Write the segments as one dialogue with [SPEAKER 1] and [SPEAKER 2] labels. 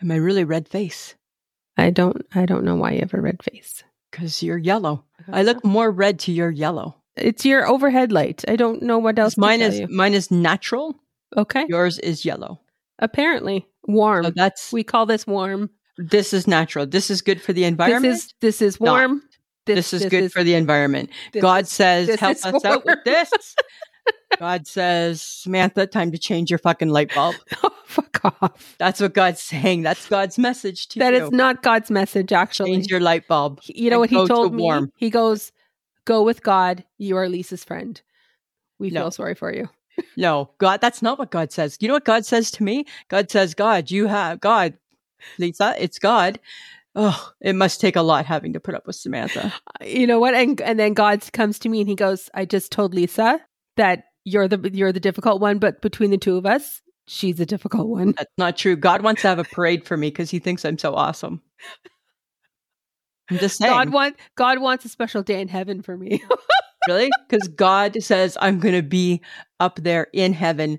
[SPEAKER 1] and my really red face
[SPEAKER 2] I don't I don't know why you have a red face.
[SPEAKER 1] because you're yellow. I look more red to your yellow.
[SPEAKER 2] It's your overhead light. I don't know what
[SPEAKER 1] 'Cause
[SPEAKER 2] else. to
[SPEAKER 1] Mine
[SPEAKER 2] tell
[SPEAKER 1] is
[SPEAKER 2] you.
[SPEAKER 1] mine is natural.
[SPEAKER 2] okay.
[SPEAKER 1] Yours is yellow.
[SPEAKER 2] Apparently warm.
[SPEAKER 1] So that's
[SPEAKER 2] we call this warm.
[SPEAKER 1] this is natural. This is good for the environment.
[SPEAKER 2] This is this is
[SPEAKER 1] Not.
[SPEAKER 2] warm.
[SPEAKER 1] This, is good for the environment.
[SPEAKER 2] this
[SPEAKER 1] God says,
[SPEAKER 2] this
[SPEAKER 1] help
[SPEAKER 2] is
[SPEAKER 1] us out
[SPEAKER 2] warm."
[SPEAKER 1] with this. God says, Samantha, time to change your fucking light bulb.
[SPEAKER 2] Oh, fuck off.
[SPEAKER 1] That's what God's saying. That's God's message to
[SPEAKER 2] That
[SPEAKER 1] you.
[SPEAKER 2] is not God's message. Actually,
[SPEAKER 1] change your light bulb.
[SPEAKER 2] He- you know
[SPEAKER 1] and
[SPEAKER 2] what
[SPEAKER 1] go
[SPEAKER 2] he
[SPEAKER 1] to
[SPEAKER 2] told me?
[SPEAKER 1] warm.
[SPEAKER 2] He goes, "Go with God. You are Lisa's friend. We
[SPEAKER 1] No.
[SPEAKER 2] feel sorry for you."
[SPEAKER 1] No, God, that's not what God says. You know what God says to me? God says, God, you have God, Lisa, it's God. Oh, it must take a lot having to put up with Samantha.
[SPEAKER 2] You know what? And and then God comes to me and he goes, "I just told Lisa that you're the you're the difficult one, but between the two of us, she's the difficult one."
[SPEAKER 1] That's not true. God wants to have a parade for me because he thinks I'm so awesome. I'm just saying.
[SPEAKER 2] God want God wants a special day in heaven for me.
[SPEAKER 1] really? Because God says I'm going to be up there in heaven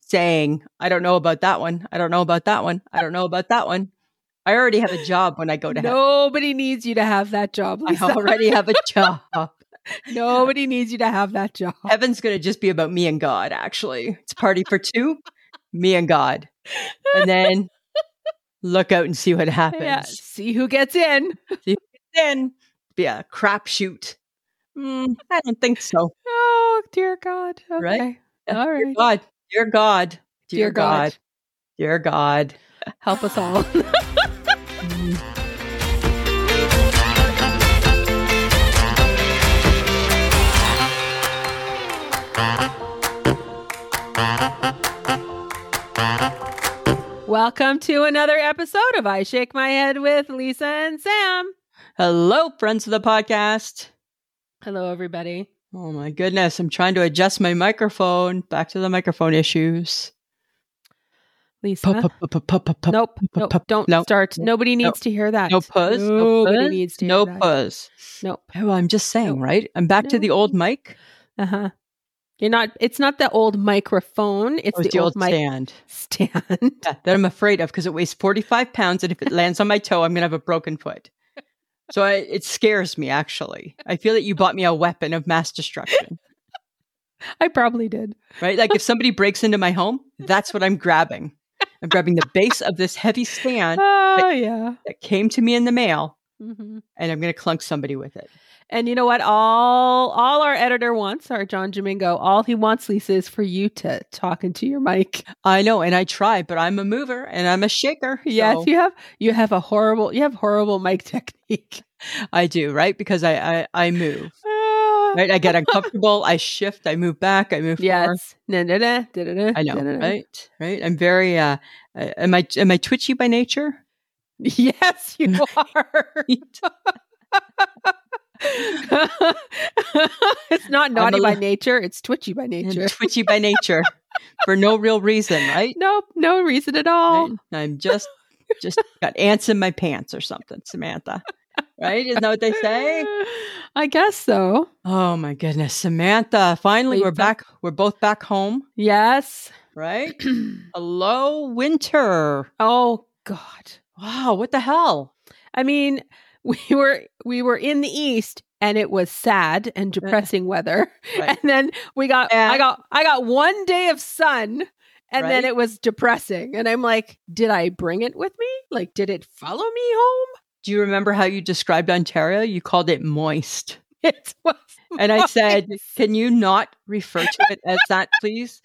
[SPEAKER 1] saying, I don't know about that one. I don't know about that one. I don't know about that one. I already have a job when I go Oh, to heaven.
[SPEAKER 2] Nobody needs you to have that job,
[SPEAKER 1] I
[SPEAKER 2] Lisa.
[SPEAKER 1] already have a job.
[SPEAKER 2] Nobody needs you to have that job.
[SPEAKER 1] Heaven's going to just be about me and God, actually. It's party for two, me and God. And then look out and see what happens.
[SPEAKER 2] Yeah, see who gets in.
[SPEAKER 1] Then be a crapshoot. Mm, I don't think so.
[SPEAKER 2] Oh dear God. Okay.
[SPEAKER 1] Right?
[SPEAKER 2] All
[SPEAKER 1] Dear
[SPEAKER 2] right.
[SPEAKER 1] God, dear God, dear,
[SPEAKER 2] Dear God.
[SPEAKER 1] God, dear God.
[SPEAKER 2] Help us all. Welcome to another episode of I Shake My Head with Lisa and Sam.
[SPEAKER 1] Hello, friends of the podcast.
[SPEAKER 2] Hello, everybody.
[SPEAKER 1] Oh my goodness, I'm trying to adjust my microphone. Back to the microphone issues.
[SPEAKER 2] Lisa.
[SPEAKER 1] Pu- pu- pu- pu- pu- pu- pu-
[SPEAKER 2] Nope,
[SPEAKER 1] pu- pu-
[SPEAKER 2] nope, don't
[SPEAKER 1] no,
[SPEAKER 2] start.
[SPEAKER 1] no,
[SPEAKER 2] Nobody
[SPEAKER 1] no.
[SPEAKER 2] needs to hear that.
[SPEAKER 1] No puzz. No
[SPEAKER 2] Nobody
[SPEAKER 1] puzz.
[SPEAKER 2] needs to hear
[SPEAKER 1] No
[SPEAKER 2] that.
[SPEAKER 1] puzz.
[SPEAKER 2] Nope.
[SPEAKER 1] Oh, I'm just saying,
[SPEAKER 2] Nope.
[SPEAKER 1] right? I'm back to
[SPEAKER 2] No.
[SPEAKER 1] the old mic.
[SPEAKER 2] Uh huh. You're not. It's not the old microphone. It's
[SPEAKER 1] Or
[SPEAKER 2] the, old, mic
[SPEAKER 1] stand
[SPEAKER 2] stand.
[SPEAKER 1] Yeah, that I'm afraid of because it weighs 45 pounds, and if it lands on my toe, I'm gonna have a broken foot. So I, it scares me. Actually, I feel that you bought me a weapon of mass destruction.
[SPEAKER 2] I probably did.
[SPEAKER 1] Right? Like if somebody breaks into my home, that's what I'm grabbing. I'm grabbing the base of this heavy stand
[SPEAKER 2] Oh yeah.
[SPEAKER 1] that came to me in the mail,
[SPEAKER 2] hmm
[SPEAKER 1] and I'm going to clunk somebody with it.
[SPEAKER 2] And you know what? All all our editor wants, our John Domingo. All he wants, Lisa, is for you to talk into your mic.
[SPEAKER 1] I know, and I try, but I'm a mover and I'm a shaker.
[SPEAKER 2] Yes,
[SPEAKER 1] so
[SPEAKER 2] you have you have a horrible you have horrible mic technique.
[SPEAKER 1] I do, right? Because I, I I move,
[SPEAKER 2] Ah.
[SPEAKER 1] right? I get uncomfortable, I shift, I move back, I move forward.
[SPEAKER 2] Yes. Na, na, na, da, da, da,
[SPEAKER 1] I know,
[SPEAKER 2] da, da, da.
[SPEAKER 1] right? Right? I'm very uh, uh, am I am I twitchy by nature?
[SPEAKER 2] Yes, you are. it's not naughty
[SPEAKER 1] a
[SPEAKER 2] by
[SPEAKER 1] li-
[SPEAKER 2] nature, it's twitchy by
[SPEAKER 1] I'm
[SPEAKER 2] nature.
[SPEAKER 1] twitchy by nature for no real reason, right?
[SPEAKER 2] Nope, no reason at all.
[SPEAKER 1] Right? I'm just just got ants in my pants or something, Samantha. Right? Isn't that what they say?
[SPEAKER 2] I guess so.
[SPEAKER 1] Oh my goodness, Samantha! Finally, we're
[SPEAKER 2] Lisa.
[SPEAKER 1] back. We're both back home,
[SPEAKER 2] Yes.
[SPEAKER 1] right? Hello, winter.
[SPEAKER 2] oh God.
[SPEAKER 1] Wow, what the hell?
[SPEAKER 2] I mean, we were we were in the east and it was sad and depressing weather.
[SPEAKER 1] Uh, Right.
[SPEAKER 2] And then we got I
[SPEAKER 1] And-
[SPEAKER 2] got I got one day of sun and
[SPEAKER 1] Right.
[SPEAKER 2] then it was depressing. And I'm like, did I bring it with me? Like did it follow me home?
[SPEAKER 1] Do you remember how you described Ontario? You called it moist.
[SPEAKER 2] It was
[SPEAKER 1] And I said,
[SPEAKER 2] moist.
[SPEAKER 1] Can you not refer to it as that, please?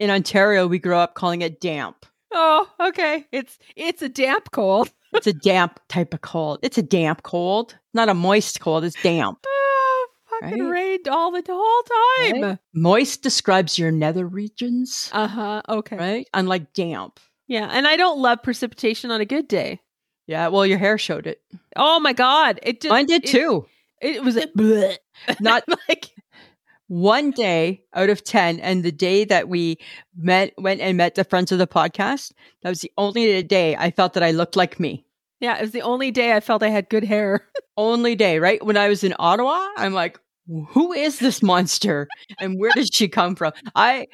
[SPEAKER 1] In Ontario, we grow up calling it damp.
[SPEAKER 2] Oh, okay. It's it's a damp cold.
[SPEAKER 1] It's a damp type of cold. It's a damp cold, not a moist cold. It's damp.
[SPEAKER 2] Oh, fucking
[SPEAKER 1] Right.
[SPEAKER 2] rained all the whole time.
[SPEAKER 1] Right. Moist describes your nether regions,
[SPEAKER 2] Uh huh. Okay.
[SPEAKER 1] right? Unlike damp.
[SPEAKER 2] Yeah, and I don't love precipitation on a good day.
[SPEAKER 1] Yeah, well, your hair showed it.
[SPEAKER 2] Oh my god, it just
[SPEAKER 1] Mine did
[SPEAKER 2] it-
[SPEAKER 1] too.
[SPEAKER 2] It, was a bleh.
[SPEAKER 1] Not
[SPEAKER 2] like
[SPEAKER 1] one day out of 10 and the day that we met went and met the friends of the podcast that was the only day i felt that i looked like me
[SPEAKER 2] yeah, it was the only day I felt I had good hair.
[SPEAKER 1] only day right when i was in ottawa i'm like who is this monster and where did she come from i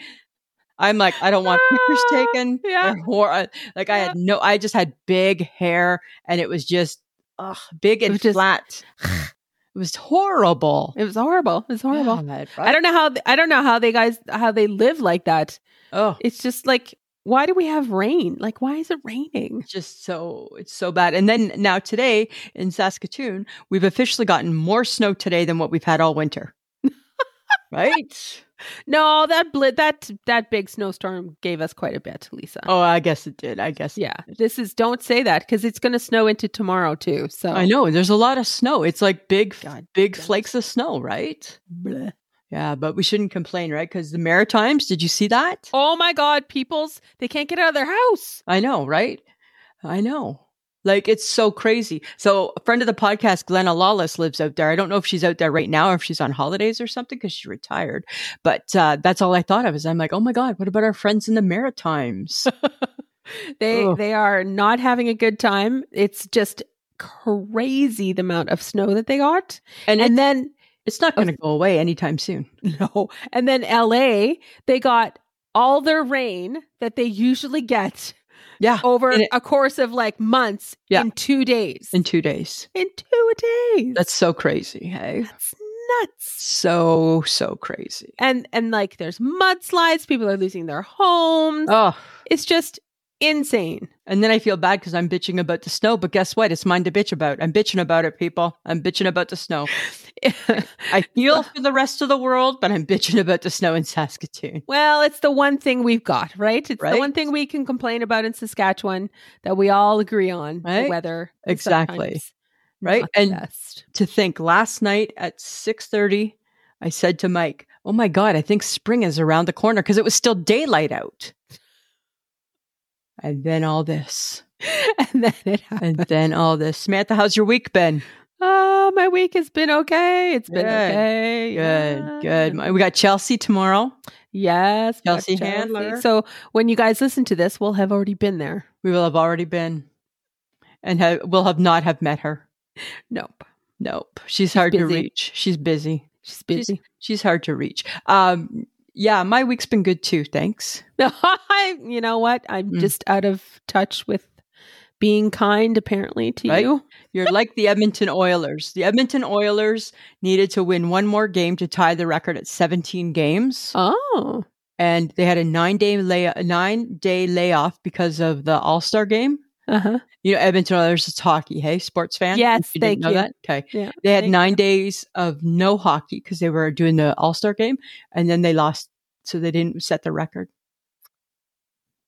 [SPEAKER 1] I'm like, I don't want pictures taken.
[SPEAKER 2] Ah, Yeah.
[SPEAKER 1] Or, or, uh, like I
[SPEAKER 2] Yeah.
[SPEAKER 1] had no, I just had big hair and it was just ugh, big and
[SPEAKER 2] was just-
[SPEAKER 1] flat. it was horrible.
[SPEAKER 2] It was horrible. It was horrible.
[SPEAKER 1] God,
[SPEAKER 2] I don't know how th- I don't know how they guys how they live like that.
[SPEAKER 1] Oh,
[SPEAKER 2] It's just like why do we have rain? Like why is it raining?
[SPEAKER 1] it's just so it's so bad. And then now today in Saskatoon, we've officially gotten more snow today than what we've had all winter. right?
[SPEAKER 2] No, that bl- that that big snowstorm gave us quite a bit, Lisa.
[SPEAKER 1] Oh, I guess it did. I guess.
[SPEAKER 2] Yeah, this is don't say that because it's going to snow into tomorrow too. So
[SPEAKER 1] I know. There's a lot of snow. It's like big,
[SPEAKER 2] God,
[SPEAKER 1] big
[SPEAKER 2] yes.
[SPEAKER 1] flakes of snow, right?
[SPEAKER 2] Bleh.
[SPEAKER 1] Yeah, but we shouldn't complain, right? Because the Maritimes, did you see that?
[SPEAKER 2] Oh my God, peoples, they can't get out of their house.
[SPEAKER 1] I know, right? I know. Like it's so crazy. So a friend of the podcast, Glenna Lawless, lives out there. I don't know if she's out there right now or if she's on holidays or something because she retired. But uh, that's all I thought of is I'm like, oh my god, what about our friends in the Maritimes?
[SPEAKER 2] They
[SPEAKER 1] Ugh.
[SPEAKER 2] they are not having a good time. It's just crazy the amount of snow that they got,
[SPEAKER 1] And,
[SPEAKER 2] and
[SPEAKER 1] it-
[SPEAKER 2] then
[SPEAKER 1] it's not going to go away anytime soon.
[SPEAKER 2] no, and then L.A. They got all their rain that they usually get
[SPEAKER 1] Yeah,
[SPEAKER 2] over
[SPEAKER 1] And it-
[SPEAKER 2] a course of like months
[SPEAKER 1] Yeah.
[SPEAKER 2] in two days.
[SPEAKER 1] in two days.
[SPEAKER 2] in two days.
[SPEAKER 1] That's so crazy. Hey,
[SPEAKER 2] That's nuts.
[SPEAKER 1] so so crazy.
[SPEAKER 2] And and like there's mudslides, people are losing their homes.
[SPEAKER 1] Oh,
[SPEAKER 2] It's just insane.
[SPEAKER 1] and then I feel bad because I'm bitching about the snow. But guess what? It's mine to bitch about. I'm bitching about it, people. I'm bitching about the snow. I feel for the rest of the world, but I'm bitching about the snow in Saskatoon.
[SPEAKER 2] well, it's the one thing we've got, right? It's the
[SPEAKER 1] Right?
[SPEAKER 2] one thing we can complain about in Saskatchewan that we all agree on the
[SPEAKER 1] Right?
[SPEAKER 2] weather. is
[SPEAKER 1] Exactly.
[SPEAKER 2] sometimes
[SPEAKER 1] Right?
[SPEAKER 2] not the
[SPEAKER 1] And-
[SPEAKER 2] best.
[SPEAKER 1] To think last night at 6:30, I said to Mike, "Oh my god, I think spring is around the corner because it was still daylight out." And then all this.
[SPEAKER 2] and then it
[SPEAKER 1] And
[SPEAKER 2] happened.
[SPEAKER 1] then all this. Samantha, how's your week been?
[SPEAKER 2] Oh, my week has been okay. It's been
[SPEAKER 1] Good.
[SPEAKER 2] okay.
[SPEAKER 1] Good,
[SPEAKER 2] Yeah.
[SPEAKER 1] good. My- We got Chelsea tomorrow.
[SPEAKER 2] Yes, we got
[SPEAKER 1] Chelsea Handler.
[SPEAKER 2] So when you guys listen to this, we'll have already been there.
[SPEAKER 1] We will have already been and ha- we'll have not have met her.
[SPEAKER 2] Nope,
[SPEAKER 1] Nope. She's hard to
[SPEAKER 2] busy.
[SPEAKER 1] reach. She's busy.
[SPEAKER 2] she's busy.
[SPEAKER 1] She's hard to reach. Um, yeah, my week's been good too. Thanks.
[SPEAKER 2] No, I, you know what? I'm
[SPEAKER 1] Mm.
[SPEAKER 2] just out of touch with being kind, apparently, to
[SPEAKER 1] Right?
[SPEAKER 2] you.
[SPEAKER 1] You're like the Edmonton Oilers. The Edmonton Oilers needed to win one more game to tie the record at 17 games,
[SPEAKER 2] Oh,
[SPEAKER 1] and they had a nine day lay a nine day layoff because of the All Star game.
[SPEAKER 2] uh huh.
[SPEAKER 1] You know, Edmonton Oilers is hockey. Hey, sports fan.
[SPEAKER 2] Yes,
[SPEAKER 1] If you
[SPEAKER 2] thank
[SPEAKER 1] didn't know
[SPEAKER 2] you.
[SPEAKER 1] that. Okay,
[SPEAKER 2] Yeah,
[SPEAKER 1] they had
[SPEAKER 2] thank
[SPEAKER 1] nine days of no hockey because they were doing the All Star game, and then they lost, so they didn't set the record.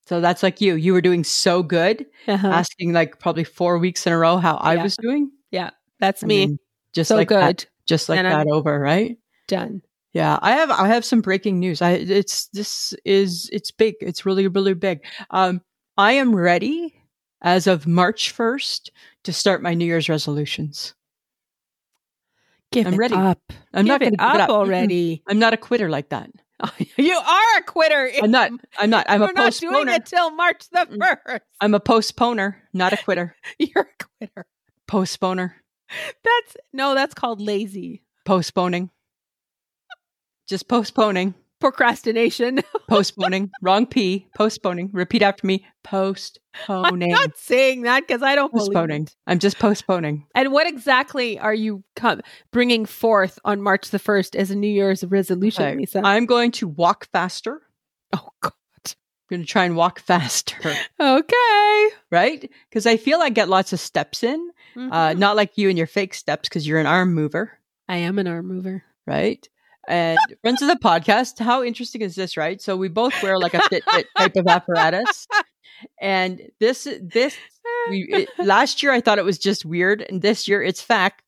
[SPEAKER 1] So that's like you. You were doing so good
[SPEAKER 2] Uh-huh.
[SPEAKER 1] asking like probably four weeks in a row how I
[SPEAKER 2] Yeah.
[SPEAKER 1] was doing.
[SPEAKER 2] That's
[SPEAKER 1] and
[SPEAKER 2] me.
[SPEAKER 1] then just
[SPEAKER 2] so
[SPEAKER 1] like
[SPEAKER 2] good.
[SPEAKER 1] that, just like
[SPEAKER 2] And I'm-
[SPEAKER 1] that over, right?
[SPEAKER 2] Done.
[SPEAKER 1] Yeah, I have I have some breaking news. I it's this is it's big. It's really really big. Um, I am ready as of March first to start my New Year's resolutions.
[SPEAKER 2] Give
[SPEAKER 1] I'm
[SPEAKER 2] it
[SPEAKER 1] ready.
[SPEAKER 2] up.
[SPEAKER 1] I'm
[SPEAKER 2] Give
[SPEAKER 1] not going
[SPEAKER 2] it
[SPEAKER 1] to
[SPEAKER 2] up, already.
[SPEAKER 1] I'm not a quitter like that.
[SPEAKER 2] you are a quitter.
[SPEAKER 1] I'm not. I'm not. I'm
[SPEAKER 2] We're
[SPEAKER 1] a
[SPEAKER 2] not doing
[SPEAKER 1] postponer.
[SPEAKER 2] it till March the
[SPEAKER 1] Mm.
[SPEAKER 2] first.
[SPEAKER 1] I'm a postponer, not a quitter.
[SPEAKER 2] You're a quitter.
[SPEAKER 1] Postponer,
[SPEAKER 2] That's no. That's called lazy
[SPEAKER 1] postponing, just postponing.
[SPEAKER 2] procrastination.
[SPEAKER 1] postponing. Wrong P. Postponing. Repeat after me.
[SPEAKER 2] I'm
[SPEAKER 1] Postponing.
[SPEAKER 2] not saying that because I don't believe
[SPEAKER 1] postponing.
[SPEAKER 2] it.
[SPEAKER 1] I'm just postponing.
[SPEAKER 2] And what exactly are you com- bringing forth on March the first as a New Year's resolution,
[SPEAKER 1] Okay.
[SPEAKER 2] Lisa?
[SPEAKER 1] I'm going to walk faster. I'm
[SPEAKER 2] oh God.
[SPEAKER 1] going to try and walk faster,
[SPEAKER 2] Okay.
[SPEAKER 1] right? Because I feel I get lots of steps in. Uh,
[SPEAKER 2] Mhm.
[SPEAKER 1] not like you and your fake steps, because you're an arm mover,
[SPEAKER 2] I am an arm mover.
[SPEAKER 1] right? And friends of the podcast, how interesting is this, right? So we both wear like a Fitbit type of apparatus, and this this we, it, last year I thought it was just weird, and this year it's fact.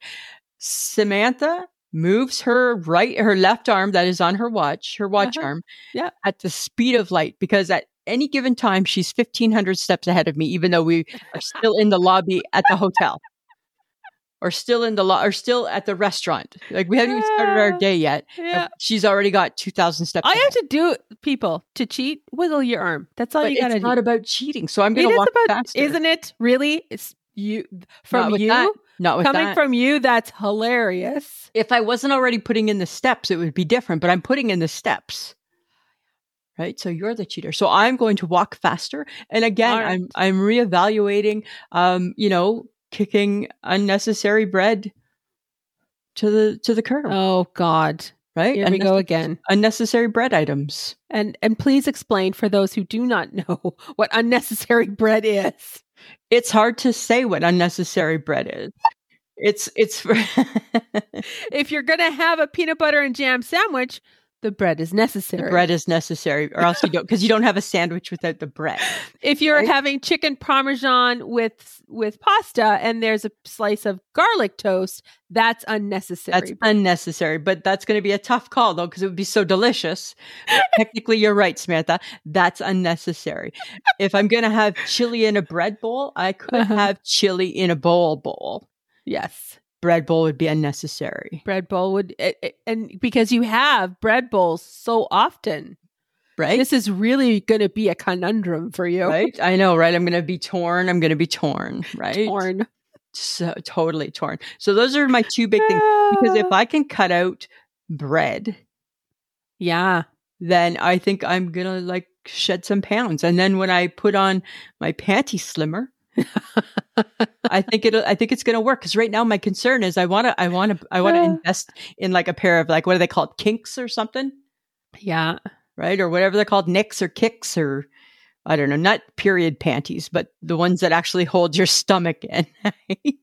[SPEAKER 1] Samantha moves her right, her left arm that is on her watch, her watch
[SPEAKER 2] Uh-huh.
[SPEAKER 1] arm,
[SPEAKER 2] Yeah.
[SPEAKER 1] at the speed of light because at any given time she's fifteen hundred steps ahead of me, even though we are still in the lobby at the hotel, or still in the lo- or still at the restaurant. Like we haven't even started
[SPEAKER 2] Yeah.
[SPEAKER 1] our day yet.
[SPEAKER 2] Ah, yeah.
[SPEAKER 1] She's already got two thousand steps.
[SPEAKER 2] All you have
[SPEAKER 1] ahead.
[SPEAKER 2] to do, people, to cheat, wiggle your arm. That's all
[SPEAKER 1] But
[SPEAKER 2] you gotta
[SPEAKER 1] it's
[SPEAKER 2] do.
[SPEAKER 1] not about cheating, so I'm
[SPEAKER 2] It
[SPEAKER 1] going to
[SPEAKER 2] is
[SPEAKER 1] walk
[SPEAKER 2] about-
[SPEAKER 1] faster.
[SPEAKER 2] isn't it? Really? It's you from
[SPEAKER 1] with
[SPEAKER 2] you
[SPEAKER 1] that. not with
[SPEAKER 2] coming
[SPEAKER 1] that.
[SPEAKER 2] from you. That's hilarious.
[SPEAKER 1] if I wasn't already putting in the steps, it would be different, but I'm putting in the steps. right? So you're the cheater. So I'm going to walk faster. And again,
[SPEAKER 2] All right.
[SPEAKER 1] I'm I'm reevaluating um, you know, kicking unnecessary bread to the to the curb,
[SPEAKER 2] Oh God.
[SPEAKER 1] right?
[SPEAKER 2] Here we
[SPEAKER 1] Unnec-
[SPEAKER 2] go again.
[SPEAKER 1] Unnecessary bread items.
[SPEAKER 2] And and please explain for those who do not know what unnecessary bread is.
[SPEAKER 1] It's hard to say what unnecessary bread is. It's it's for
[SPEAKER 2] If you're gonna have a peanut butter and jam sandwich, the bread is necessary.
[SPEAKER 1] the bread is necessary, or else you don't because you don't have a sandwich without the bread.
[SPEAKER 2] If you're
[SPEAKER 1] Right?
[SPEAKER 2] having chicken parmesan with with pasta and there's a slice of garlic toast, that's unnecessary.
[SPEAKER 1] That's unnecessary, but that's going to be a tough call though, because it would be so delicious. Technically, you're right, Samantha. That's unnecessary. If I'm going to have chili in a bread bowl, I could
[SPEAKER 2] Uh-huh.
[SPEAKER 1] have chili in a bowl bowl.
[SPEAKER 2] yes.
[SPEAKER 1] Bread bowl would be unnecessary.
[SPEAKER 2] Bread bowl would it, it- and because you have bread bowls so often,
[SPEAKER 1] Right?
[SPEAKER 2] this is really going to be a conundrum for you.
[SPEAKER 1] right? I know, right? I'm going to be torn. I'm going to be torn, right?
[SPEAKER 2] Torn.
[SPEAKER 1] So, totally torn. So those are my two big things. Because
[SPEAKER 2] Ah.
[SPEAKER 1] if I can cut out bread,
[SPEAKER 2] yeah,
[SPEAKER 1] then I think I'm going to like shed some pounds. And then when I put on my panty slimmer, I think it'll. I think it's going to work because right now my concern is I want to. I want to. I want to
[SPEAKER 2] Uh.
[SPEAKER 1] invest in like a pair of like what are they called kinks or something,
[SPEAKER 2] yeah,
[SPEAKER 1] right? Or whatever they're called, nicks or kicks or I don't know. Not period panties, but the ones that actually hold your stomach in. Right?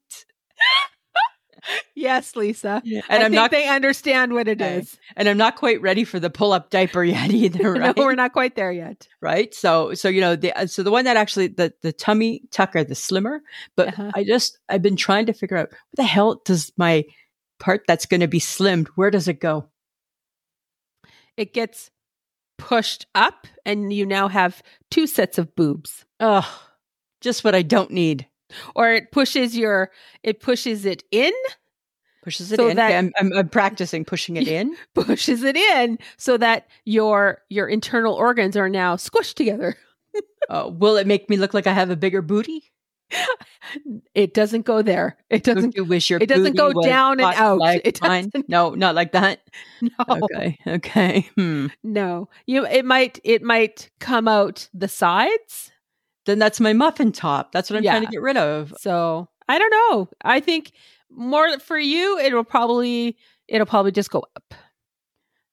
[SPEAKER 2] yes, Lisa.
[SPEAKER 1] And
[SPEAKER 2] I
[SPEAKER 1] I'm
[SPEAKER 2] think
[SPEAKER 1] not.
[SPEAKER 2] They understand what it
[SPEAKER 1] Okay.
[SPEAKER 2] is.
[SPEAKER 1] and I'm not quite ready for the pull-up diaper yet either. Right?
[SPEAKER 2] No, we're not quite there yet.
[SPEAKER 1] right? So, so you know, the uh, so the one that actually the the tummy tucker, the slimmer. But
[SPEAKER 2] Uh-huh.
[SPEAKER 1] I just I've been trying to figure out what the hell does my part that's going to be slimmed? Where does it go?
[SPEAKER 2] It gets pushed up, and you now have two sets of boobs.
[SPEAKER 1] Ugh, just what I don't need.
[SPEAKER 2] Or it pushes your, it pushes it in,
[SPEAKER 1] Pushes it
[SPEAKER 2] So
[SPEAKER 1] in.
[SPEAKER 2] that-
[SPEAKER 1] Okay, I'm, I'm I'm practicing pushing it in.
[SPEAKER 2] pushes it in, so that your your internal organs are now squished together.
[SPEAKER 1] Uh, will it make me look like I have a bigger booty?
[SPEAKER 2] It doesn't go there. It
[SPEAKER 1] Don't
[SPEAKER 2] doesn't.
[SPEAKER 1] you wish your
[SPEAKER 2] it doesn't
[SPEAKER 1] booty
[SPEAKER 2] go
[SPEAKER 1] was
[SPEAKER 2] down and
[SPEAKER 1] hot
[SPEAKER 2] out.
[SPEAKER 1] Like
[SPEAKER 2] It
[SPEAKER 1] mine? No, not like that.
[SPEAKER 2] No.
[SPEAKER 1] Okay, okay. Hmm.
[SPEAKER 2] No. You. It might. It might come out the sides.
[SPEAKER 1] Then that's my muffin top. That's what I'm trying to
[SPEAKER 2] Yeah.
[SPEAKER 1] get rid of.
[SPEAKER 2] So I don't know. I think more for you, it'll probably it'll probably just go up.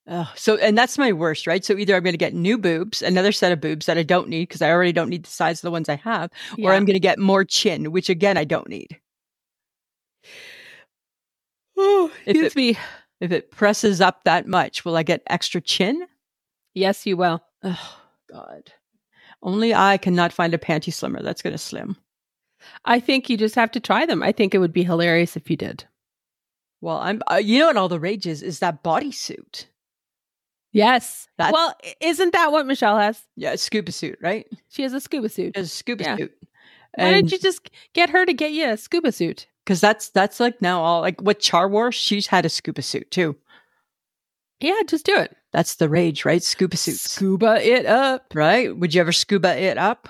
[SPEAKER 1] Oh, so and that's my worst, right? So either I'm going to get new boobs, another set of boobs that I don't need because I already don't need the size of the ones I have, or I'm going to get more chin, which again I don't need.
[SPEAKER 2] oh,
[SPEAKER 1] if
[SPEAKER 2] excuse
[SPEAKER 1] it-
[SPEAKER 2] me.
[SPEAKER 1] If it presses up that much, will I get extra chin?
[SPEAKER 2] Yes, you will.
[SPEAKER 1] Oh God! Only I cannot find a panty slimmer that's going to slim.
[SPEAKER 2] I think you just have to try them. I think it would be hilarious if you did.
[SPEAKER 1] Well, I'm. Uh, you know what? All the rage is is that bodysuit.
[SPEAKER 2] Yes.
[SPEAKER 1] That's-
[SPEAKER 2] well, i- isn't that what Michelle has?
[SPEAKER 1] Yeah, scuba suit, right?
[SPEAKER 2] She has a scuba suit.
[SPEAKER 1] It's scuba
[SPEAKER 2] Yeah.
[SPEAKER 1] suit.
[SPEAKER 2] Why
[SPEAKER 1] And
[SPEAKER 2] don't you just get her to get you a scuba suit?
[SPEAKER 1] because that's that's like now all like what Char wore. She's had a scuba suit too.
[SPEAKER 2] Yeah, just do it.
[SPEAKER 1] That's the rage, right? Scuba suits.
[SPEAKER 2] Scuba it up.
[SPEAKER 1] right? Would you ever scuba it up?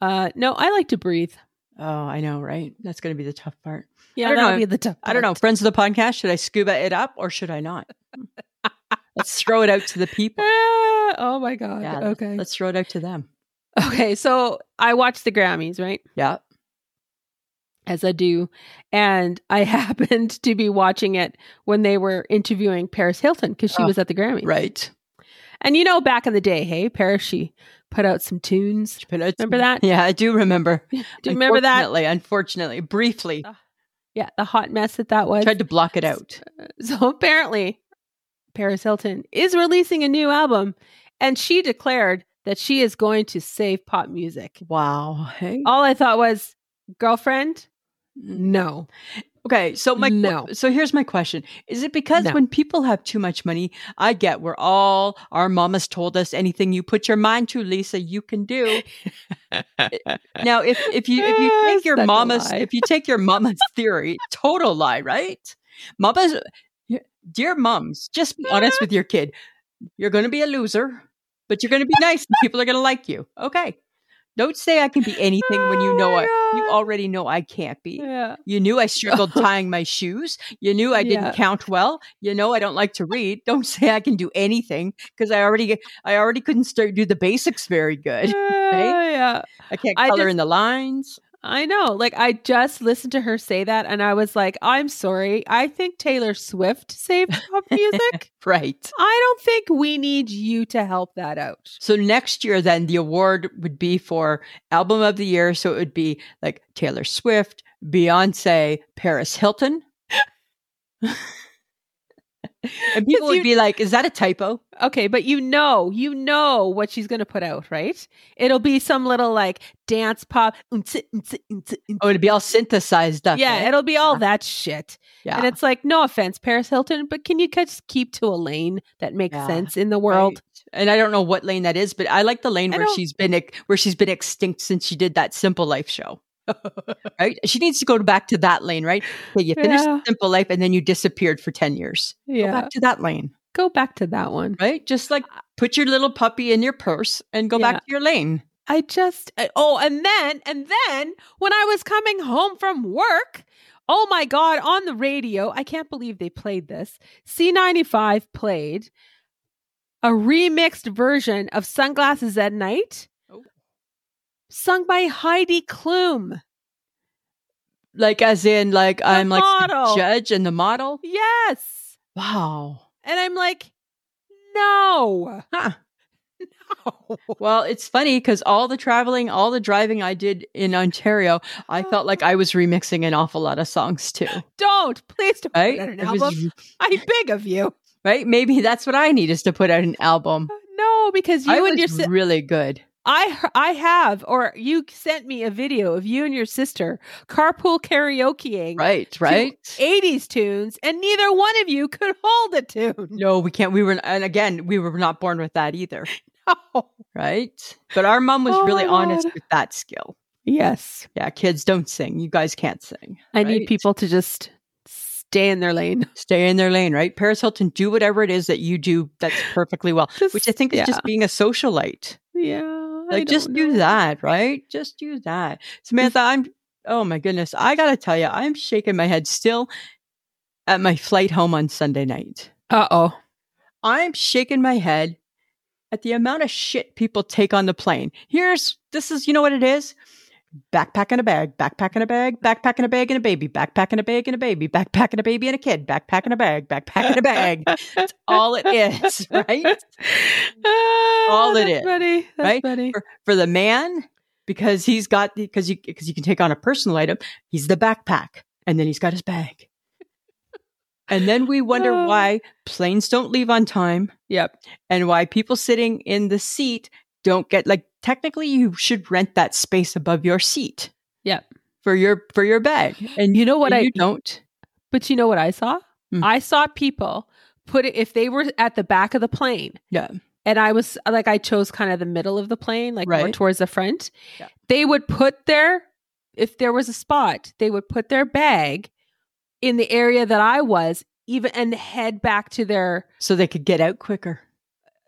[SPEAKER 2] Uh, no, I like to breathe.
[SPEAKER 1] Oh, I know, right? That's going to be the tough part.
[SPEAKER 2] Yeah,
[SPEAKER 1] I don't
[SPEAKER 2] that'll
[SPEAKER 1] know.
[SPEAKER 2] be the tough
[SPEAKER 1] I don't know.
[SPEAKER 2] part.
[SPEAKER 1] Friends of the podcast, should I scuba it up or should I not? Let's throw it out to the people.
[SPEAKER 2] Ah, oh my god.
[SPEAKER 1] Yeah,
[SPEAKER 2] okay.
[SPEAKER 1] Let's throw it out to them.
[SPEAKER 2] Okay, so I watched the Grammys, right?
[SPEAKER 1] Yeah.
[SPEAKER 2] as I do. And I happened to be watching it when they were interviewing Paris Hilton because she
[SPEAKER 1] Oh,
[SPEAKER 2] was at the Grammy.
[SPEAKER 1] Right.
[SPEAKER 2] And you know, back in the day, hey, Paris, she put out some tunes. Remember that?
[SPEAKER 1] Yeah, I do remember.
[SPEAKER 2] Do you remember that?
[SPEAKER 1] Unfortunately, unfortunately, briefly
[SPEAKER 2] Uh, Yeah, the hot mess that that was.
[SPEAKER 1] tried to block it out.
[SPEAKER 2] So apparently, Paris Hilton is releasing a new album and she declared that she is going to save pop music.
[SPEAKER 1] Wow. Hey.
[SPEAKER 2] All I thought was, girlfriend, no.
[SPEAKER 1] Okay, so my
[SPEAKER 2] No.
[SPEAKER 1] so here's my question: Is it because
[SPEAKER 2] No.
[SPEAKER 1] when people have too much money, I get we're all our mamas told us anything you put your mind to, Lisa, you can do. now, if if you if you
[SPEAKER 2] Yes,
[SPEAKER 1] take your
[SPEAKER 2] such a
[SPEAKER 1] mama's
[SPEAKER 2] lie.
[SPEAKER 1] if you take your mama's theory, total lie, right? Mamas, dear moms, just be honest with your kid. You're going to be a loser, but you're going to be nice. and people are going to like you. Okay, Don't say I can be anything when you
[SPEAKER 2] Oh
[SPEAKER 1] know
[SPEAKER 2] my
[SPEAKER 1] I, you
[SPEAKER 2] God.
[SPEAKER 1] already know I can't be.
[SPEAKER 2] Yeah.
[SPEAKER 1] You knew I struggled tying my shoes. You knew I didn't
[SPEAKER 2] Yeah.
[SPEAKER 1] count well. You know I don't like to read. Don't say I can do anything because I already I already couldn't start do the basics very good.
[SPEAKER 2] Yeah, yeah.
[SPEAKER 1] I can't
[SPEAKER 2] I
[SPEAKER 1] color
[SPEAKER 2] just-
[SPEAKER 1] in the lines.
[SPEAKER 2] I know. Like I just listened to her say that and I was like, I'm sorry. I think Taylor Swift saved pop music.
[SPEAKER 1] Right.
[SPEAKER 2] I don't think we need you to help that out.
[SPEAKER 1] So next year, then the award would be for album of the year. So it would be like Taylor Swift, Beyonce, Paris Hilton. and people would
[SPEAKER 2] you-
[SPEAKER 1] be like, is that a typo?
[SPEAKER 2] Okay, but you know, you know what she's going to put out, right? It'll be some little like dance pop. unta, unta, unta, unta.
[SPEAKER 1] Oh, it'd be all synthesized up.
[SPEAKER 2] yeah,
[SPEAKER 1] right?
[SPEAKER 2] it'll be all
[SPEAKER 1] Yeah.
[SPEAKER 2] that shit.
[SPEAKER 1] yeah.
[SPEAKER 2] And it's like, no offense, Paris Hilton, but can you just keep to a lane that makes
[SPEAKER 1] Yeah,
[SPEAKER 2] sense in the world?
[SPEAKER 1] Right. And I don't know what lane that is, but I like the lane
[SPEAKER 2] I
[SPEAKER 1] where
[SPEAKER 2] don't-
[SPEAKER 1] she's been ex- where she's been extinct since she did that Simple Life show. right? She needs to go back to that lane, right? Okay, you finished
[SPEAKER 2] Yeah.
[SPEAKER 1] Simple Life and then you disappeared for 10 years.
[SPEAKER 2] Yeah.
[SPEAKER 1] Go back to that lane,
[SPEAKER 2] to that one.
[SPEAKER 1] right? Just like put your little puppy in your purse and go
[SPEAKER 2] Yeah.
[SPEAKER 1] back to your lane.
[SPEAKER 2] I just I- oh, and then and then when I was coming home from work, oh my god, on the radio, I can't believe they played this. C95 played a remixed version of Sunglasses at Night
[SPEAKER 1] Oh.
[SPEAKER 2] sung by Heidi Klum.
[SPEAKER 1] Like as in like I'm like the
[SPEAKER 2] model.
[SPEAKER 1] judge and the model.
[SPEAKER 2] Yes.
[SPEAKER 1] Wow.
[SPEAKER 2] And I'm like, "No."
[SPEAKER 1] Huh. Well, it's funny because all the traveling, all the driving I did in Ontario, I
[SPEAKER 2] Oh.
[SPEAKER 1] felt like I was remixing an awful lot of songs too.
[SPEAKER 2] Don't. Please don't
[SPEAKER 1] Right?
[SPEAKER 2] put out an
[SPEAKER 1] It was-
[SPEAKER 2] album. I beg of you.
[SPEAKER 1] right? Maybe that's what I need is to put out an album.
[SPEAKER 2] No, because you
[SPEAKER 1] I
[SPEAKER 2] and
[SPEAKER 1] was
[SPEAKER 2] your si-
[SPEAKER 1] really good.
[SPEAKER 2] I h- I have, or you sent me a video of you and your sister carpool karaokeing
[SPEAKER 1] Right, right.
[SPEAKER 2] '80s tunes, and neither one of you could hold a tune.
[SPEAKER 1] No, we can't. We were, and again, we were not born with that either, right? But our mom was
[SPEAKER 2] Oh
[SPEAKER 1] really
[SPEAKER 2] my
[SPEAKER 1] honest
[SPEAKER 2] God.
[SPEAKER 1] with that skill.
[SPEAKER 2] Yes,
[SPEAKER 1] Yeah, kids don't sing. You guys can't sing.
[SPEAKER 2] I
[SPEAKER 1] Right.
[SPEAKER 2] need people to just stay in their lane.
[SPEAKER 1] Stay in their lane, right? Paris Hilton, do whatever it is that you do that's perfectly well,
[SPEAKER 2] Just-
[SPEAKER 1] which I think is
[SPEAKER 2] yeah.
[SPEAKER 1] just being a socialite.
[SPEAKER 2] yeah, I
[SPEAKER 1] Like, just
[SPEAKER 2] don't
[SPEAKER 1] do
[SPEAKER 2] know.
[SPEAKER 1] that, right? Just do that. Samantha, I'm, oh my goodness, I gotta tell you, I'm shaking my head still at my flight home on Sunday night.
[SPEAKER 2] Uh oh.
[SPEAKER 1] I'm shaking my head at the amount of shit people take on the plane. Here's this is you know what it is? Backpack in a bag, backpack in a bag, backpack in a bag and a baby, backpack in a bag and a baby, backpack in a baby and a kid, backpack in a bag, backpack in a bag. That's all it is, right? All it
[SPEAKER 2] it
[SPEAKER 1] is,
[SPEAKER 2] is, buddy. Ah, That's
[SPEAKER 1] right?
[SPEAKER 2] funny.
[SPEAKER 1] For, for the man, because he's got because you because you can take on a personal item, he's the backpack, and then he's got his bag. And then we wonder
[SPEAKER 2] Oh.
[SPEAKER 1] why planes don't leave on time.
[SPEAKER 2] Yep.
[SPEAKER 1] and why people sitting in the seat don't get like technically you should rent that space above your seat.
[SPEAKER 2] Yep.
[SPEAKER 1] For your for your bag. And
[SPEAKER 2] You know what
[SPEAKER 1] and
[SPEAKER 2] I-
[SPEAKER 1] you don't.
[SPEAKER 2] But you know what I saw?
[SPEAKER 1] Hmm.
[SPEAKER 2] I saw people put it if they were at the back of the plane.
[SPEAKER 1] Yeah.
[SPEAKER 2] and I was like, I chose kind of the middle of the plane, like more
[SPEAKER 1] Right.
[SPEAKER 2] towards the front.
[SPEAKER 1] Yeah.
[SPEAKER 2] They would put their, if there was a spot, they would put their bag in the area that I was, even and head back to their.
[SPEAKER 1] So they could get out quicker.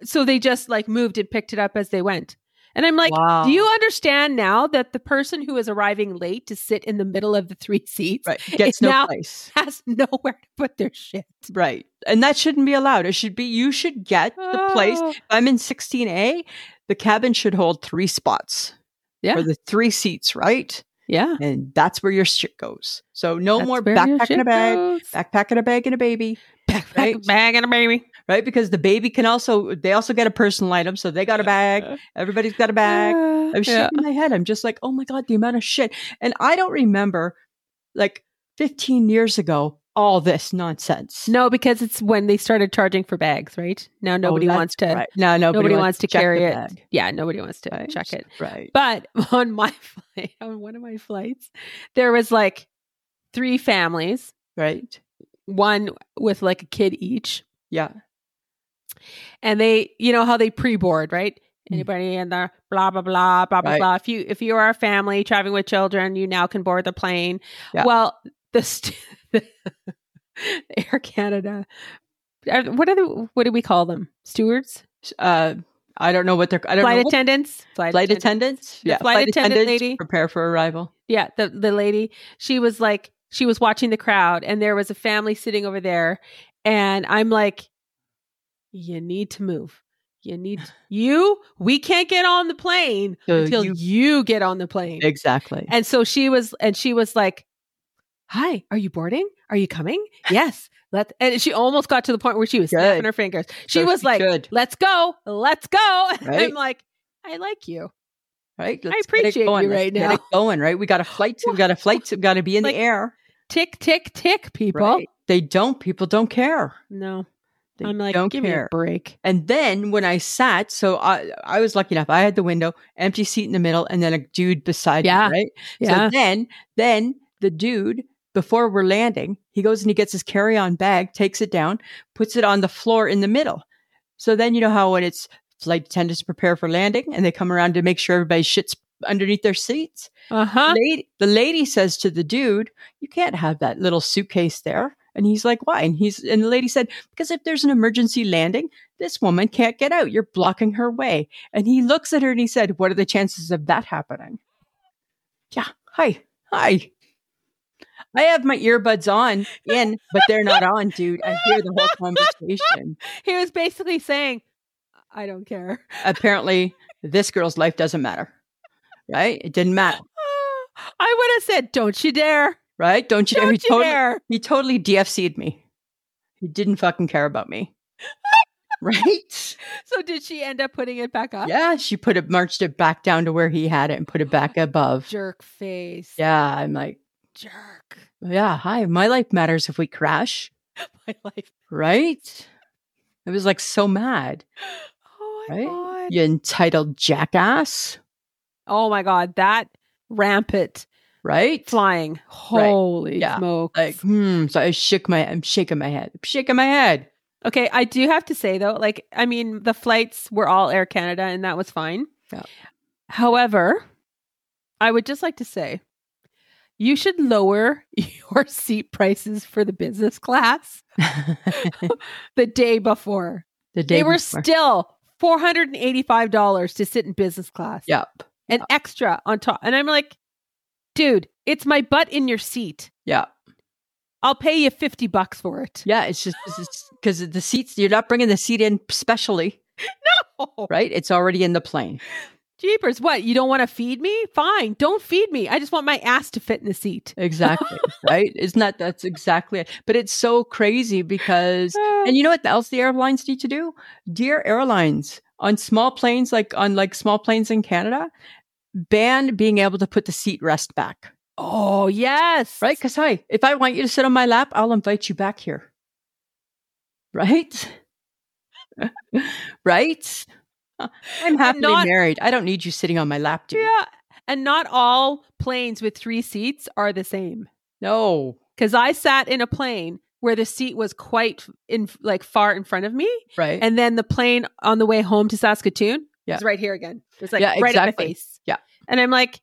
[SPEAKER 2] So they just like moved and picked it up as they went. And I'm like,
[SPEAKER 1] wow.
[SPEAKER 2] do you understand now that the person who is arriving late to sit in the middle of the three seats
[SPEAKER 1] right gets
[SPEAKER 2] It's
[SPEAKER 1] no
[SPEAKER 2] now-
[SPEAKER 1] place.
[SPEAKER 2] has nowhere to put their shit?
[SPEAKER 1] Right. And that shouldn't be allowed. It should be you should get the place.
[SPEAKER 2] Oh.
[SPEAKER 1] If I'm in 16A, the cabin should hold three spots.
[SPEAKER 2] Yeah.
[SPEAKER 1] Or the three seats, right?
[SPEAKER 2] Yeah.
[SPEAKER 1] And that's where your shit goes. So no
[SPEAKER 2] That's
[SPEAKER 1] more
[SPEAKER 2] where your
[SPEAKER 1] backpack in a
[SPEAKER 2] shit
[SPEAKER 1] bag,
[SPEAKER 2] goes.
[SPEAKER 1] backpack in a bag and a baby.
[SPEAKER 2] Backpack,
[SPEAKER 1] right?
[SPEAKER 2] bag and a baby.
[SPEAKER 1] right? Because the baby can also they also get a personal item, so they got a bag. Everybody's got a bag.
[SPEAKER 2] Uh,
[SPEAKER 1] I'm shaking
[SPEAKER 2] yeah.
[SPEAKER 1] my head. I'm just like, oh my god, the amount of shit. And I don't remember, like, 15 years ago, all this nonsense.
[SPEAKER 2] No, because it's when they started charging for bags, right? Now
[SPEAKER 1] Oh,
[SPEAKER 2] nobody
[SPEAKER 1] that's
[SPEAKER 2] wants to.
[SPEAKER 1] Right. No, nobody,
[SPEAKER 2] Nobody, wants to
[SPEAKER 1] check the
[SPEAKER 2] carry it.
[SPEAKER 1] bag,
[SPEAKER 2] Yeah, nobody wants to
[SPEAKER 1] right?
[SPEAKER 2] check it.
[SPEAKER 1] Right.
[SPEAKER 2] But on my flight, on one of my flights, there was like three families,
[SPEAKER 1] Right.
[SPEAKER 2] one with like a kid each,
[SPEAKER 1] Yeah.
[SPEAKER 2] and they, you know how they pre-board, right?
[SPEAKER 1] Mm.
[SPEAKER 2] Anybody in there, blah blah blah blah blah
[SPEAKER 1] Right.
[SPEAKER 2] blah. If you if you are a family traveling with children, you now can board the plane.
[SPEAKER 1] Yeah.
[SPEAKER 2] Well, the st- Air Canada, uh, what are the, what do we call them? Stewards.
[SPEAKER 1] Uh, I don't know what they're. I don't
[SPEAKER 2] Flight
[SPEAKER 1] know.
[SPEAKER 2] attendants. Flight,
[SPEAKER 1] flight
[SPEAKER 2] attendants.
[SPEAKER 1] attendants.
[SPEAKER 2] The flight attendant lady.
[SPEAKER 1] Prepare for arrival.
[SPEAKER 2] Yeah, the the lady, she was like she was watching the crowd and there was a family sitting over there and I'm like you need to move. You need you we can't get on the plane
[SPEAKER 1] So
[SPEAKER 2] until you,
[SPEAKER 1] you-
[SPEAKER 2] get on the plane.
[SPEAKER 1] exactly.
[SPEAKER 2] And so she was and she was like, "Hi, are you boarding? Are you coming?" Yes. Let and she almost got to the point where she was
[SPEAKER 1] Good.
[SPEAKER 2] snapping her fingers. She
[SPEAKER 1] So
[SPEAKER 2] was like,
[SPEAKER 1] should,
[SPEAKER 2] "Let's go. Let's go." And
[SPEAKER 1] Right.
[SPEAKER 2] I'm like, "I like you."
[SPEAKER 1] right. get it
[SPEAKER 2] appreciate you
[SPEAKER 1] going.
[SPEAKER 2] right
[SPEAKER 1] Let's
[SPEAKER 2] now.
[SPEAKER 1] Get it going right. We got a flight. To, we got a flight. To, we got to be in
[SPEAKER 2] Like,
[SPEAKER 1] the air.
[SPEAKER 2] Tick tick tick people.
[SPEAKER 1] Right? They don't. People don't care.
[SPEAKER 2] No.
[SPEAKER 1] They
[SPEAKER 2] I'm like,
[SPEAKER 1] don't
[SPEAKER 2] give me
[SPEAKER 1] care.
[SPEAKER 2] a break.
[SPEAKER 1] And then when I sat, so I I was lucky enough. I had the window, empty seat in the middle, and then a dude beside
[SPEAKER 2] Yeah.
[SPEAKER 1] me, right? So then then the dude before we're landing, he goes and he gets his carry-on bag, takes it down, puts it on the floor in the middle. So then you know how when it's flight attendants prepare for landing and they come around to make sure everybody shits underneath their seats.
[SPEAKER 2] Uh huh.
[SPEAKER 1] Lady, the lady says to the dude, "You can't have that little suitcase there." And he's like, "Why?" And he's and the lady said, "Because if there's an emergency landing, this woman can't get out. You're blocking her way." And he looks at her and he said, "What are the chances of that happening?" Yeah. Hi. Hi. I have my earbuds on in, but they're not on, dude. I hear the whole conversation.
[SPEAKER 2] He was basically saying, I don't care.
[SPEAKER 1] Apparently, this girl's life doesn't matter. Right? It didn't matter.
[SPEAKER 2] I would have said, Don't you dare.
[SPEAKER 1] Right? Don't you
[SPEAKER 2] Don't
[SPEAKER 1] know?
[SPEAKER 2] you
[SPEAKER 1] He totally
[SPEAKER 2] dare.
[SPEAKER 1] He totally DFC'd me. He didn't fucking care about me. right?
[SPEAKER 2] So did she end up putting it back up?
[SPEAKER 1] Yeah, she put it, marched it back down to where he had it and put it back above.
[SPEAKER 2] Jerk face.
[SPEAKER 1] Yeah, I'm like,
[SPEAKER 2] Jerk.
[SPEAKER 1] yeah, hi, my life matters if we crash,
[SPEAKER 2] My life.
[SPEAKER 1] right? I was like so mad.
[SPEAKER 2] Oh my
[SPEAKER 1] Right?
[SPEAKER 2] God.
[SPEAKER 1] You entitled jackass,
[SPEAKER 2] Oh my God. That rampant
[SPEAKER 1] right?
[SPEAKER 2] flying. Holy
[SPEAKER 1] Yeah.
[SPEAKER 2] smokes.
[SPEAKER 1] Like, hmm. So I shook my, I'm shaking my head, shaking my head.
[SPEAKER 2] Okay, I do have to say though, like I mean, the flights were all Air Canada and that was fine.
[SPEAKER 1] Yeah.
[SPEAKER 2] However, I would just like to say you should lower your seat prices for the business class the day before.
[SPEAKER 1] the day
[SPEAKER 2] they were
[SPEAKER 1] before.
[SPEAKER 2] still $485 to sit in business class
[SPEAKER 1] Yep.
[SPEAKER 2] and extra on top. And I'm like, dude, it's my butt in your seat.
[SPEAKER 1] Yeah.
[SPEAKER 2] I'll pay you 50 bucks for it.
[SPEAKER 1] Yeah. It's just because the seats, you're not bringing the seat in specially. right? It's already in the plane.
[SPEAKER 2] Jeepers, what? You don't want to feed me? Fine, don't feed me. I just want my ass to fit in the seat.
[SPEAKER 1] Exactly. right? Isn't that that's exactly it? But it's so crazy because and you know what else the airlines need to do? Dear airlines, on small planes like on like small planes in Canada, ban being able to put the seat rest back.
[SPEAKER 2] oh, yes.
[SPEAKER 1] Right? Because hi, if I want you to sit on my lap, I'll invite you back here. Right? right? I'm happily
[SPEAKER 2] not-
[SPEAKER 1] married. I don't need you sitting on my lap, dude.
[SPEAKER 2] Yeah. And not all planes with three seats are the same.
[SPEAKER 1] No.
[SPEAKER 2] Because I sat in a plane where the seat was quite in like far in front of me.
[SPEAKER 1] Right.
[SPEAKER 2] And then the plane on the way home to Saskatoon
[SPEAKER 1] Yeah.
[SPEAKER 2] was right here again. It was like
[SPEAKER 1] Yeah,
[SPEAKER 2] right at my
[SPEAKER 1] exactly.
[SPEAKER 2] face.
[SPEAKER 1] Yeah.
[SPEAKER 2] And I'm like,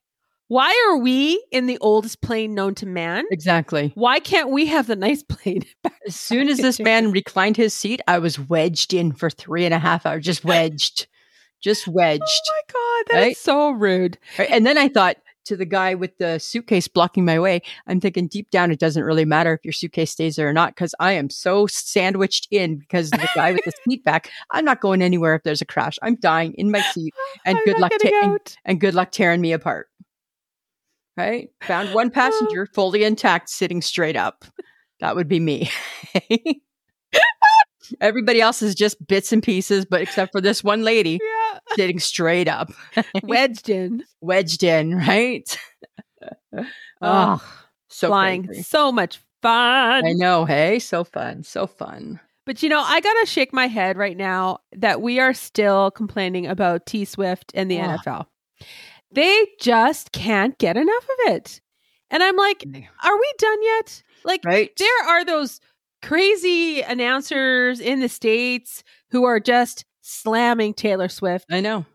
[SPEAKER 2] why are we in the oldest plane known to man?
[SPEAKER 1] exactly.
[SPEAKER 2] Why can't we have the nice plane?
[SPEAKER 1] As soon as this man reclined his seat, I was wedged in for three and a half hours, just wedged, just wedged.
[SPEAKER 2] Oh my God, that is
[SPEAKER 1] Right?
[SPEAKER 2] so rude.
[SPEAKER 1] Right, And then I thought to the guy with the suitcase blocking my way, I'm thinking deep down, it doesn't really matter if your suitcase stays there or not, because I am so sandwiched in because the guy with the seat back, I'm not going anywhere if there's a crash. I'm dying in my seat and
[SPEAKER 2] I'm
[SPEAKER 1] good
[SPEAKER 2] not
[SPEAKER 1] luck
[SPEAKER 2] getting
[SPEAKER 1] ta-
[SPEAKER 2] out.
[SPEAKER 1] and good luck tearing me apart. Right? Found
[SPEAKER 2] Ah.
[SPEAKER 1] one passenger fully intact, sitting straight up. That would be me. Everybody else is just bits and pieces, but except for this one lady
[SPEAKER 2] Yeah.
[SPEAKER 1] sitting straight up,
[SPEAKER 2] Wedged in.
[SPEAKER 1] wedged in, right?
[SPEAKER 2] Oh,
[SPEAKER 1] Oh, so
[SPEAKER 2] flying.
[SPEAKER 1] crazy.
[SPEAKER 2] So much fun.
[SPEAKER 1] I know, hey, so fun, so fun.
[SPEAKER 2] But you know, I got to shake my head right now that we are still complaining about T Swift and the
[SPEAKER 1] Ah.
[SPEAKER 2] NFL. They just can't get enough of it. And I'm like, are we done yet? Like,
[SPEAKER 1] Right?
[SPEAKER 2] there are those crazy announcers in the States who are just slamming Taylor Swift.
[SPEAKER 1] I know.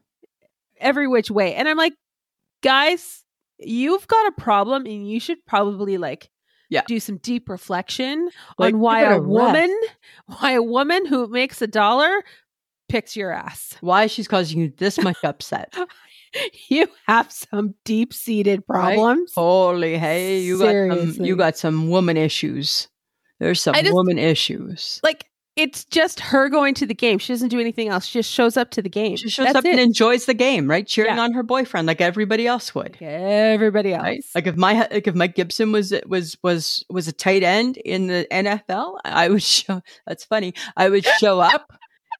[SPEAKER 2] every which way. And I'm like, guys, you've got a problem and you should probably like
[SPEAKER 1] Yeah.
[SPEAKER 2] do some deep reflection
[SPEAKER 1] Like,
[SPEAKER 2] on why
[SPEAKER 1] give it
[SPEAKER 2] a
[SPEAKER 1] a rest.
[SPEAKER 2] woman, why a woman who makes a dollar picks your ass.
[SPEAKER 1] Why she's causing you this much upset?
[SPEAKER 2] You have some deep seated problems.
[SPEAKER 1] Holy hey, you got some,
[SPEAKER 2] Seriously.
[SPEAKER 1] you got some woman issues. There's some
[SPEAKER 2] I just-
[SPEAKER 1] woman issues.
[SPEAKER 2] Like it's just her going to the game. She doesn't do anything else. She just shows up to the game.
[SPEAKER 1] She shows
[SPEAKER 2] That's
[SPEAKER 1] up
[SPEAKER 2] it.
[SPEAKER 1] and enjoys the game, right? Cheering
[SPEAKER 2] Yeah.
[SPEAKER 1] on her boyfriend like everybody else would.
[SPEAKER 2] Like everybody else.
[SPEAKER 1] Right? Like if my like if Mike Gibson was was was was a tight end in the NFL, I would show. That's funny. I would show up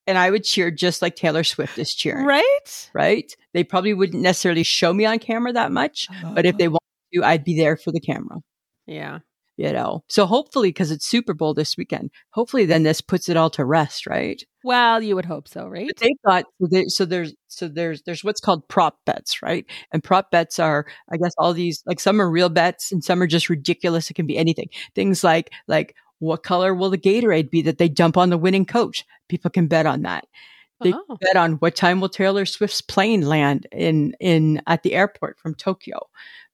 [SPEAKER 1] and I would cheer just like Taylor Swift is cheering.
[SPEAKER 2] right?
[SPEAKER 1] right? They probably wouldn't necessarily show me on camera that much, but
[SPEAKER 2] Uh-huh.
[SPEAKER 1] if they wanted to, I'd be there for the camera,
[SPEAKER 2] Oh, yeah,
[SPEAKER 1] you know? So hopefully, because it's Super Bowl this weekend, hopefully then this puts it all to rest, right?
[SPEAKER 2] well, you would hope so, right?
[SPEAKER 1] But they've got, so, they, so there's, so there's, there's what's called prop bets, right? And prop bets are, I guess, all these, like some are real bets and some are just ridiculous. It can be anything. Things like, like, what color will the Gatorade be that they dump on the winning coach? People can bet on that. They-
[SPEAKER 2] oh.
[SPEAKER 1] bet on what time will Taylor Swift's plane land in in at the airport from Tokyo,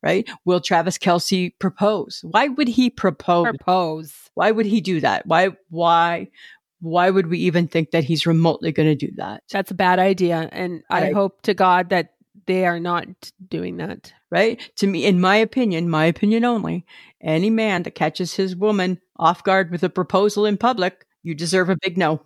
[SPEAKER 1] right? Will Travis Kelsey propose? Why would he propose?
[SPEAKER 2] Propose.
[SPEAKER 1] Why would he do that? Why why why would we even think that he's remotely going to do that?
[SPEAKER 2] That's a bad idea, and I
[SPEAKER 1] Right.
[SPEAKER 2] hope to God that they are not doing that.
[SPEAKER 1] Right? To me, in my opinion, my opinion only, any man that catches his woman off guard with a proposal in public, you deserve a big no.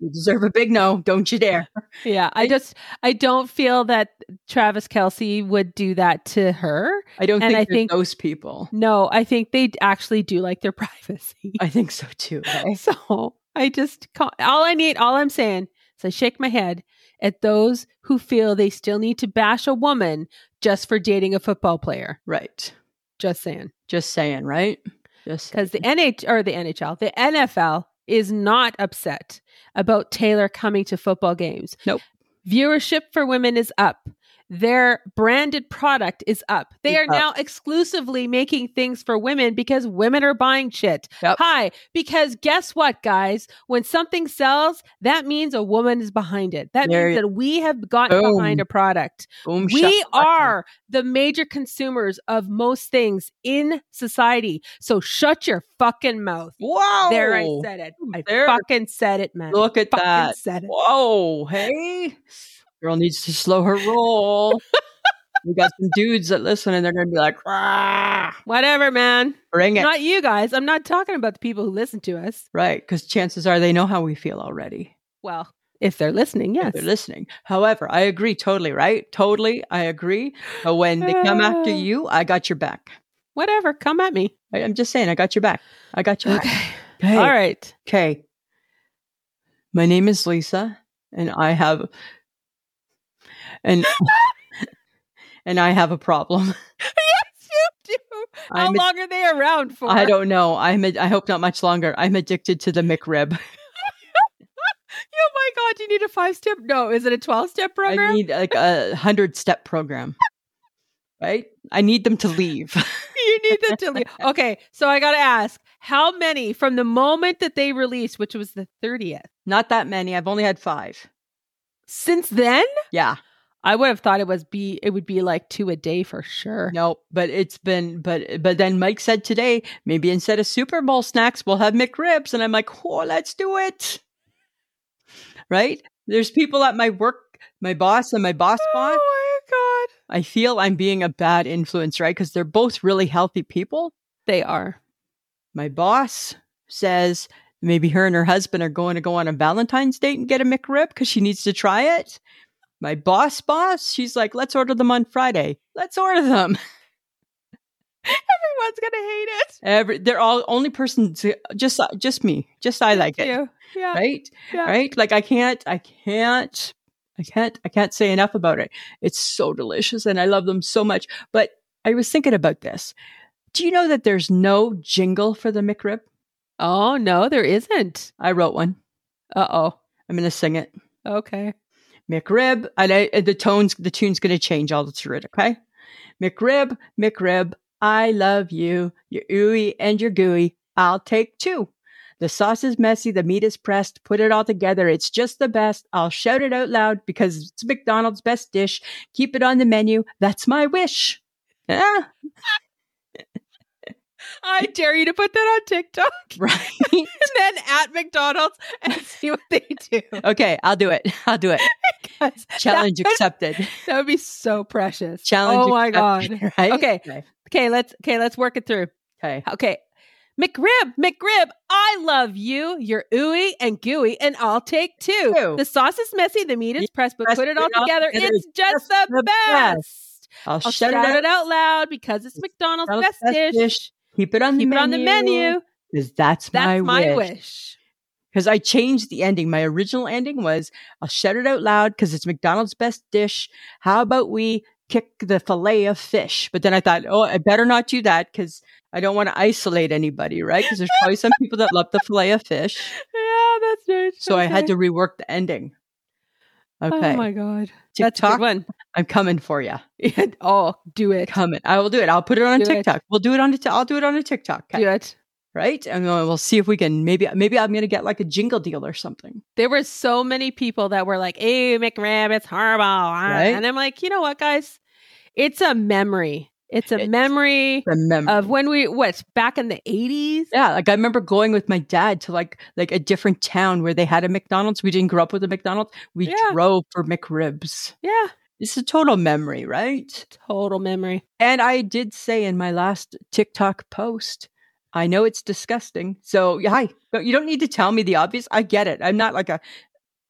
[SPEAKER 1] You deserve a big no. Don't you dare.
[SPEAKER 2] Yeah, I just I don't feel that Travis Kelsey would do that to her.
[SPEAKER 1] I don't
[SPEAKER 2] And
[SPEAKER 1] think,
[SPEAKER 2] I
[SPEAKER 1] there's
[SPEAKER 2] think-
[SPEAKER 1] those people.
[SPEAKER 2] No, I think they actually do like their privacy.
[SPEAKER 1] I think so too. right?
[SPEAKER 2] So I just ca- all I need, all I'm saying is I shake my head at those who feel they still need to bash a woman just for dating a football player.
[SPEAKER 1] Right.
[SPEAKER 2] Just saying,
[SPEAKER 1] Just saying, right? Just
[SPEAKER 2] because the NH or the NHL, the NFL is not upset about Taylor coming to football games.
[SPEAKER 1] Nope.
[SPEAKER 2] Viewership for women is up. Their branded product is up. They
[SPEAKER 1] It's
[SPEAKER 2] are
[SPEAKER 1] up.
[SPEAKER 2] now exclusively making things for women because women are buying shit.
[SPEAKER 1] Yep.
[SPEAKER 2] Hi, because guess what, guys? When something sells, that means a woman is behind it. That
[SPEAKER 1] There
[SPEAKER 2] means
[SPEAKER 1] you-
[SPEAKER 2] that we have gotten
[SPEAKER 1] Boom.
[SPEAKER 2] behind a product.
[SPEAKER 1] Boom,
[SPEAKER 2] We
[SPEAKER 1] shakalaka.
[SPEAKER 2] are the major consumers of most things in society. So shut your fucking mouth.
[SPEAKER 1] Whoa.
[SPEAKER 2] There, I said it. I
[SPEAKER 1] There.
[SPEAKER 2] fucking said it, man.
[SPEAKER 1] Look at
[SPEAKER 2] fucking
[SPEAKER 1] that.
[SPEAKER 2] said it.
[SPEAKER 1] Whoa. Hey. Girl needs to slow her roll. we got some dudes that listen and they're going to be like, "Rah,
[SPEAKER 2] Whatever, man.
[SPEAKER 1] bring it.
[SPEAKER 2] Not you guys. I'm not talking about the people who listen to us.
[SPEAKER 1] right. Because chances are they know how we feel already.
[SPEAKER 2] Well, if they're listening,
[SPEAKER 1] if
[SPEAKER 2] yes.
[SPEAKER 1] They're listening. However, I agree totally, right? Totally. I agree. But when they come after
[SPEAKER 2] Ah.
[SPEAKER 1] you, I got your back.
[SPEAKER 2] Whatever. Come at me.
[SPEAKER 1] I, am just saying, I got your back. I got your back. Hey.
[SPEAKER 2] All right.
[SPEAKER 1] Okay. My name is Lisa, and I have and and I have a problem.
[SPEAKER 2] Yes, you do. How
[SPEAKER 1] I'm a-
[SPEAKER 2] long are they around for?
[SPEAKER 1] I don't know. I'm a, I hope not much longer. I'm addicted to the McRib.
[SPEAKER 2] Oh my god, you need a five step? No, is it a twelve step program?
[SPEAKER 1] I need like a hundred step program. Right? I need them to leave.
[SPEAKER 2] you need them to leave. Okay, so I gotta ask, how many from the moment that they released, which was the thirtieth,
[SPEAKER 1] Not that many. I've only had five.
[SPEAKER 2] since then?
[SPEAKER 1] Yeah.
[SPEAKER 2] I would have thought it was be it would be like two a day for sure.
[SPEAKER 1] No, but it's been but but then Mike said today, maybe instead of Super Bowl snacks, we'll have McRibs. And I'm like, oh, let's do it. Right? There's people at my work, my boss and my boss boss.
[SPEAKER 2] Oh my god,
[SPEAKER 1] I feel I'm being a bad influence, right? Because they're both really healthy people.
[SPEAKER 2] they are.
[SPEAKER 1] My boss says maybe her and her husband are going to go on a Valentine's date and get a McRib because she needs to try it. My boss boss, she's like, let's order them on Friday. Let's order them.
[SPEAKER 2] Everyone's gonna hate it.
[SPEAKER 1] Every they're all only person to, just just me. Just I like it.
[SPEAKER 2] You. Yeah,
[SPEAKER 1] Right?
[SPEAKER 2] yeah.
[SPEAKER 1] Right? Like I can't I can't I can't I can't say enough about it. It's so delicious and I love them so much. But I was thinking about this. Do you know that there's no jingle for the McRib?
[SPEAKER 2] Oh no, there isn't.
[SPEAKER 1] I wrote one.
[SPEAKER 2] Uh oh.
[SPEAKER 1] I'm going to sing it.
[SPEAKER 2] Okay.
[SPEAKER 1] McRib and I, and the tones the tune's going to change all through it, okay? McRib, McRib, I love you. You're ooey and you're gooey. I'll take two. The sauce is messy, the meat is pressed. Put it all together. It's just the best. I'll shout it out loud because it's McDonald's best dish. Keep it on the menu. That's my wish. Ah,
[SPEAKER 2] I I dare you to put that on TikTok
[SPEAKER 1] right?
[SPEAKER 2] and then at McDonald's and see what they do.
[SPEAKER 1] Okay, I'll do it. I'll do it.
[SPEAKER 2] Because
[SPEAKER 1] Challenge
[SPEAKER 2] that would-
[SPEAKER 1] accepted.
[SPEAKER 2] That would be so precious.
[SPEAKER 1] Challenge
[SPEAKER 2] Oh my
[SPEAKER 1] accepted,
[SPEAKER 2] god.
[SPEAKER 1] Right?
[SPEAKER 2] Okay.
[SPEAKER 1] Okay.
[SPEAKER 2] Okay, let's okay, let's work it through.
[SPEAKER 1] Okay.
[SPEAKER 2] Okay. McRib, McRib, I love you. You're ooey and gooey, and I'll take two.
[SPEAKER 1] Two.
[SPEAKER 2] The sauce is messy, the meat is
[SPEAKER 1] Yes,
[SPEAKER 2] pressed, but put it all together. It's just the, best.
[SPEAKER 1] I'll,
[SPEAKER 2] I'll
[SPEAKER 1] shut
[SPEAKER 2] shout
[SPEAKER 1] it out.
[SPEAKER 2] it out loud because it's McDonald's
[SPEAKER 1] McDonald's
[SPEAKER 2] best, dish.
[SPEAKER 1] Keep it on
[SPEAKER 2] Keep
[SPEAKER 1] the
[SPEAKER 2] it
[SPEAKER 1] menu.
[SPEAKER 2] on the menu.
[SPEAKER 1] Because that's, my,
[SPEAKER 2] That's my
[SPEAKER 1] wish.
[SPEAKER 2] wish.
[SPEAKER 1] Because I changed the ending. My original ending was I'll shout it out loud because it's McDonald's best dish. How about we kick the fillet of fish? But then I thought, oh, I better not do that because I don't want to isolate anybody, right? Because there's probably some people that love the fillet of fish.
[SPEAKER 2] Yeah, that's right.
[SPEAKER 1] So I had
[SPEAKER 2] Okay.
[SPEAKER 1] to rework the ending. Okay.
[SPEAKER 2] Oh my god, that's a good
[SPEAKER 1] TikTok,
[SPEAKER 2] one.
[SPEAKER 1] I'm coming for you.
[SPEAKER 2] oh, do it,
[SPEAKER 1] Coming. I will do it. I'll put it on
[SPEAKER 2] Do it.
[SPEAKER 1] TikTok. We'll do it on a t- I'll do it on a TikTok. Okay.
[SPEAKER 2] do it.
[SPEAKER 1] Right? And uh, we'll see if we can maybe maybe I'm going to get like a jingle deal or something.
[SPEAKER 2] There were so many people that were like, "Hey, McRib, it's horrible," ah,"
[SPEAKER 1] Right?
[SPEAKER 2] and I'm like, you know what, guys, it's a memory. It's a
[SPEAKER 1] It's-
[SPEAKER 2] memory
[SPEAKER 1] Remember.
[SPEAKER 2] of when we what back in the 80s.
[SPEAKER 1] Um, yeah, like I remember going with my dad to like like a different town where they had a McDonald's. We didn't grow up with a McDonald's. We
[SPEAKER 2] Yeah.
[SPEAKER 1] drove for McRibs.
[SPEAKER 2] Yeah,
[SPEAKER 1] It's a total memory, right?
[SPEAKER 2] total memory.
[SPEAKER 1] And I did say in my last TikTok post, I know it's disgusting. So, hi, don't- you don't need to tell me the obvious. I get it. I'm not like a,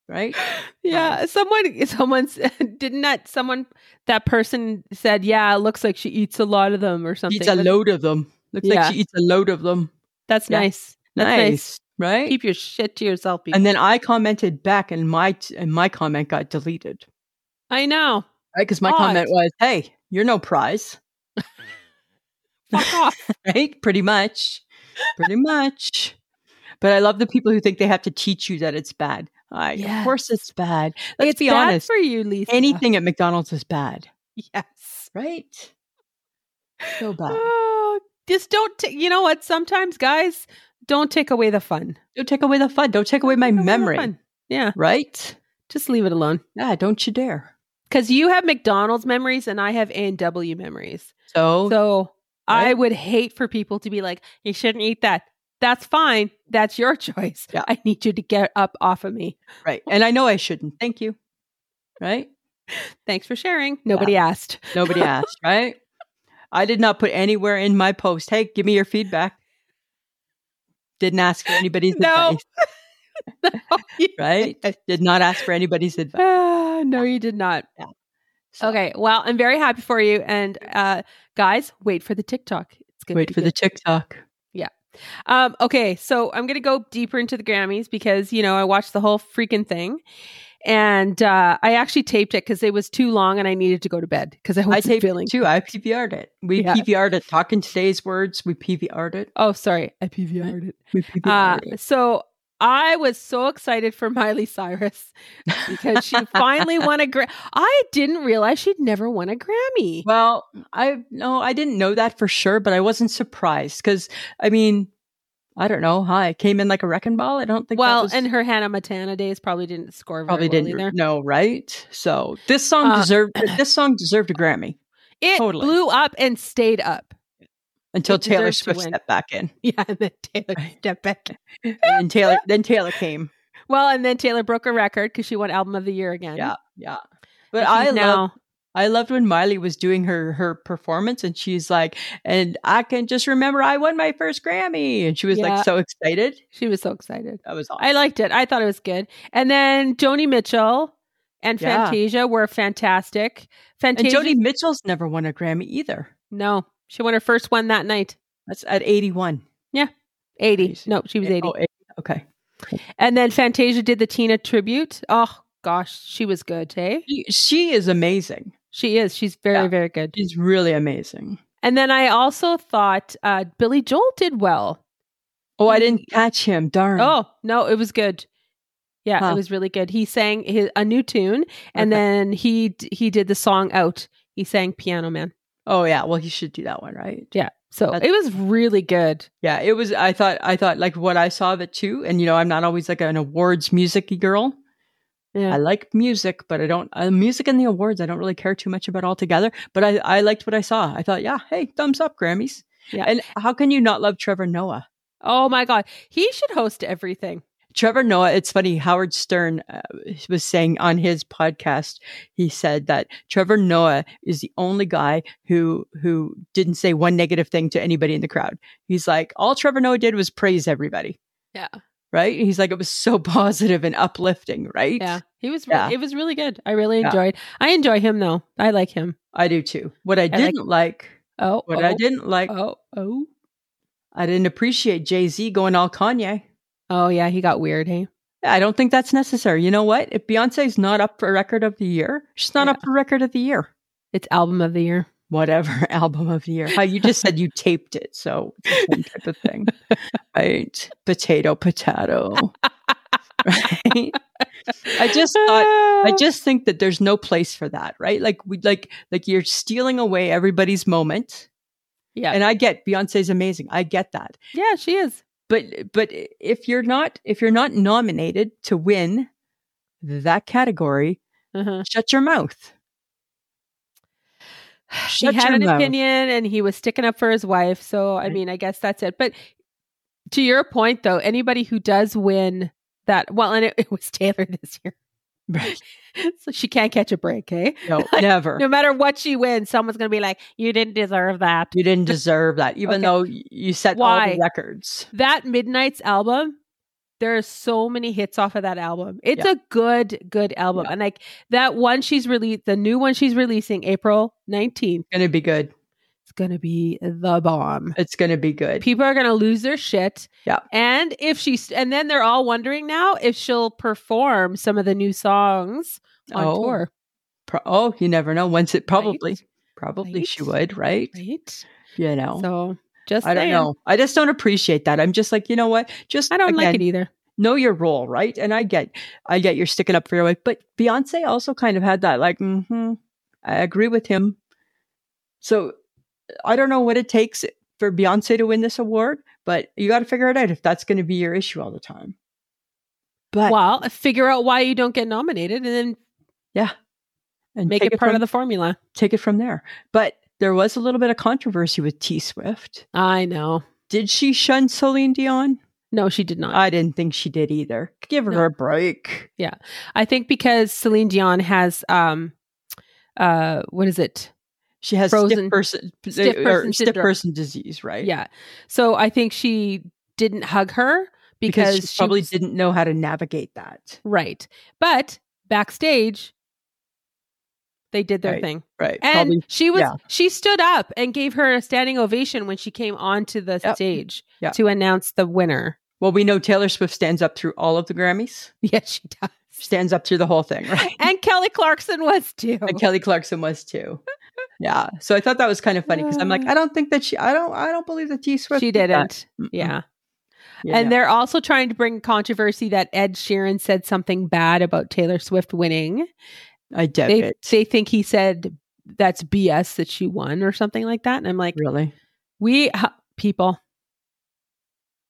[SPEAKER 1] right?
[SPEAKER 2] Yeah, someone, someone said- didn't that someone that person said, "Yeah, it looks like she eats a lot of them" or something.
[SPEAKER 1] Eats a
[SPEAKER 2] That's-
[SPEAKER 1] load of them. Looks
[SPEAKER 2] Yeah.
[SPEAKER 1] like she eats a load of them.
[SPEAKER 2] That's
[SPEAKER 1] Yeah.
[SPEAKER 2] nice. That's
[SPEAKER 1] Nice.
[SPEAKER 2] nice.
[SPEAKER 1] Right?
[SPEAKER 2] Keep your shit to yourself. People.
[SPEAKER 1] and then I commented back and my, t- and my comment got deleted,
[SPEAKER 2] I know.
[SPEAKER 1] right? Because my
[SPEAKER 2] Odd.
[SPEAKER 1] comment was, hey, you're no prize,
[SPEAKER 2] Fuck off.
[SPEAKER 1] right? Pretty much. Pretty much. But I love the people who think they have to teach you that it's bad. I, Of
[SPEAKER 2] Yes.
[SPEAKER 1] course it's bad. Let's
[SPEAKER 2] it's
[SPEAKER 1] be
[SPEAKER 2] bad
[SPEAKER 1] honest.
[SPEAKER 2] for you, Lisa.
[SPEAKER 1] Anything at McDonald's is bad.
[SPEAKER 2] Yes.
[SPEAKER 1] Right? So bad.
[SPEAKER 2] Oh, just don't. ta- you know what? Sometimes, guys, don't take away the fun.
[SPEAKER 1] Don't take away the fun. Don't take away my
[SPEAKER 2] Take away the
[SPEAKER 1] memory.
[SPEAKER 2] fun. Yeah,
[SPEAKER 1] Right?
[SPEAKER 2] just leave it alone.
[SPEAKER 1] Yeah, don't you dare.
[SPEAKER 2] Because you have McDonald's memories and I have A and W memories.
[SPEAKER 1] So,
[SPEAKER 2] So I
[SPEAKER 1] Right.
[SPEAKER 2] would hate for people to be like, "You shouldn't eat that." That's fine. That's your choice.
[SPEAKER 1] Yeah.
[SPEAKER 2] I need you to get up off of me.
[SPEAKER 1] right. And I know I shouldn't. Thank you. Right?
[SPEAKER 2] Thanks for sharing. Nobody asked.
[SPEAKER 1] Nobody asked, right? I did not put anywhere in my post, hey, give me your feedback. Didn't ask for anybody's
[SPEAKER 2] No.
[SPEAKER 1] advice, right? Did not ask for anybody's advice.
[SPEAKER 2] Ah, no, you did not.
[SPEAKER 1] So,
[SPEAKER 2] Okay. Well, I'm very happy for you. And uh, guys, wait for the TikTok. It's good.
[SPEAKER 1] Wait for the TikTok.
[SPEAKER 2] Um, okay, so I'm gonna go deeper into the Grammys because you know I watched the whole freaking thing, and uh, I actually taped it because it was too long and I needed to go to bed because I
[SPEAKER 1] I
[SPEAKER 2] was
[SPEAKER 1] taped
[SPEAKER 2] feeling.
[SPEAKER 1] it too. I PVR'd it. We
[SPEAKER 2] Yeah.
[SPEAKER 1] PVR'd it. Talking today's words, we PVR'd it.
[SPEAKER 2] Oh, sorry, I PVR'd it.
[SPEAKER 1] We
[SPEAKER 2] Uh,
[SPEAKER 1] PVR'd it.
[SPEAKER 2] so I was so excited for Miley Cyrus because she finally won a Grammy. I didn't realize she'd never won a Grammy.
[SPEAKER 1] Well, I no, I didn't know that for sure, but I wasn't surprised because I mean, I don't know. Hi, it came in like a wrecking ball. I don't think. that
[SPEAKER 2] Well,
[SPEAKER 1] was-
[SPEAKER 2] and her Hannah Montana days probably didn't score very
[SPEAKER 1] probably
[SPEAKER 2] well
[SPEAKER 1] didn't
[SPEAKER 2] either.
[SPEAKER 1] know, right? So this song
[SPEAKER 2] Uh,
[SPEAKER 1] deserved this song deserved a Grammy
[SPEAKER 2] It
[SPEAKER 1] Totally.
[SPEAKER 2] blew up and stayed up.
[SPEAKER 1] until
[SPEAKER 2] it
[SPEAKER 1] Taylor
[SPEAKER 2] deserved to
[SPEAKER 1] Swift
[SPEAKER 2] win.
[SPEAKER 1] stepped back in,
[SPEAKER 2] Yeah, and then Taylor
[SPEAKER 1] Right.
[SPEAKER 2] stepped back in.
[SPEAKER 1] and Taylor then Taylor came.
[SPEAKER 2] Well, and then Taylor broke a record because she won Album of the Year again.
[SPEAKER 1] Yeah, yeah.
[SPEAKER 2] And
[SPEAKER 1] But
[SPEAKER 2] she's
[SPEAKER 1] I love
[SPEAKER 2] now
[SPEAKER 1] I loved when Miley was doing her her performance and she's like, and I can just remember I won my first Grammy. And she was
[SPEAKER 2] Yeah.
[SPEAKER 1] like so excited.
[SPEAKER 2] she was so excited.
[SPEAKER 1] That was awesome.
[SPEAKER 2] I liked it. I thought it was good. And then Joni Mitchell and
[SPEAKER 1] Yeah.
[SPEAKER 2] Fantasia were fantastic.
[SPEAKER 1] and
[SPEAKER 2] Fantasia,
[SPEAKER 1] Joni Mitchell's never won a Grammy either.
[SPEAKER 2] no, she won her first one that night.
[SPEAKER 1] That's at 81.
[SPEAKER 2] Eighty.
[SPEAKER 1] Crazy.
[SPEAKER 2] No, she was eighty.
[SPEAKER 1] Oh, eh. 80. Okay.
[SPEAKER 2] And then Fantasia did the Tina tribute. Oh gosh, she was good. Hey,
[SPEAKER 1] She, she is amazing.
[SPEAKER 2] she is. She's very,
[SPEAKER 1] Yeah.
[SPEAKER 2] very good.
[SPEAKER 1] She's really amazing.
[SPEAKER 2] And then I also thought uh, Billy Joel did well.
[SPEAKER 1] Oh, I
[SPEAKER 2] He-
[SPEAKER 1] didn't catch him. Darn.
[SPEAKER 2] Oh no, it was good. Yeah, it
[SPEAKER 1] Mm. Huh.
[SPEAKER 2] was really good. He sang his, a new tune, and
[SPEAKER 1] Okay.
[SPEAKER 2] then he d- he did the song out. He sang Piano Man.
[SPEAKER 1] Oh, yeah. Well, he should do that one, right?
[SPEAKER 2] Yeah, so
[SPEAKER 1] That's-
[SPEAKER 2] it was really good.
[SPEAKER 1] Yeah. It was, I thought, I thought like what I saw of it too. And, you know, I'm not always like an awards music girl. I
[SPEAKER 2] Yeah,
[SPEAKER 1] like music, but I don't, uh, music and the awards, I don't really care too much about altogether. But I, I liked what I saw. I thought, yeah, hey, thumbs up, Grammys.
[SPEAKER 2] Yeah.
[SPEAKER 1] And how can you not love Trevor Noah?
[SPEAKER 2] Oh my God. He should host everything.
[SPEAKER 1] Trevor Noah, it's funny, Howard Stern uh, was saying on his podcast, he said that Trevor Noah is the only guy who, who didn't say one negative thing to anybody in the crowd. He's like, all Trevor Noah did was praise everybody.
[SPEAKER 2] Yeah.
[SPEAKER 1] Right. He's like, it was so positive and uplifting. Right.
[SPEAKER 2] Yeah. He was, re-
[SPEAKER 1] Yeah.
[SPEAKER 2] it was really good. I really
[SPEAKER 1] Yeah.
[SPEAKER 2] enjoyed. I enjoy him though. I like him.
[SPEAKER 1] I do too. What I
[SPEAKER 2] like-
[SPEAKER 1] didn't like,
[SPEAKER 2] Oh,
[SPEAKER 1] what
[SPEAKER 2] oh,
[SPEAKER 1] I didn't like,
[SPEAKER 2] oh, oh,
[SPEAKER 1] I didn't appreciate Jay Z going all Kanye.
[SPEAKER 2] oh yeah. He got weird. Hey,
[SPEAKER 1] I don't think that's necessary. You know what? If Beyonce's not up for record of the year, she's not
[SPEAKER 2] Yeah.
[SPEAKER 1] up for record of the year.
[SPEAKER 2] it's album of the year.
[SPEAKER 1] Whatever album of the year. How you just said you taped it, so it's the same type of thing, right? Potato, potato. right? I just thought. I just think that there's no place for that, right? Like we like like you're stealing away everybody's moment.
[SPEAKER 2] yeah.
[SPEAKER 1] And I get Beyonce's amazing. I get that.
[SPEAKER 2] yeah, she is.
[SPEAKER 1] but but if you're not if you're not nominated to win that category
[SPEAKER 2] Uh-huh.
[SPEAKER 1] shut your mouth
[SPEAKER 2] She
[SPEAKER 1] Shut
[SPEAKER 2] had
[SPEAKER 1] your
[SPEAKER 2] an
[SPEAKER 1] mouth.
[SPEAKER 2] opinion and he was sticking up for his wife. So, I
[SPEAKER 1] Right.
[SPEAKER 2] mean, I guess that's it. But to your point, though, anybody who does win that, well, and it, it was Taylor this year.
[SPEAKER 1] Right.
[SPEAKER 2] so she can't catch a break, eh?
[SPEAKER 1] no never
[SPEAKER 2] No matter what she wins, someone's going to be like, you didn't deserve that.
[SPEAKER 1] you didn't deserve that even
[SPEAKER 2] Okay.
[SPEAKER 1] though y- you set all
[SPEAKER 2] Why?
[SPEAKER 1] the records
[SPEAKER 2] That Midnight's album, there are so many hits off of that album. It's a good, good album.
[SPEAKER 1] Yeah.
[SPEAKER 2] And like that one she's released, the new one she's releasing April 19th,
[SPEAKER 1] gonna be good
[SPEAKER 2] it's going to be the bomb.
[SPEAKER 1] it's gonna be good
[SPEAKER 2] People are going to lose their shit.
[SPEAKER 1] Yeah.
[SPEAKER 2] And if she's, and then they're all wondering now if she'll perform some of the new songs on
[SPEAKER 1] oh,
[SPEAKER 2] tour.
[SPEAKER 1] pro- oh you never know once it probably
[SPEAKER 2] Right?
[SPEAKER 1] probably
[SPEAKER 2] Right.
[SPEAKER 1] she would right
[SPEAKER 2] Right.
[SPEAKER 1] you know
[SPEAKER 2] So just,
[SPEAKER 1] I don't
[SPEAKER 2] saying.
[SPEAKER 1] know. I just don't appreciate that. I'm just like, you know what? Just
[SPEAKER 2] I don't like it
[SPEAKER 1] again,
[SPEAKER 2] either.
[SPEAKER 1] know your role, right? And I get, I get you're sticking up for your wife, but Beyonce also kind of had that, like, hmm I agree with him. So I don't know what it takes for Beyonce to win this award, but you got to figure it out if that's going to be your issue all the time. But
[SPEAKER 2] well, figure out why you don't get nominated and then
[SPEAKER 1] and
[SPEAKER 2] make
[SPEAKER 1] take
[SPEAKER 2] it part
[SPEAKER 1] from,
[SPEAKER 2] of the formula.
[SPEAKER 1] take it from there. But there was a little bit of controversy with T Swift.
[SPEAKER 2] I know.
[SPEAKER 1] Did she shun Celine Dion?
[SPEAKER 2] No, she did not.
[SPEAKER 1] I didn't think she did either. Give her
[SPEAKER 2] No.
[SPEAKER 1] a break.
[SPEAKER 2] I think because Celine Dion has um uh what is it?
[SPEAKER 1] She has
[SPEAKER 2] Frozen-
[SPEAKER 1] stiff person,
[SPEAKER 2] stiff
[SPEAKER 1] or
[SPEAKER 2] person
[SPEAKER 1] stiff
[SPEAKER 2] syndrome.
[SPEAKER 1] person disease, right?
[SPEAKER 2] Yeah. So I think she didn't hug her because,
[SPEAKER 1] because, she probably
[SPEAKER 2] was-
[SPEAKER 1] didn't know how to navigate that.
[SPEAKER 2] Right. But backstage they did their
[SPEAKER 1] Right.
[SPEAKER 2] thing.
[SPEAKER 1] Right.
[SPEAKER 2] And
[SPEAKER 1] probably.
[SPEAKER 2] she was
[SPEAKER 1] yeah.
[SPEAKER 2] she stood up and gave her a standing ovation when she came onto the
[SPEAKER 1] Yep.
[SPEAKER 2] stage
[SPEAKER 1] Yep.
[SPEAKER 2] to announce the winner.
[SPEAKER 1] Well, we know Taylor Swift stands up through all of the Grammys,
[SPEAKER 2] Yes, she does.
[SPEAKER 1] stands up through the whole thing, right?
[SPEAKER 2] And Kelly Clarkson was too.
[SPEAKER 1] And Kelly Clarkson was too. Yeah. So I thought that was kind of funny because I'm like, I don't think that she, I don't, I don't believe that T Swift.
[SPEAKER 2] Uh. She
[SPEAKER 1] did that. Mm-mm.
[SPEAKER 2] didn't. Yeah.
[SPEAKER 1] You
[SPEAKER 2] And
[SPEAKER 1] know.
[SPEAKER 2] they're also trying to bring controversy that Ed Sheeran said something bad about Taylor Swift winning.
[SPEAKER 1] I doubt
[SPEAKER 2] They
[SPEAKER 1] it.
[SPEAKER 2] they think he said that's BS that she won or something like that. And I'm like,
[SPEAKER 1] really?
[SPEAKER 2] we h- people,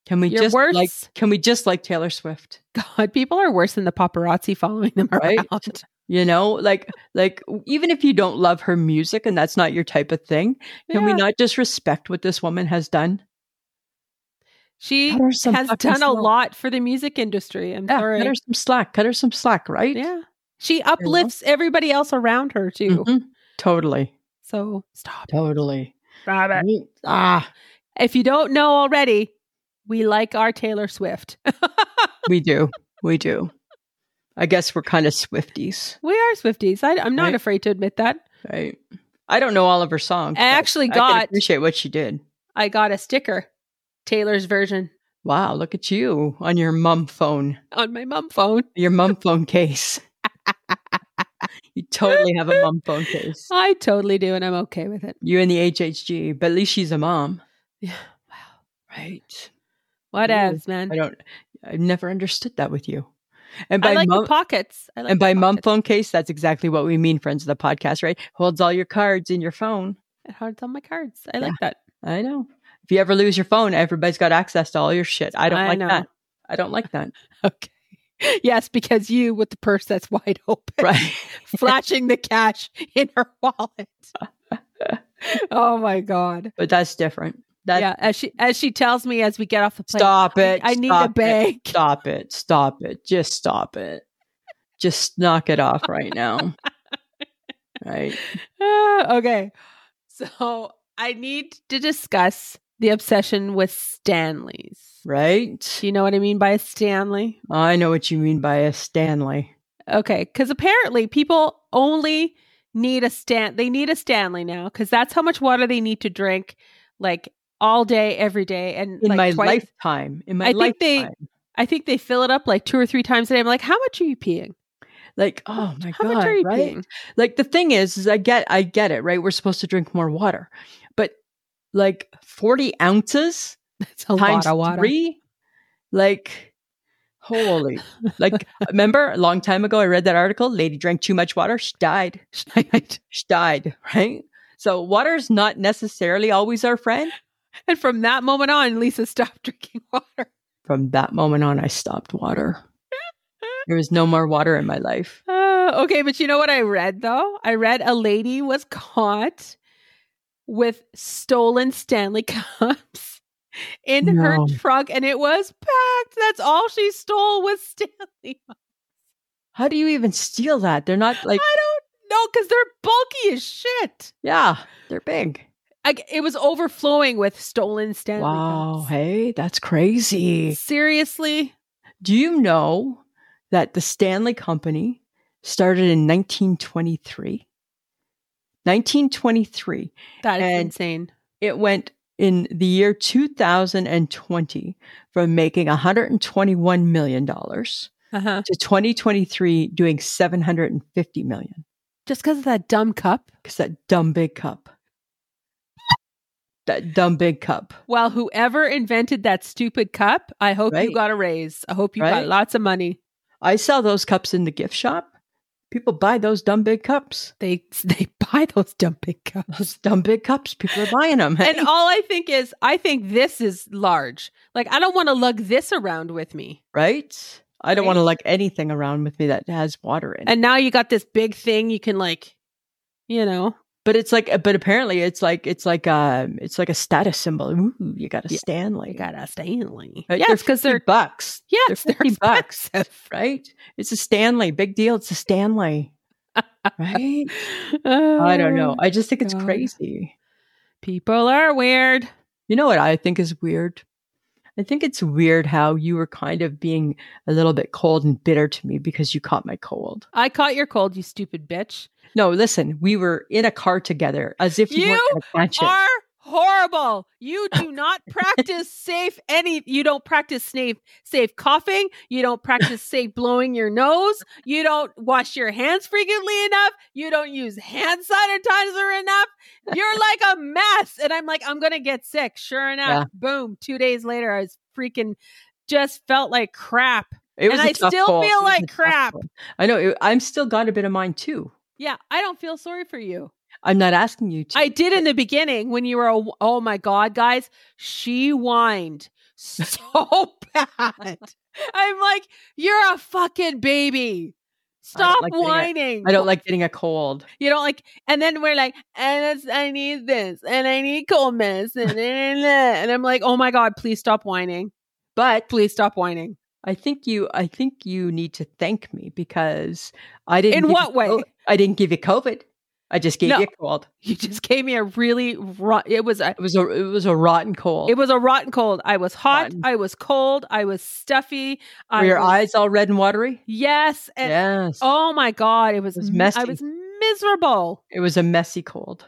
[SPEAKER 1] Can we
[SPEAKER 2] You're
[SPEAKER 1] just
[SPEAKER 2] worse.
[SPEAKER 1] like? Can we just like Taylor Swift?
[SPEAKER 2] God, people are worse than the paparazzi following them
[SPEAKER 1] Right.
[SPEAKER 2] around.
[SPEAKER 1] You know, like, like even if you don't love her music and that's not your type of thing, can we
[SPEAKER 2] Yeah.
[SPEAKER 1] not just respect what this woman has done?
[SPEAKER 2] She
[SPEAKER 1] Cut her some
[SPEAKER 2] has
[SPEAKER 1] fucking
[SPEAKER 2] done a
[SPEAKER 1] slack.
[SPEAKER 2] lot for the music industry. I'm
[SPEAKER 1] Yeah,
[SPEAKER 2] sorry.
[SPEAKER 1] cut her some slack. Cut her some slack, right?
[SPEAKER 2] yeah, she uplifts everybody else around her too.
[SPEAKER 1] Mhm. Totally.
[SPEAKER 2] So stop.
[SPEAKER 1] Totally.
[SPEAKER 2] Stop
[SPEAKER 1] Mm, Ah,
[SPEAKER 2] If you don't know already, we like our Taylor Swift.
[SPEAKER 1] we do. We do. I guess we're kind of Swifties,
[SPEAKER 2] We are Swifties. I, I'm not
[SPEAKER 1] Right.
[SPEAKER 2] afraid to admit that.
[SPEAKER 1] right? I don't know all of her songs.
[SPEAKER 2] I
[SPEAKER 1] but
[SPEAKER 2] actually
[SPEAKER 1] I can
[SPEAKER 2] got
[SPEAKER 1] appreciate what she did.
[SPEAKER 2] I got a sticker, Taylor's version,
[SPEAKER 1] Wow, look at you on your mum phone,
[SPEAKER 2] on my mum phone.
[SPEAKER 1] your mum phone case. you totally have a mum phone case.
[SPEAKER 2] I totally do, and I'm okay with it.
[SPEAKER 1] You and the HHG, but at least she's a mom,
[SPEAKER 2] Yeah.
[SPEAKER 1] right?
[SPEAKER 2] Wow. Whatevs,
[SPEAKER 1] I
[SPEAKER 2] man.
[SPEAKER 1] don't. I've never understood that with you. And
[SPEAKER 2] I
[SPEAKER 1] by
[SPEAKER 2] like
[SPEAKER 1] mum,
[SPEAKER 2] the pockets. I like
[SPEAKER 1] and
[SPEAKER 2] the
[SPEAKER 1] by mum
[SPEAKER 2] pockets.
[SPEAKER 1] phone case, that's exactly what we mean, friends of the podcast, right? Holds all your cards in your phone.
[SPEAKER 2] It holds all my cards. I
[SPEAKER 1] Yeah.
[SPEAKER 2] like that.
[SPEAKER 1] I know. If you ever lose your phone, everybody's got access to all your shit. I don't
[SPEAKER 2] I
[SPEAKER 1] like
[SPEAKER 2] know.
[SPEAKER 1] that. I don't like that.
[SPEAKER 2] Okay. Yes, because you with the purse that's wide open,
[SPEAKER 1] Right.
[SPEAKER 2] flashing the cash in her wallet. oh my God.
[SPEAKER 1] But that's different. That
[SPEAKER 2] yeah, as she as she tells me as we get off the plane.
[SPEAKER 1] stop it.
[SPEAKER 2] I need
[SPEAKER 1] stop
[SPEAKER 2] a
[SPEAKER 1] it,
[SPEAKER 2] bank.
[SPEAKER 1] Stop it. Stop it. Just stop it. Just knock it off right now. Right.
[SPEAKER 2] Ah, okay. So I need to discuss the obsession with Stanleys.
[SPEAKER 1] Right.
[SPEAKER 2] Do you know what I mean by a Stanley?
[SPEAKER 1] I know what you mean by a Stanley.
[SPEAKER 2] Okay, because apparently people only need a Stan. They need a Stanley now because that's how much water they need to drink, like all day, every day, and
[SPEAKER 1] In
[SPEAKER 2] like
[SPEAKER 1] my
[SPEAKER 2] twice-
[SPEAKER 1] lifetime. In my
[SPEAKER 2] I
[SPEAKER 1] lifetime.
[SPEAKER 2] think they- I think they fill it up like two or three times a day. I'm like, how much are you peeing?
[SPEAKER 1] like, oh my
[SPEAKER 2] how
[SPEAKER 1] god.
[SPEAKER 2] much are you
[SPEAKER 1] right?
[SPEAKER 2] peeing?
[SPEAKER 1] like the thing is, is I get I get it, right? We're supposed to drink more water. But like 40 ounces
[SPEAKER 2] That's a
[SPEAKER 1] times
[SPEAKER 2] lot of water.
[SPEAKER 1] three? Like holy. like remember a long time ago I read that article, lady drank too much water, she died. She died, right? So water is not necessarily always our friend.
[SPEAKER 2] and from that moment on, Lisa stopped drinking water.
[SPEAKER 1] From that moment on I stopped water. There was no more water in my life.
[SPEAKER 2] Uh, okay, but you know what I read though? I read a lady was caught with stolen Stanley cups in her
[SPEAKER 1] No.
[SPEAKER 2] trunk, and it was packed. That's all she stole was Stanley.
[SPEAKER 1] How do you even steal that? They're not like,
[SPEAKER 2] I don't know because they're bulky as shit.
[SPEAKER 1] yeah, they're big.
[SPEAKER 2] I, it was overflowing with stolen Stanley
[SPEAKER 1] Wow.
[SPEAKER 2] cups.
[SPEAKER 1] Hey, that's crazy.
[SPEAKER 2] Seriously?
[SPEAKER 1] Do you know that the Stanley Company started in 1923? 1923.
[SPEAKER 2] That is
[SPEAKER 1] And-
[SPEAKER 2] insane.
[SPEAKER 1] It went in the year 2020 from making $121 million to
[SPEAKER 2] Uh-huh.
[SPEAKER 1] 2023 doing $750 million.
[SPEAKER 2] Just because of that dumb cup.
[SPEAKER 1] Because that dumb big cup. That dumb big cup.
[SPEAKER 2] Well, whoever invented that stupid cup, I hope
[SPEAKER 1] Right.
[SPEAKER 2] you got a raise. I hope you
[SPEAKER 1] Right.
[SPEAKER 2] got lots of money.
[SPEAKER 1] I sell those cups in the gift shop. People buy those dumb big cups.
[SPEAKER 2] They they buy those dumping
[SPEAKER 1] Those
[SPEAKER 2] cups.
[SPEAKER 1] dumb big cups. People are buying them.
[SPEAKER 2] And all I think is, I think this is large. Like I don't want to lug this around with me.
[SPEAKER 1] right? I don't
[SPEAKER 2] Right.
[SPEAKER 1] want to like anything around with me that has water in it.
[SPEAKER 2] And now you got this big thing you can like, you know,
[SPEAKER 1] But it's like, uh, but apparently it's like, it's like, um, it's like a status symbol. Ooh, you got a
[SPEAKER 2] Yeah.
[SPEAKER 1] Stanley.
[SPEAKER 2] you got a Stanley.
[SPEAKER 1] Right?
[SPEAKER 2] Yeah, it's because
[SPEAKER 1] 50
[SPEAKER 2] they're
[SPEAKER 1] bucks,
[SPEAKER 2] yeah,
[SPEAKER 1] they're
[SPEAKER 2] it's- they're
[SPEAKER 1] 50 bucks.
[SPEAKER 2] expensive.
[SPEAKER 1] right? It's a Stanley. Big deal. It's a Stanley. right? I don't know.
[SPEAKER 2] Uh,
[SPEAKER 1] I just think it's
[SPEAKER 2] God.
[SPEAKER 1] crazy.
[SPEAKER 2] People are weird.
[SPEAKER 1] You know what I think is weird? I think it's weird how you were kind of being a little bit cold and bitter to me because you caught my cold.
[SPEAKER 2] I caught your cold, you stupid bitch.
[SPEAKER 1] No, listen, we were in a car together as if you,
[SPEAKER 2] You
[SPEAKER 1] weren't going to catch it.
[SPEAKER 2] are horrible. You do not practice safe any you don't practice safe safe coughing. You don't practice safe blowing your nose. You don't wash your hands frequently enough. You don't use hand sanitizer enough. You're like a mess. And I'm like, I'm gonna get sick. Sure enough,
[SPEAKER 1] Yeah.
[SPEAKER 2] boom. Two days later, I was freaking just felt like crap.
[SPEAKER 1] It was
[SPEAKER 2] And
[SPEAKER 1] a
[SPEAKER 2] I
[SPEAKER 1] tough
[SPEAKER 2] still
[SPEAKER 1] call.
[SPEAKER 2] feel
[SPEAKER 1] It was
[SPEAKER 2] like
[SPEAKER 1] a tough
[SPEAKER 2] crap.
[SPEAKER 1] call. I know. It, I'm still got a bit of mine too.
[SPEAKER 2] Yeah, I don't feel sorry for you.
[SPEAKER 1] I'm not asking you to.
[SPEAKER 2] I did in the beginning when you were, a, oh my God, guys, she whined so bad. I'm like, you're a fucking baby. Stop
[SPEAKER 1] like getting a-
[SPEAKER 2] whining.
[SPEAKER 1] I don't like getting a cold.
[SPEAKER 2] you don't like, and then we're like, and it's, I need this, and I need cold medicine, and, and, and I'm like, oh my God, please stop whining.
[SPEAKER 1] But
[SPEAKER 2] Please stop whining.
[SPEAKER 1] I think you. I think you need to thank me because I didn't.
[SPEAKER 2] In
[SPEAKER 1] give you
[SPEAKER 2] what way?
[SPEAKER 1] co- I didn't give you COVID. I just gave
[SPEAKER 2] No.
[SPEAKER 1] you a cold.
[SPEAKER 2] You just gave me a really, ru- it was a,
[SPEAKER 1] It was a. It was a rotten cold.
[SPEAKER 2] it was a rotten cold. I was hot.
[SPEAKER 1] Rotten.
[SPEAKER 2] I was cold. I was stuffy.
[SPEAKER 1] Were
[SPEAKER 2] I
[SPEAKER 1] your
[SPEAKER 2] was-
[SPEAKER 1] eyes all red and watery?
[SPEAKER 2] Yes. And
[SPEAKER 1] yes.
[SPEAKER 2] Oh my god, it was,
[SPEAKER 1] was
[SPEAKER 2] mi- I
[SPEAKER 1] messy.
[SPEAKER 2] was miserable.
[SPEAKER 1] It was a messy cold.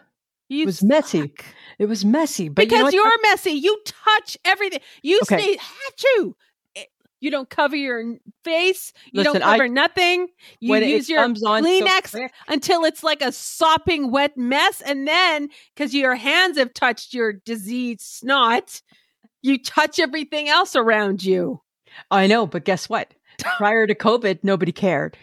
[SPEAKER 2] You
[SPEAKER 1] It was messy.
[SPEAKER 2] suck.
[SPEAKER 1] It was messy. But you know
[SPEAKER 2] because
[SPEAKER 1] what?
[SPEAKER 2] you are messy. You touch everything. You
[SPEAKER 1] Okay.
[SPEAKER 2] stay achoo. It- Eh, You don't cover your n- face. You
[SPEAKER 1] Listen,
[SPEAKER 2] don't
[SPEAKER 1] I-
[SPEAKER 2] cover nothing. You
[SPEAKER 1] when
[SPEAKER 2] use
[SPEAKER 1] it
[SPEAKER 2] your
[SPEAKER 1] comes on so
[SPEAKER 2] Kleenex
[SPEAKER 1] quick-
[SPEAKER 2] until it's like a sopping wet mess, and then because your hands have touched your diseased snot, you touch everything else around you.
[SPEAKER 1] I know, but guess what? Prior to COVID, nobody cared.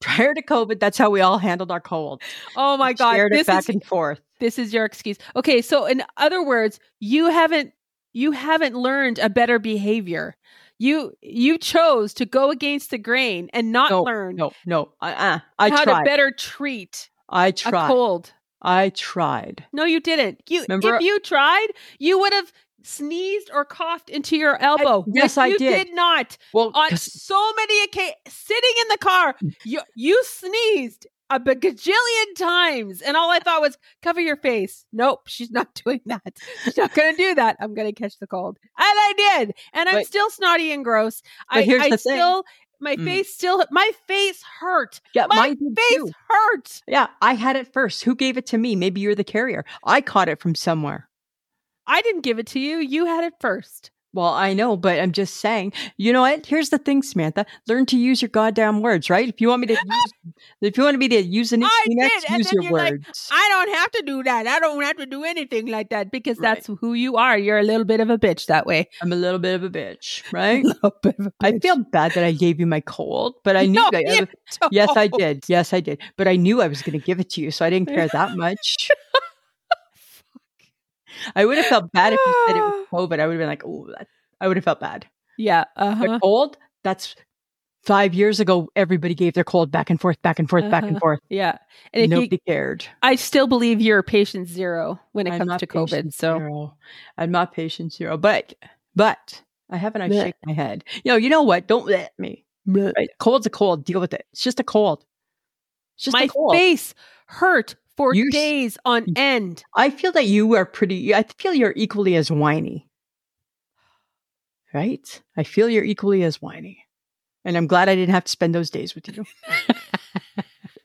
[SPEAKER 1] Prior to COVID, that's how we all handled our cold.
[SPEAKER 2] Oh my god,
[SPEAKER 1] shared it
[SPEAKER 2] this
[SPEAKER 1] back
[SPEAKER 2] is
[SPEAKER 1] and forth.
[SPEAKER 2] this is your excuse okay so in other words you haven't you haven't learned a better behavior you you chose to go against the grain and not learn
[SPEAKER 1] No, no, uh, uh I
[SPEAKER 2] how to
[SPEAKER 1] tried.
[SPEAKER 2] better treat
[SPEAKER 1] I
[SPEAKER 2] a
[SPEAKER 1] tried.
[SPEAKER 2] cold
[SPEAKER 1] I tried.
[SPEAKER 2] No, you didn't. You
[SPEAKER 1] Remember-
[SPEAKER 2] if you tried, you would have sneezed or coughed into your elbow.
[SPEAKER 1] yes,
[SPEAKER 2] which
[SPEAKER 1] I
[SPEAKER 2] you
[SPEAKER 1] did.
[SPEAKER 2] not.
[SPEAKER 1] Well,
[SPEAKER 2] On
[SPEAKER 1] 'cause-
[SPEAKER 2] so many occasions, sitting in the car,
[SPEAKER 1] Mm.
[SPEAKER 2] you you sneezed a gajillion times, and all I thought was cover your face. Nope, she's not doing that. She's not going to do that. I'm going to catch the cold, and I did, and I'm
[SPEAKER 1] But-
[SPEAKER 2] still snotty and gross.
[SPEAKER 1] But
[SPEAKER 2] I,
[SPEAKER 1] here's
[SPEAKER 2] I
[SPEAKER 1] the thing.
[SPEAKER 2] still, my
[SPEAKER 1] Mm.
[SPEAKER 2] face still, my face hurt.
[SPEAKER 1] yeah,
[SPEAKER 2] my
[SPEAKER 1] mine did
[SPEAKER 2] Face
[SPEAKER 1] too.
[SPEAKER 2] hurt.
[SPEAKER 1] Yeah, I had it first. Who gave it to me? Maybe you're the carrier. I caught it from somewhere.
[SPEAKER 2] I didn't give it to you. You had it first.
[SPEAKER 1] Well, I know, but I'm just saying. You know what? Here's the thing, Samantha. Learn to use your goddamn words, right? If you want me to, use, if you want me to use an
[SPEAKER 2] I
[SPEAKER 1] Kleenex,
[SPEAKER 2] did, and
[SPEAKER 1] use
[SPEAKER 2] then
[SPEAKER 1] your
[SPEAKER 2] you're like,
[SPEAKER 1] words.
[SPEAKER 2] I don't have to do that. I don't have to do anything like that because
[SPEAKER 1] Right.
[SPEAKER 2] that's who you are. You're a little bit of a bitch that way.
[SPEAKER 1] I'm a little bit of a bitch, right?
[SPEAKER 2] little bit of a
[SPEAKER 1] I feel bad that I gave you my cold, but I knew.
[SPEAKER 2] No,
[SPEAKER 1] that I
[SPEAKER 2] you
[SPEAKER 1] was- yes, I did. Yes, I did. But I knew I was going to give it to you, so I didn't care that much. I would have felt bad if you said it was COVID. I would have been like, oh, that, I would have felt bad.
[SPEAKER 2] Yeah. Uh
[SPEAKER 1] But
[SPEAKER 2] huh.
[SPEAKER 1] cold, that's five years ago, everybody gave their cold back and forth, back and forth, back and
[SPEAKER 2] Uh-huh.
[SPEAKER 1] forth.
[SPEAKER 2] Yeah. And if
[SPEAKER 1] And
[SPEAKER 2] you-
[SPEAKER 1] Nobody cared.
[SPEAKER 2] I still believe you're patient zero when it
[SPEAKER 1] I'm
[SPEAKER 2] comes
[SPEAKER 1] not
[SPEAKER 2] to COVID.
[SPEAKER 1] patient
[SPEAKER 2] So
[SPEAKER 1] zero. I'm not patient zero, but, but I haven't, I
[SPEAKER 2] Blech.
[SPEAKER 1] shake my head. You know, you know what? Don't let me. Right? Cold's a cold. Deal with it. It's just a cold. It's just
[SPEAKER 2] my
[SPEAKER 1] a cold.
[SPEAKER 2] face hurt for
[SPEAKER 1] You s-
[SPEAKER 2] days on end.
[SPEAKER 1] I feel that you are pretty, I feel you're equally as whiny. Right? I feel you're equally as whiny. And I'm glad I didn't have to spend those days with you.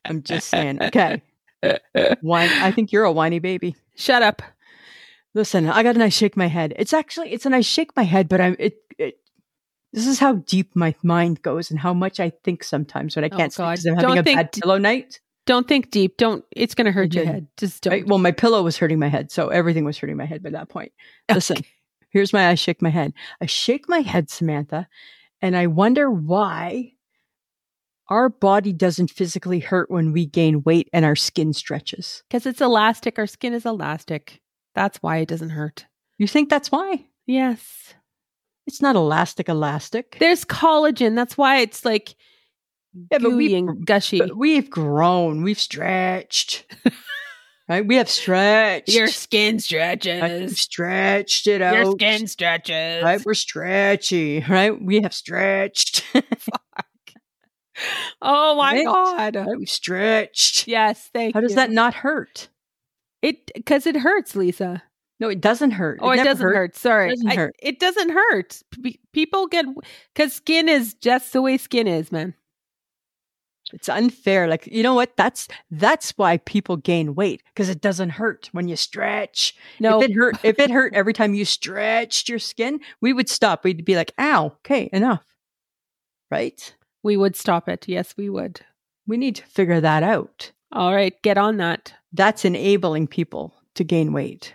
[SPEAKER 1] I'm just saying. Okay. Whine, I think you're a whiny baby.
[SPEAKER 2] Shut up.
[SPEAKER 1] Listen, I got a nice shake my head. It's actually, it's a nice shake my head, but I'm, it, it, this is how deep my mind goes and how much I think sometimes when I
[SPEAKER 2] Oh,
[SPEAKER 1] can't sleep
[SPEAKER 2] God.
[SPEAKER 1] 'cause I'm
[SPEAKER 2] Don't
[SPEAKER 1] having a
[SPEAKER 2] think
[SPEAKER 1] bad
[SPEAKER 2] d-
[SPEAKER 1] pillow night.
[SPEAKER 2] Don't think deep. Don't. It's going to hurt your
[SPEAKER 1] Okay.
[SPEAKER 2] head. Just
[SPEAKER 1] Right?
[SPEAKER 2] don't.
[SPEAKER 1] Mm-hmm. Well, my pillow was hurting my head, so everything was hurting my head by that point. Listen, here's my I shake my head. I shake my head, Samantha, and I wonder why our body doesn't physically hurt when we gain weight and our skin stretches.
[SPEAKER 2] Because it's elastic. Our skin is elastic. That's why it doesn't hurt.
[SPEAKER 1] You think that's why?
[SPEAKER 2] Yes.
[SPEAKER 1] It's not elastic, elastic.
[SPEAKER 2] There's collagen. That's why it's like
[SPEAKER 1] yeah,
[SPEAKER 2] gooey
[SPEAKER 1] but we've,
[SPEAKER 2] and gushy.
[SPEAKER 1] but we've grown, we've stretched, right? We have stretched.
[SPEAKER 2] skin
[SPEAKER 1] right? We've
[SPEAKER 2] stretches.
[SPEAKER 1] stretched it out.
[SPEAKER 2] stretches.
[SPEAKER 1] right? We're stretchy, right? We have stretched.
[SPEAKER 2] Oh my
[SPEAKER 1] Right?
[SPEAKER 2] god.
[SPEAKER 1] right? We've stretched.
[SPEAKER 2] Yes, thank
[SPEAKER 1] How does
[SPEAKER 2] you.
[SPEAKER 1] that not hurt?
[SPEAKER 2] It because it hurts, Lisa.
[SPEAKER 1] No, it doesn't hurt.
[SPEAKER 2] Oh, it,
[SPEAKER 1] never
[SPEAKER 2] doesn't hurt. Sorry,
[SPEAKER 1] It doesn't
[SPEAKER 2] I-
[SPEAKER 1] hurt.
[SPEAKER 2] it doesn't hurt. P- people get because skin is just the way skin is, man.
[SPEAKER 1] It's unfair. Like you know what? That's that's why people gain weight because it doesn't hurt when you stretch.
[SPEAKER 2] No,
[SPEAKER 1] If it hurt, if it hurt every time you stretched your skin, we would stop. We'd be like, "Ow, okay, enough." Right?
[SPEAKER 2] we would stop it. Yes, we would.
[SPEAKER 1] We need to figure that out.
[SPEAKER 2] All right, get on that.
[SPEAKER 1] That's enabling people to gain weight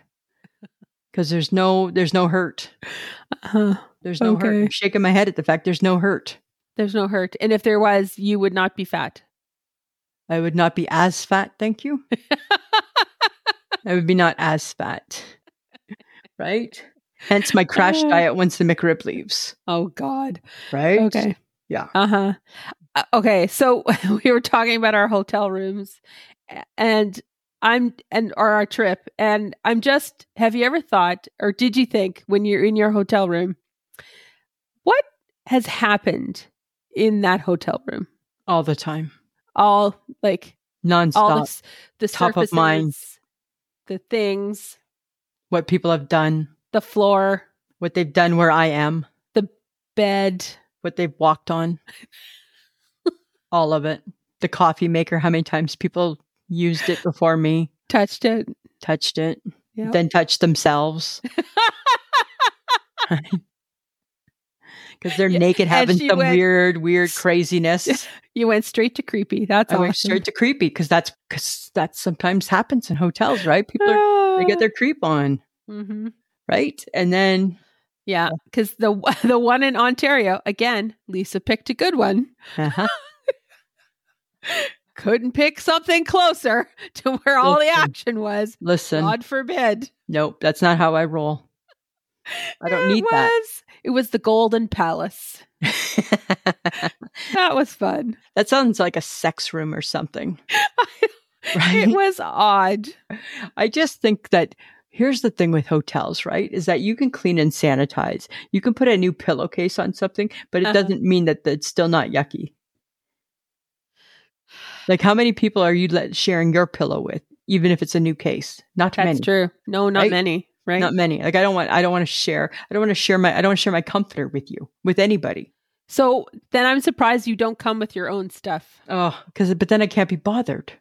[SPEAKER 1] because there's no there's no hurt.
[SPEAKER 2] Uh,
[SPEAKER 1] There's no hurt.
[SPEAKER 2] Okay.
[SPEAKER 1] I'm shaking my head at the fact there's no hurt.
[SPEAKER 2] there's no hurt, and if there was, you would not be fat.
[SPEAKER 1] I would not be as fat, thank you. I would be not as fat. Right? Hence my crash
[SPEAKER 2] Uh.
[SPEAKER 1] diet once the McRib leaves.
[SPEAKER 2] Oh God.
[SPEAKER 1] Right?
[SPEAKER 2] Okay.
[SPEAKER 1] Yeah.
[SPEAKER 2] Uh-huh. Uh, Okay. So we were talking about our hotel rooms a- and I'm and or our trip and I'm just have you ever thought or did you think when you're in your hotel room what has happened in that hotel room?
[SPEAKER 1] All the time.
[SPEAKER 2] All like
[SPEAKER 1] Nonstop.
[SPEAKER 2] all the s- the
[SPEAKER 1] Top of mind.
[SPEAKER 2] surfaces, the things,
[SPEAKER 1] what people have done,
[SPEAKER 2] the floor,
[SPEAKER 1] what they've done where I am,
[SPEAKER 2] bed,
[SPEAKER 1] what they've walked on. all of it. The coffee maker, how many times people used it before me,
[SPEAKER 2] touched it.
[SPEAKER 1] touched it,
[SPEAKER 2] Yep.
[SPEAKER 1] then touched themselves. Because they're
[SPEAKER 2] Yeah,
[SPEAKER 1] naked
[SPEAKER 2] and
[SPEAKER 1] having
[SPEAKER 2] she
[SPEAKER 1] some
[SPEAKER 2] went-
[SPEAKER 1] weird, weird
[SPEAKER 2] s-
[SPEAKER 1] craziness.
[SPEAKER 2] you went straight to creepy. That's
[SPEAKER 1] I
[SPEAKER 2] awesome.
[SPEAKER 1] went straight to creepy because that's because that sometimes happens in hotels, right? People are, they get their creep on,
[SPEAKER 2] Mhm.
[SPEAKER 1] right? And then
[SPEAKER 2] Yeah, because the the one in Ontario again, Lisa picked a good one.
[SPEAKER 1] uh-huh,
[SPEAKER 2] Couldn't pick something closer to where all the
[SPEAKER 1] Listen.
[SPEAKER 2] action was.
[SPEAKER 1] listen,
[SPEAKER 2] God forbid.
[SPEAKER 1] nope, that's not how I roll. I don't
[SPEAKER 2] It
[SPEAKER 1] need
[SPEAKER 2] was- It was the Golden Palace.
[SPEAKER 1] that.
[SPEAKER 2] That was fun.
[SPEAKER 1] that sounds like a sex room or something. Right.
[SPEAKER 2] It was odd.
[SPEAKER 1] I just think that here's the thing with hotels, right? Is that you can clean and sanitize. You can put a new pillowcase on something, but it
[SPEAKER 2] Uh-huh.
[SPEAKER 1] doesn't mean that it's still not yucky. Like, how many people are you let, sharing your pillow with, even if it's a new case? Not
[SPEAKER 2] That's
[SPEAKER 1] many.
[SPEAKER 2] true. No, not
[SPEAKER 1] Right?
[SPEAKER 2] many. Right.
[SPEAKER 1] Not many. Like, I don't want. I don't want to share. I don't want to share my. I don't want to share my comforter with you, with anybody.
[SPEAKER 2] so then I'm surprised you don't come with your own stuff.
[SPEAKER 1] Oh, because but then I can't be bothered.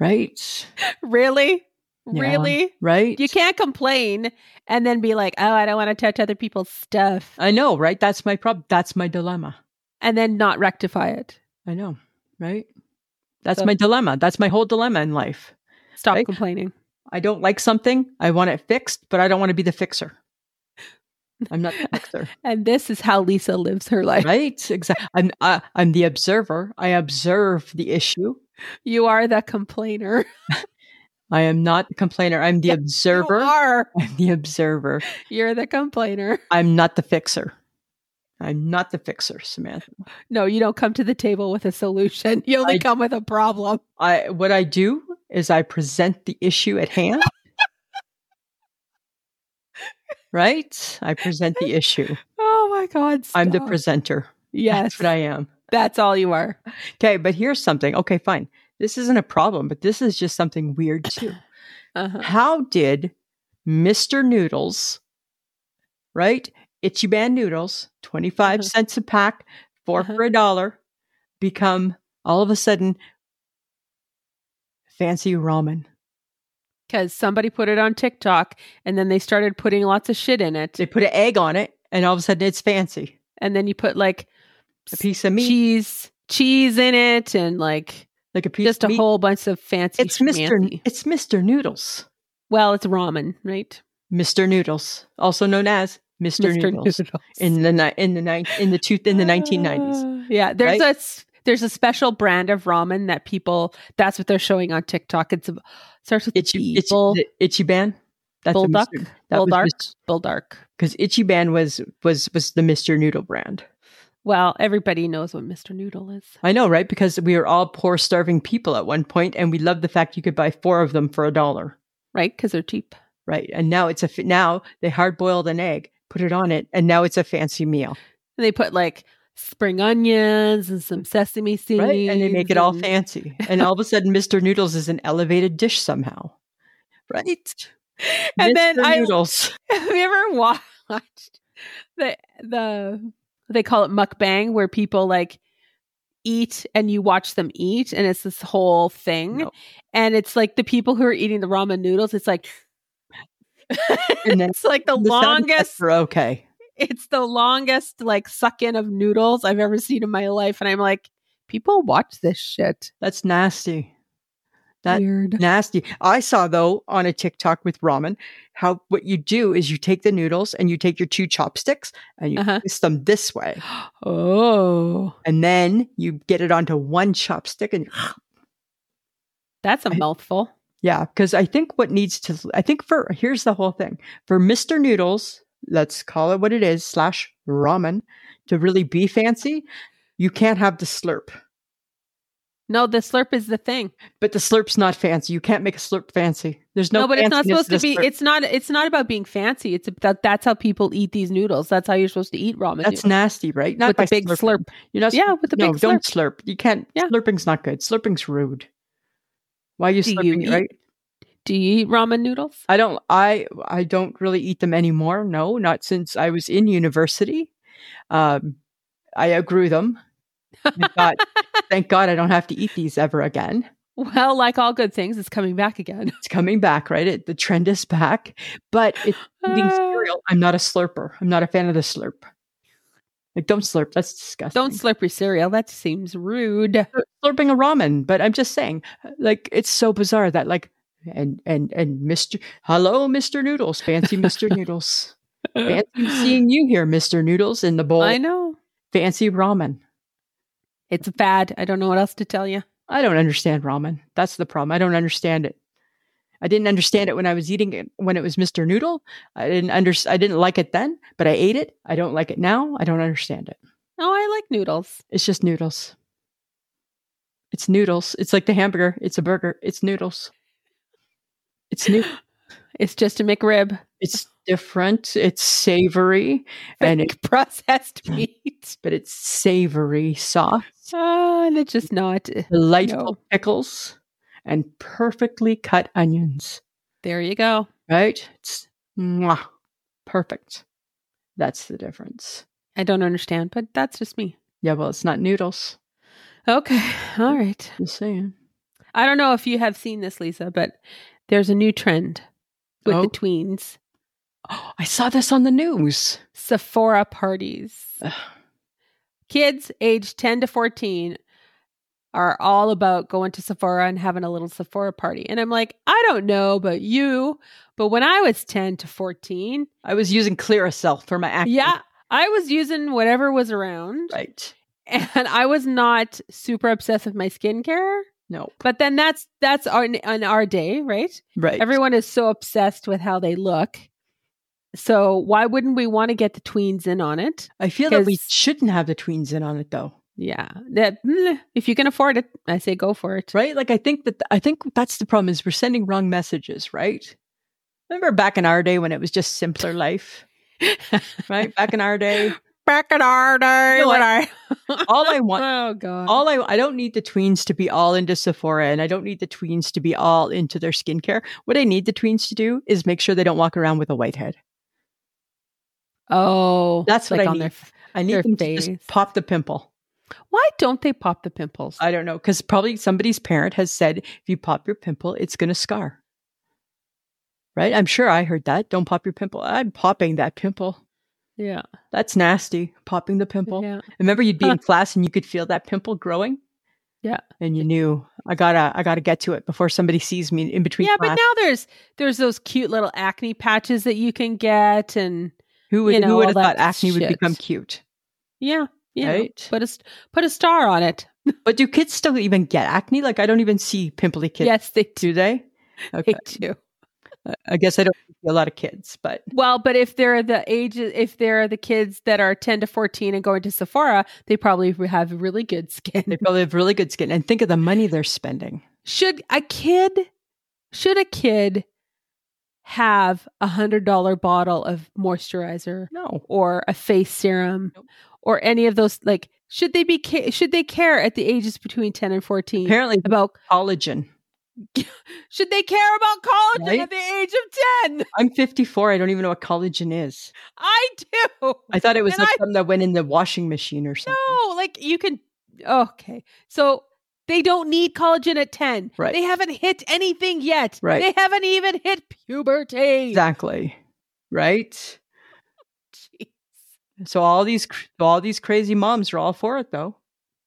[SPEAKER 1] Right.
[SPEAKER 2] Really?
[SPEAKER 1] Yeah.
[SPEAKER 2] Really?
[SPEAKER 1] Right.
[SPEAKER 2] You can't complain and then be like, oh, I don't want to touch other people's stuff
[SPEAKER 1] I know. Right. That's my problem. That's my dilemma.
[SPEAKER 2] and then not rectify it.
[SPEAKER 1] I know, right? That's
[SPEAKER 2] So-
[SPEAKER 1] my dilemma. That's my whole dilemma in life.
[SPEAKER 2] Stop
[SPEAKER 1] Right?
[SPEAKER 2] complaining.
[SPEAKER 1] I don't like something. I want it fixed, but I don't want to be the fixer. I'm not the fixer,
[SPEAKER 2] And this is how Lisa lives her life.
[SPEAKER 1] right? Exactly. I'm I, I'm the observer. I observe the issue.
[SPEAKER 2] You are the complainer.
[SPEAKER 1] I am not the complainer. I'm the
[SPEAKER 2] Yeah,
[SPEAKER 1] observer.
[SPEAKER 2] You are.
[SPEAKER 1] I'm the observer.
[SPEAKER 2] You're the complainer.
[SPEAKER 1] I'm not the fixer. I'm not the fixer, Samantha.
[SPEAKER 2] No, you don't come to the table with a solution. You only
[SPEAKER 1] I-
[SPEAKER 2] come with a problem.
[SPEAKER 1] I what I do is I present the issue at hand. right? I present the issue.
[SPEAKER 2] Oh my God.
[SPEAKER 1] I'm the
[SPEAKER 2] stop.
[SPEAKER 1] presenter.
[SPEAKER 2] Yes.
[SPEAKER 1] That's what I am.
[SPEAKER 2] That's all you are.
[SPEAKER 1] Okay, but here's something. Okay, fine. This isn't a problem, but this is just something weird too.
[SPEAKER 2] Uh-huh.
[SPEAKER 1] How did Mr. Noodles, right? Itchy Band Noodles, 25
[SPEAKER 2] Uh-huh.
[SPEAKER 1] cents a pack, 4
[SPEAKER 2] Uh-huh.
[SPEAKER 1] for a dollar, become all of a sudden fancy ramen?
[SPEAKER 2] Because somebody put it on TikTok and then they started putting lots of shit in it.
[SPEAKER 1] They put an egg on it, and all of a sudden it's fancy.
[SPEAKER 2] And then you put like
[SPEAKER 1] A piece of meat,
[SPEAKER 2] cheese, cheese in it and like
[SPEAKER 1] like a piece
[SPEAKER 2] just
[SPEAKER 1] of
[SPEAKER 2] a
[SPEAKER 1] meat.
[SPEAKER 2] whole bunch of fancy
[SPEAKER 1] It's Mr.
[SPEAKER 2] schmancy.
[SPEAKER 1] It's Mr. Noodles.
[SPEAKER 2] Well, it's ramen, right?
[SPEAKER 1] Mr. Noodles, also known as Mr. Noodles, in the ni- in the ni- in the two in the 1990s.
[SPEAKER 2] Uh, yeah, there's a s- there's a special brand of ramen that people that's what they're showing on TikTok. It's a, starts with
[SPEAKER 1] Itchy
[SPEAKER 2] B,
[SPEAKER 1] itchy,
[SPEAKER 2] bull,
[SPEAKER 1] the itchy band. That's a
[SPEAKER 2] Bulldog?
[SPEAKER 1] Mr. That
[SPEAKER 2] Bulldog?
[SPEAKER 1] was
[SPEAKER 2] Buldark.
[SPEAKER 1] because itchy band was was was the Mr. Noodle brand.
[SPEAKER 2] Well, everybody knows what Mr. Noodle is.
[SPEAKER 1] I know, right? Because we were all poor, starving people at one point, and we loved the fact you could buy four of them for a dollar,
[SPEAKER 2] right? Because they're cheap.
[SPEAKER 1] right? And now it's a fa- now they hard boiled an egg, put it on it, and now it's a fancy meal,
[SPEAKER 2] And they put like spring onions and some sesame seeds,
[SPEAKER 1] right? And they make it all
[SPEAKER 2] and-
[SPEAKER 1] fancy, and all of a sudden, Mr. Noodles is an elevated dish somehow, right?
[SPEAKER 2] And then
[SPEAKER 1] Mr.
[SPEAKER 2] I-
[SPEAKER 1] noodles.
[SPEAKER 2] Have you ever watched the the they call it mukbang where people like eat and you watch them eat and it's this whole thing
[SPEAKER 1] No.
[SPEAKER 2] and it's like the people who are eating the ramen noodles it's like
[SPEAKER 1] and then
[SPEAKER 2] it's like the,
[SPEAKER 1] the sound
[SPEAKER 2] longest
[SPEAKER 1] effects are okay.
[SPEAKER 2] it's the longest like suck in of noodles I've ever seen in my life and I'm like people watch this shit
[SPEAKER 1] That's nasty. That-
[SPEAKER 2] weird
[SPEAKER 1] Nasty. I saw though on a TikTok with ramen how what you do is you take the noodles and you take your two chopsticks and you
[SPEAKER 2] Uh-huh.
[SPEAKER 1] twist them this way.
[SPEAKER 2] oh
[SPEAKER 1] And then you get it onto one chopstick and
[SPEAKER 2] that's a
[SPEAKER 1] I-
[SPEAKER 2] mouthful
[SPEAKER 1] yeah, because I think what needs to I think for here's the whole thing. For Mr. Noodles, let's call it what it is, slash ramen, to really be fancy, you can't have the slurp.
[SPEAKER 2] No, the slurp is the thing.
[SPEAKER 1] But the slurp's not fancy. You can't make a slurp fancy. There's no.
[SPEAKER 2] No, but it's not
[SPEAKER 1] fanciness
[SPEAKER 2] supposed to
[SPEAKER 1] the
[SPEAKER 2] be.
[SPEAKER 1] slurp.
[SPEAKER 2] It's not. It's not about being fancy. It's that. That's how people eat these noodles. That's how you're supposed to eat ramen.
[SPEAKER 1] That's
[SPEAKER 2] noodles.
[SPEAKER 1] nasty, right? Not
[SPEAKER 2] with
[SPEAKER 1] by
[SPEAKER 2] a big
[SPEAKER 1] slurping.
[SPEAKER 2] slurp.
[SPEAKER 1] You're not.
[SPEAKER 2] Yeah, with a
[SPEAKER 1] no,
[SPEAKER 2] big
[SPEAKER 1] don't
[SPEAKER 2] slurp.
[SPEAKER 1] slurp. You can't.
[SPEAKER 2] Yeah.
[SPEAKER 1] Slurping's not good. Slurping's rude. Why are you
[SPEAKER 2] Do you
[SPEAKER 1] slurping? it,
[SPEAKER 2] eat-
[SPEAKER 1] right?
[SPEAKER 2] Do you eat ramen noodles?
[SPEAKER 1] I don't. I I don't really eat them anymore. No, not since I was in university. Um, I outgrew them. I thought, thank God, I don't have to eat these ever again.
[SPEAKER 2] Well, like all good things, it's coming back again.
[SPEAKER 1] It's coming back, right? It, the trend is back, but it's eating
[SPEAKER 2] Uh,
[SPEAKER 1] cereal. I'm not a slurper. I'm not a fan of the slurp. Like, don't slurp. That's disgusting.
[SPEAKER 2] don't slurp your cereal. That seems rude.
[SPEAKER 1] slurping a ramen. But I'm just saying, like, it's so bizarre that like, and and and Mr. Hello, Mr. Noodles, fancy Mr. Noodles, fancy seeing you here, Mr. Noodles, in the bowl.
[SPEAKER 2] I know
[SPEAKER 1] Fancy ramen.
[SPEAKER 2] it's a fad. I don't know what else to tell you.
[SPEAKER 1] I don't understand ramen. That's the problem. I don't understand it. I didn't understand it when I was eating it when it was Mr. Noodle. I didn't under I didn't like it then, but I ate it. I don't like it now. I don't understand it.
[SPEAKER 2] Oh, I like noodles.
[SPEAKER 1] It's just noodles. It's noodles. It's like the hamburger. It's a burger. It's noodles. It's new.
[SPEAKER 2] It's just a McRib.
[SPEAKER 1] It's different. It's savory, and it,
[SPEAKER 2] Like processed meat.
[SPEAKER 1] but it's savory sauce,
[SPEAKER 2] Ah, and it's just not.
[SPEAKER 1] delightful
[SPEAKER 2] No.
[SPEAKER 1] pickles, and perfectly cut onions.
[SPEAKER 2] There you go.
[SPEAKER 1] Right? It's mwah, perfect. That's the difference.
[SPEAKER 2] I don't understand, but that's just me.
[SPEAKER 1] Yeah. Well, it's not noodles.
[SPEAKER 2] Okay. All right.
[SPEAKER 1] Just saying.
[SPEAKER 2] I don't know if you have seen this, Lisa, but there's a new trend with
[SPEAKER 1] Oh.
[SPEAKER 2] the tweens
[SPEAKER 1] Oh, I saw this on the news.
[SPEAKER 2] Sephora parties.
[SPEAKER 1] Ugh.
[SPEAKER 2] Kids aged 10 to 14 are all about going to Sephora and having a little Sephora party. And I'm like, I don't know about you, but when I was 10 to 14,
[SPEAKER 1] I was using Clearasil for my acne.
[SPEAKER 2] yeah, I was using whatever was around
[SPEAKER 1] Right.
[SPEAKER 2] and I was not super obsessed with my skincare.
[SPEAKER 1] No.
[SPEAKER 2] But then that's that's on on our day, right?
[SPEAKER 1] Right.
[SPEAKER 2] Everyone is so obsessed with how they look. So why wouldn't we want to get the tweens in on it?
[SPEAKER 1] I feel that we
[SPEAKER 2] 'Cause-
[SPEAKER 1] shouldn't have the tweens in on it though.
[SPEAKER 2] Yeah. That mm, if you can afford it, I say go for it.
[SPEAKER 1] Right? Like I think that I think that's the problem is we're sending wrong messages, right? Remember back in our day when it was just simpler life, right? Back in our day,
[SPEAKER 2] Back in our day
[SPEAKER 1] No,
[SPEAKER 2] when I
[SPEAKER 1] all I want
[SPEAKER 2] Oh god.
[SPEAKER 1] all I I don't need the tweens to be all into Sephora and I don't need the tweens to be all into their skincare. What I need the tweens to do is make sure they don't walk around with a white head.
[SPEAKER 2] oh.
[SPEAKER 1] That's what I need.
[SPEAKER 2] f-
[SPEAKER 1] I need
[SPEAKER 2] Their
[SPEAKER 1] them to just
[SPEAKER 2] face.
[SPEAKER 1] pop the pimple.
[SPEAKER 2] Why don't they pop the pimples?
[SPEAKER 1] I don't know cuz probably somebody's parent has said if you pop your pimple it's going to scar. Right? I'm sure I heard that. Don't pop your pimple. I'm popping that pimple.
[SPEAKER 2] yeah.
[SPEAKER 1] That's nasty. Popping the pimple.
[SPEAKER 2] Yeah.
[SPEAKER 1] Remember, you'd be in class and you could feel that pimple growing.
[SPEAKER 2] Yeah.
[SPEAKER 1] and you knew I gotta, I gotta get to it before somebody sees me in between.
[SPEAKER 2] Yeah, but
[SPEAKER 1] class.
[SPEAKER 2] now there's there's those cute little acne patches that you can get and
[SPEAKER 1] who would,
[SPEAKER 2] you
[SPEAKER 1] who
[SPEAKER 2] know,
[SPEAKER 1] would
[SPEAKER 2] all
[SPEAKER 1] have thought
[SPEAKER 2] that
[SPEAKER 1] acne would
[SPEAKER 2] shit.
[SPEAKER 1] become cute,
[SPEAKER 2] yeah, yeah.
[SPEAKER 1] right?
[SPEAKER 2] Put a st- put a star on it.
[SPEAKER 1] But do kids still even get acne? Like, I don't even see pimply kids.
[SPEAKER 2] Yes, they do.
[SPEAKER 1] Do they? Okay.
[SPEAKER 2] They do.
[SPEAKER 1] I guess I don't see a lot of kids, but
[SPEAKER 2] Well, but if they're the ages, if they're the kids that are 10 to 14 and going to Sephora, they probably have really good
[SPEAKER 1] they
[SPEAKER 2] skin.
[SPEAKER 1] probably have really good skin. And think of the money they're spending.
[SPEAKER 2] Should a kid, should a kid have a hundred dollar bottle of moisturizer
[SPEAKER 1] No,
[SPEAKER 2] or a face serum
[SPEAKER 1] Nope.
[SPEAKER 2] or any of those? Like, should they be, ca- should they care at the ages between 10 and 14
[SPEAKER 1] apparently
[SPEAKER 2] about,
[SPEAKER 1] collagen.
[SPEAKER 2] should they care about collagen
[SPEAKER 1] Right?
[SPEAKER 2] at the age of 10?
[SPEAKER 1] I'm 54. I don't even know what collagen is.
[SPEAKER 2] I do.
[SPEAKER 1] I thought it was
[SPEAKER 2] And
[SPEAKER 1] like
[SPEAKER 2] I-
[SPEAKER 1] something that went in the washing machine or something.
[SPEAKER 2] No, like you can. Okay, so they don't need collagen at ten.
[SPEAKER 1] Right.
[SPEAKER 2] They haven't hit anything yet.
[SPEAKER 1] Right.
[SPEAKER 2] They haven't even hit puberty.
[SPEAKER 1] Exactly. Right?
[SPEAKER 2] Jeez.
[SPEAKER 1] So all these cr- all these crazy moms are all for it though,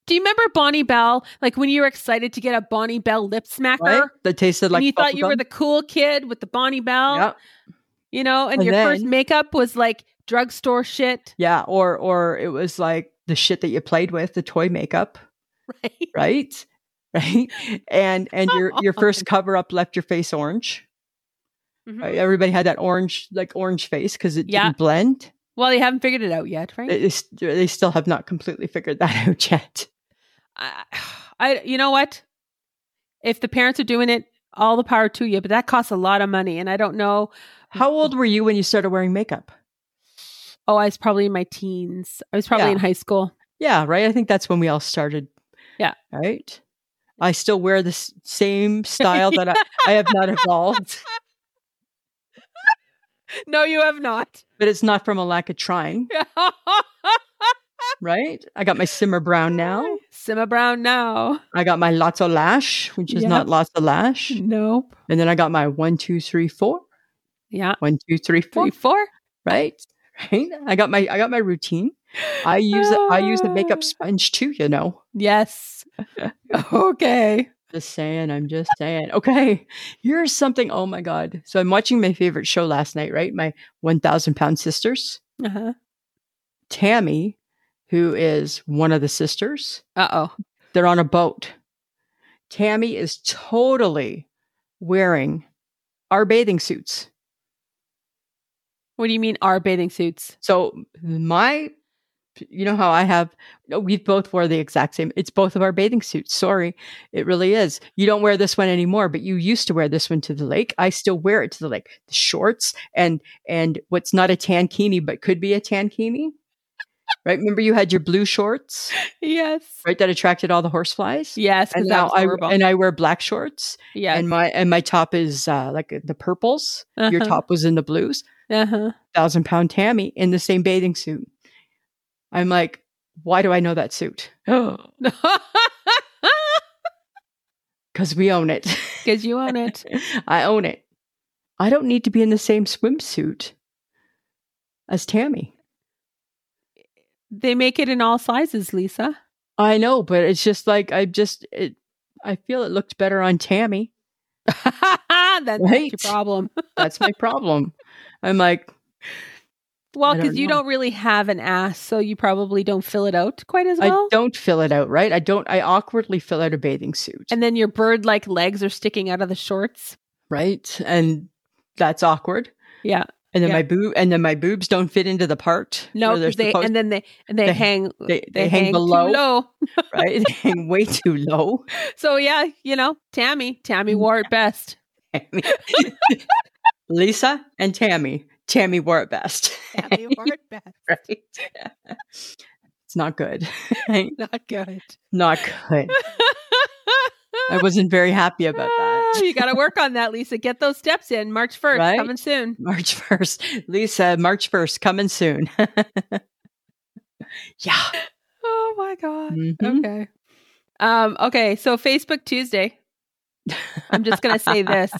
[SPEAKER 2] Do you remember Bonnie Bell? Like when you were excited to get a Bonnie Bell lip smacker,
[SPEAKER 1] right? That tasted like
[SPEAKER 2] and you thought you were
[SPEAKER 1] bubblegum.
[SPEAKER 2] the cool kid with the Bonnie Bell.
[SPEAKER 1] yeah,
[SPEAKER 2] You know, and,
[SPEAKER 1] And
[SPEAKER 2] your first
[SPEAKER 1] then-
[SPEAKER 2] makeup was like drugstore shit,
[SPEAKER 1] yeah, or or it was like the shit that you played with, the toy makeup,
[SPEAKER 2] right?
[SPEAKER 1] right? Right? And and your your first cover up left your face orange.
[SPEAKER 2] Mhm.
[SPEAKER 1] Right? Everybody had that orange like orange face because it
[SPEAKER 2] Yeah.
[SPEAKER 1] didn't blend.
[SPEAKER 2] Well, you haven't figured it out yet, right?
[SPEAKER 1] They, they s- they still have not completely figured that out yet.
[SPEAKER 2] I, I you know what? If the parents are doing it, all the power to you, but that costs a lot of money, and I don't know. Mm-hmm.
[SPEAKER 1] How old were you when you started wearing makeup?
[SPEAKER 2] Oh, I was probably in my teens. I was probably
[SPEAKER 1] Yeah.
[SPEAKER 2] in high school.
[SPEAKER 1] Yeah, right. I think that's when we all started.
[SPEAKER 2] Yeah.
[SPEAKER 1] Right. I still wear the s- same style that I, I have not evolved,
[SPEAKER 2] No, you have not.
[SPEAKER 1] but it's not from a lack of trying, right? I got my simmer brown now.
[SPEAKER 2] Simma Brown now.
[SPEAKER 1] I got my lots of lash, which is not
[SPEAKER 2] Yep. Hmm.
[SPEAKER 1] lots of lash.
[SPEAKER 2] Nope.
[SPEAKER 1] And then I got my one, two, three, four.
[SPEAKER 2] Yeah.
[SPEAKER 1] One, two, three, four.
[SPEAKER 2] Three, four.
[SPEAKER 1] Right. Right. I got my I got my routine. I use a- I use the
[SPEAKER 2] Ah.
[SPEAKER 1] makeup sponge too, you know.
[SPEAKER 2] Yes. okay.
[SPEAKER 1] Just saying, I'm just saying. Okay, here's something. Oh my God. So I'm watching my favorite show last night, right? My 1,000 pound sisters.
[SPEAKER 2] Uh
[SPEAKER 1] Tammy, who is one of the sisters,
[SPEAKER 2] oh.
[SPEAKER 1] they're on a boat. Tammy is totally wearing our bathing suits.
[SPEAKER 2] What do you mean our bathing suits?
[SPEAKER 1] So my you know how I have, we both wore the exact same. It's both of our bathing suits. Sorry. It really is. You don't wear this one anymore, but you used to wear this one to the lake. I still wear it to the lake. The shorts and, and what's not a tankini, but could be a tankini. right. Remember you had your blue shorts,
[SPEAKER 2] Yes.
[SPEAKER 1] right? That attracted all the horseflies.
[SPEAKER 2] Yes.
[SPEAKER 1] And
[SPEAKER 2] Because that
[SPEAKER 1] now
[SPEAKER 2] was
[SPEAKER 1] I,
[SPEAKER 2] horrible.
[SPEAKER 1] and I wear black shorts
[SPEAKER 2] yes.
[SPEAKER 1] and my, and my top is uh, like the purples. Your
[SPEAKER 2] Uh-huh.
[SPEAKER 1] top was in the blues.
[SPEAKER 2] Uh-huh.
[SPEAKER 1] thousand pound Tammy in the same bathing suit. I'm like, why do I know that suit? Because we own it.
[SPEAKER 2] Because you own it.
[SPEAKER 1] I own it. I don't need to be in the same swimsuit as Tammy.
[SPEAKER 2] They make it in all sizes, Lisa.
[SPEAKER 1] I know, but it's just like I just it. I feel it looked better on Tammy.
[SPEAKER 2] That- That's
[SPEAKER 1] Right.
[SPEAKER 2] your problem.
[SPEAKER 1] That's my problem. I'm like,
[SPEAKER 2] Well,
[SPEAKER 1] I don't
[SPEAKER 2] because you
[SPEAKER 1] know.
[SPEAKER 2] don't really have an ass, so you probably don't fill it out quite as
[SPEAKER 1] I
[SPEAKER 2] well.
[SPEAKER 1] don't fill it out right. I don't. I awkwardly fill out a bathing suit,
[SPEAKER 2] And then your bird like legs are sticking out of the shorts.
[SPEAKER 1] right? And that's awkward.
[SPEAKER 2] Yeah.
[SPEAKER 1] And then
[SPEAKER 2] Yeah.
[SPEAKER 1] my boob, and then my boobs don't fit into the part.
[SPEAKER 2] No,
[SPEAKER 1] where they're
[SPEAKER 2] 'cause they
[SPEAKER 1] supposed
[SPEAKER 2] and then they and they,
[SPEAKER 1] They-
[SPEAKER 2] hang
[SPEAKER 1] they, they, hang, below,
[SPEAKER 2] too low.
[SPEAKER 1] right? They hang way too low.
[SPEAKER 2] So yeah, you know, Tammy, Tammy
[SPEAKER 1] Mm.
[SPEAKER 2] wore it best.
[SPEAKER 1] Lisa and Tammy. Tammy wore it best,
[SPEAKER 2] Tammy wore it best.
[SPEAKER 1] right? it's not good.
[SPEAKER 2] Not good.
[SPEAKER 1] not good. I wasn't very happy about
[SPEAKER 2] Ah,
[SPEAKER 1] that.
[SPEAKER 2] you got to work on that, Lisa. Get those steps in. March 1st,
[SPEAKER 1] Right?
[SPEAKER 2] coming soon.
[SPEAKER 1] March 1st. Lisa, March 1st, coming soon. yeah.
[SPEAKER 2] Oh my god.
[SPEAKER 1] Mhm.
[SPEAKER 2] Okay. Mm-hmm. Um, okay, so Facebook Tuesday. I'm just gonna say this.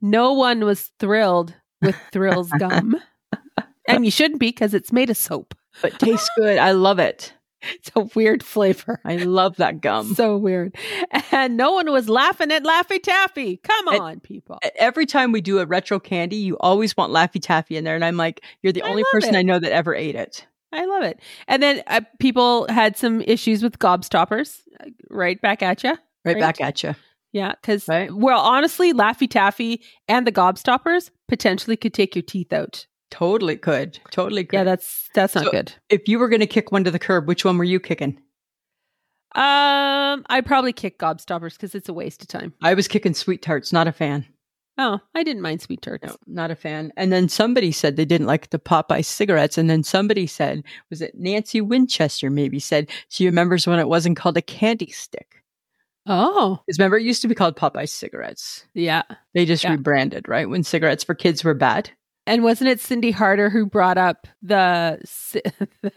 [SPEAKER 2] No one was thrilled with Thrills Gum. And you shouldn't be because it's made of soap.
[SPEAKER 1] But tastes good. I love it.
[SPEAKER 2] It's a weird flavor.
[SPEAKER 1] I love that gum.
[SPEAKER 2] So weird. And no one was laughing at Laffy Taffy. Come
[SPEAKER 1] It-
[SPEAKER 2] on, people.
[SPEAKER 1] e-, Every time we do a retro candy, you always want Laffy Taffy in there. And I'm like, you're the
[SPEAKER 2] I
[SPEAKER 1] only
[SPEAKER 2] love
[SPEAKER 1] person
[SPEAKER 2] it.
[SPEAKER 1] I know that ever ate it.
[SPEAKER 2] I love it. And then uh, people had some issues with gobstoppers. Uh, Right back at you.
[SPEAKER 1] Right,
[SPEAKER 2] Right.
[SPEAKER 1] back at you.
[SPEAKER 2] Yeah, because
[SPEAKER 1] Right.
[SPEAKER 2] well, honestly, Laffy Taffy and the Gobstoppers potentially could take your teeth out.
[SPEAKER 1] Totally could. Totally could.
[SPEAKER 2] Yeah, that's that's not
[SPEAKER 1] So-
[SPEAKER 2] good.
[SPEAKER 1] if you were going to kick one to the curb, which one were you kicking?
[SPEAKER 2] Um, I'd probably kick Gobstoppers because it's a waste of time.
[SPEAKER 1] I was kicking sweet tarts. Not a fan.
[SPEAKER 2] Oh, I didn't mind sweet tarts.
[SPEAKER 1] No, not a fan. And then somebody said they didn't like the Popeye cigarettes. And then somebody said, was it Nancy Winchester? Maybe said she remembers when it wasn't called a candy stick.
[SPEAKER 2] Oh,
[SPEAKER 1] Because remember, it used to be called Popeye cigarettes.
[SPEAKER 2] yeah.
[SPEAKER 1] They just
[SPEAKER 2] Yeah.
[SPEAKER 1] rebranded, right? When cigarettes for kids were bad.
[SPEAKER 2] And wasn't it Cindy Harder who brought up the si- the,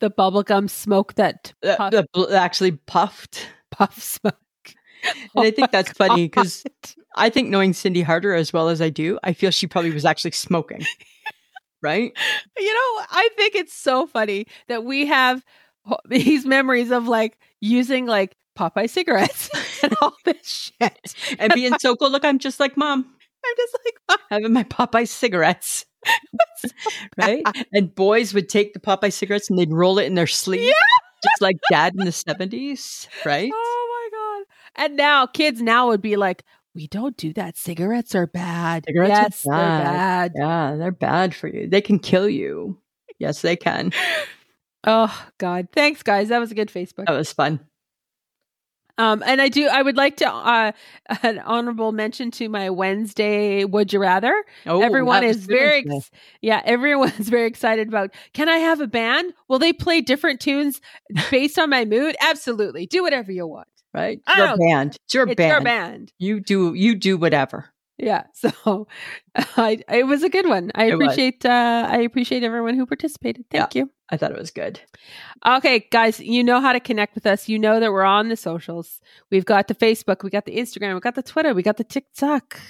[SPEAKER 2] the, bubblegum smoke that
[SPEAKER 1] Uh,
[SPEAKER 2] Puff.
[SPEAKER 1] the bl- actually puffed.
[SPEAKER 2] puff smoke?
[SPEAKER 1] And I think that's funny because
[SPEAKER 2] God.
[SPEAKER 1] I think knowing Cindy Harder as well as I do, I feel she probably was actually smoking, right?
[SPEAKER 2] You know, I think it's so funny that we have ho- these memories of like using like Popeye cigarettes and all this shit.
[SPEAKER 1] and being so cool. Look, I'm just like mom,
[SPEAKER 2] I'm just like,
[SPEAKER 1] having my Popeye cigarettes. right? And boys would take the Popeye cigarettes and they'd roll it in their sleeve. Just like dad in the 70s, right?
[SPEAKER 2] oh my God. And now kids now would be like, we don't do that. Cigarettes are bad.
[SPEAKER 1] Cigarettes are
[SPEAKER 2] yes, they're bad.
[SPEAKER 1] Yeah, they're bad for you. They can kill you. Yes, they can.
[SPEAKER 2] Oh God. Thanks, guys. That was a good Facebook.
[SPEAKER 1] That was fun.
[SPEAKER 2] Um, and I do I would like to uh an honorable mention to my Wednesday Would You Rather.
[SPEAKER 1] Oh,
[SPEAKER 2] everyone
[SPEAKER 1] that was
[SPEAKER 2] is
[SPEAKER 1] good
[SPEAKER 2] very
[SPEAKER 1] one.
[SPEAKER 2] ex- yeah everyone's very excited about can i have a band will they play different tunes based on my mood absolutely do whatever you want
[SPEAKER 1] right.
[SPEAKER 2] I
[SPEAKER 1] You're
[SPEAKER 2] don't-
[SPEAKER 1] banned. It's your
[SPEAKER 2] Oh, it's
[SPEAKER 1] band.
[SPEAKER 2] your band
[SPEAKER 1] You do you do whatever.
[SPEAKER 2] yeah so i it was a good one i
[SPEAKER 1] It was.
[SPEAKER 2] appreciate uh i appreciate everyone who participated thank you
[SPEAKER 1] I thought it was good.
[SPEAKER 2] Okay, guys, you know how to connect with us. You know that we're on the socials. We've got the Facebook, we got the Instagram, we got the Twitter, we got the TikTok.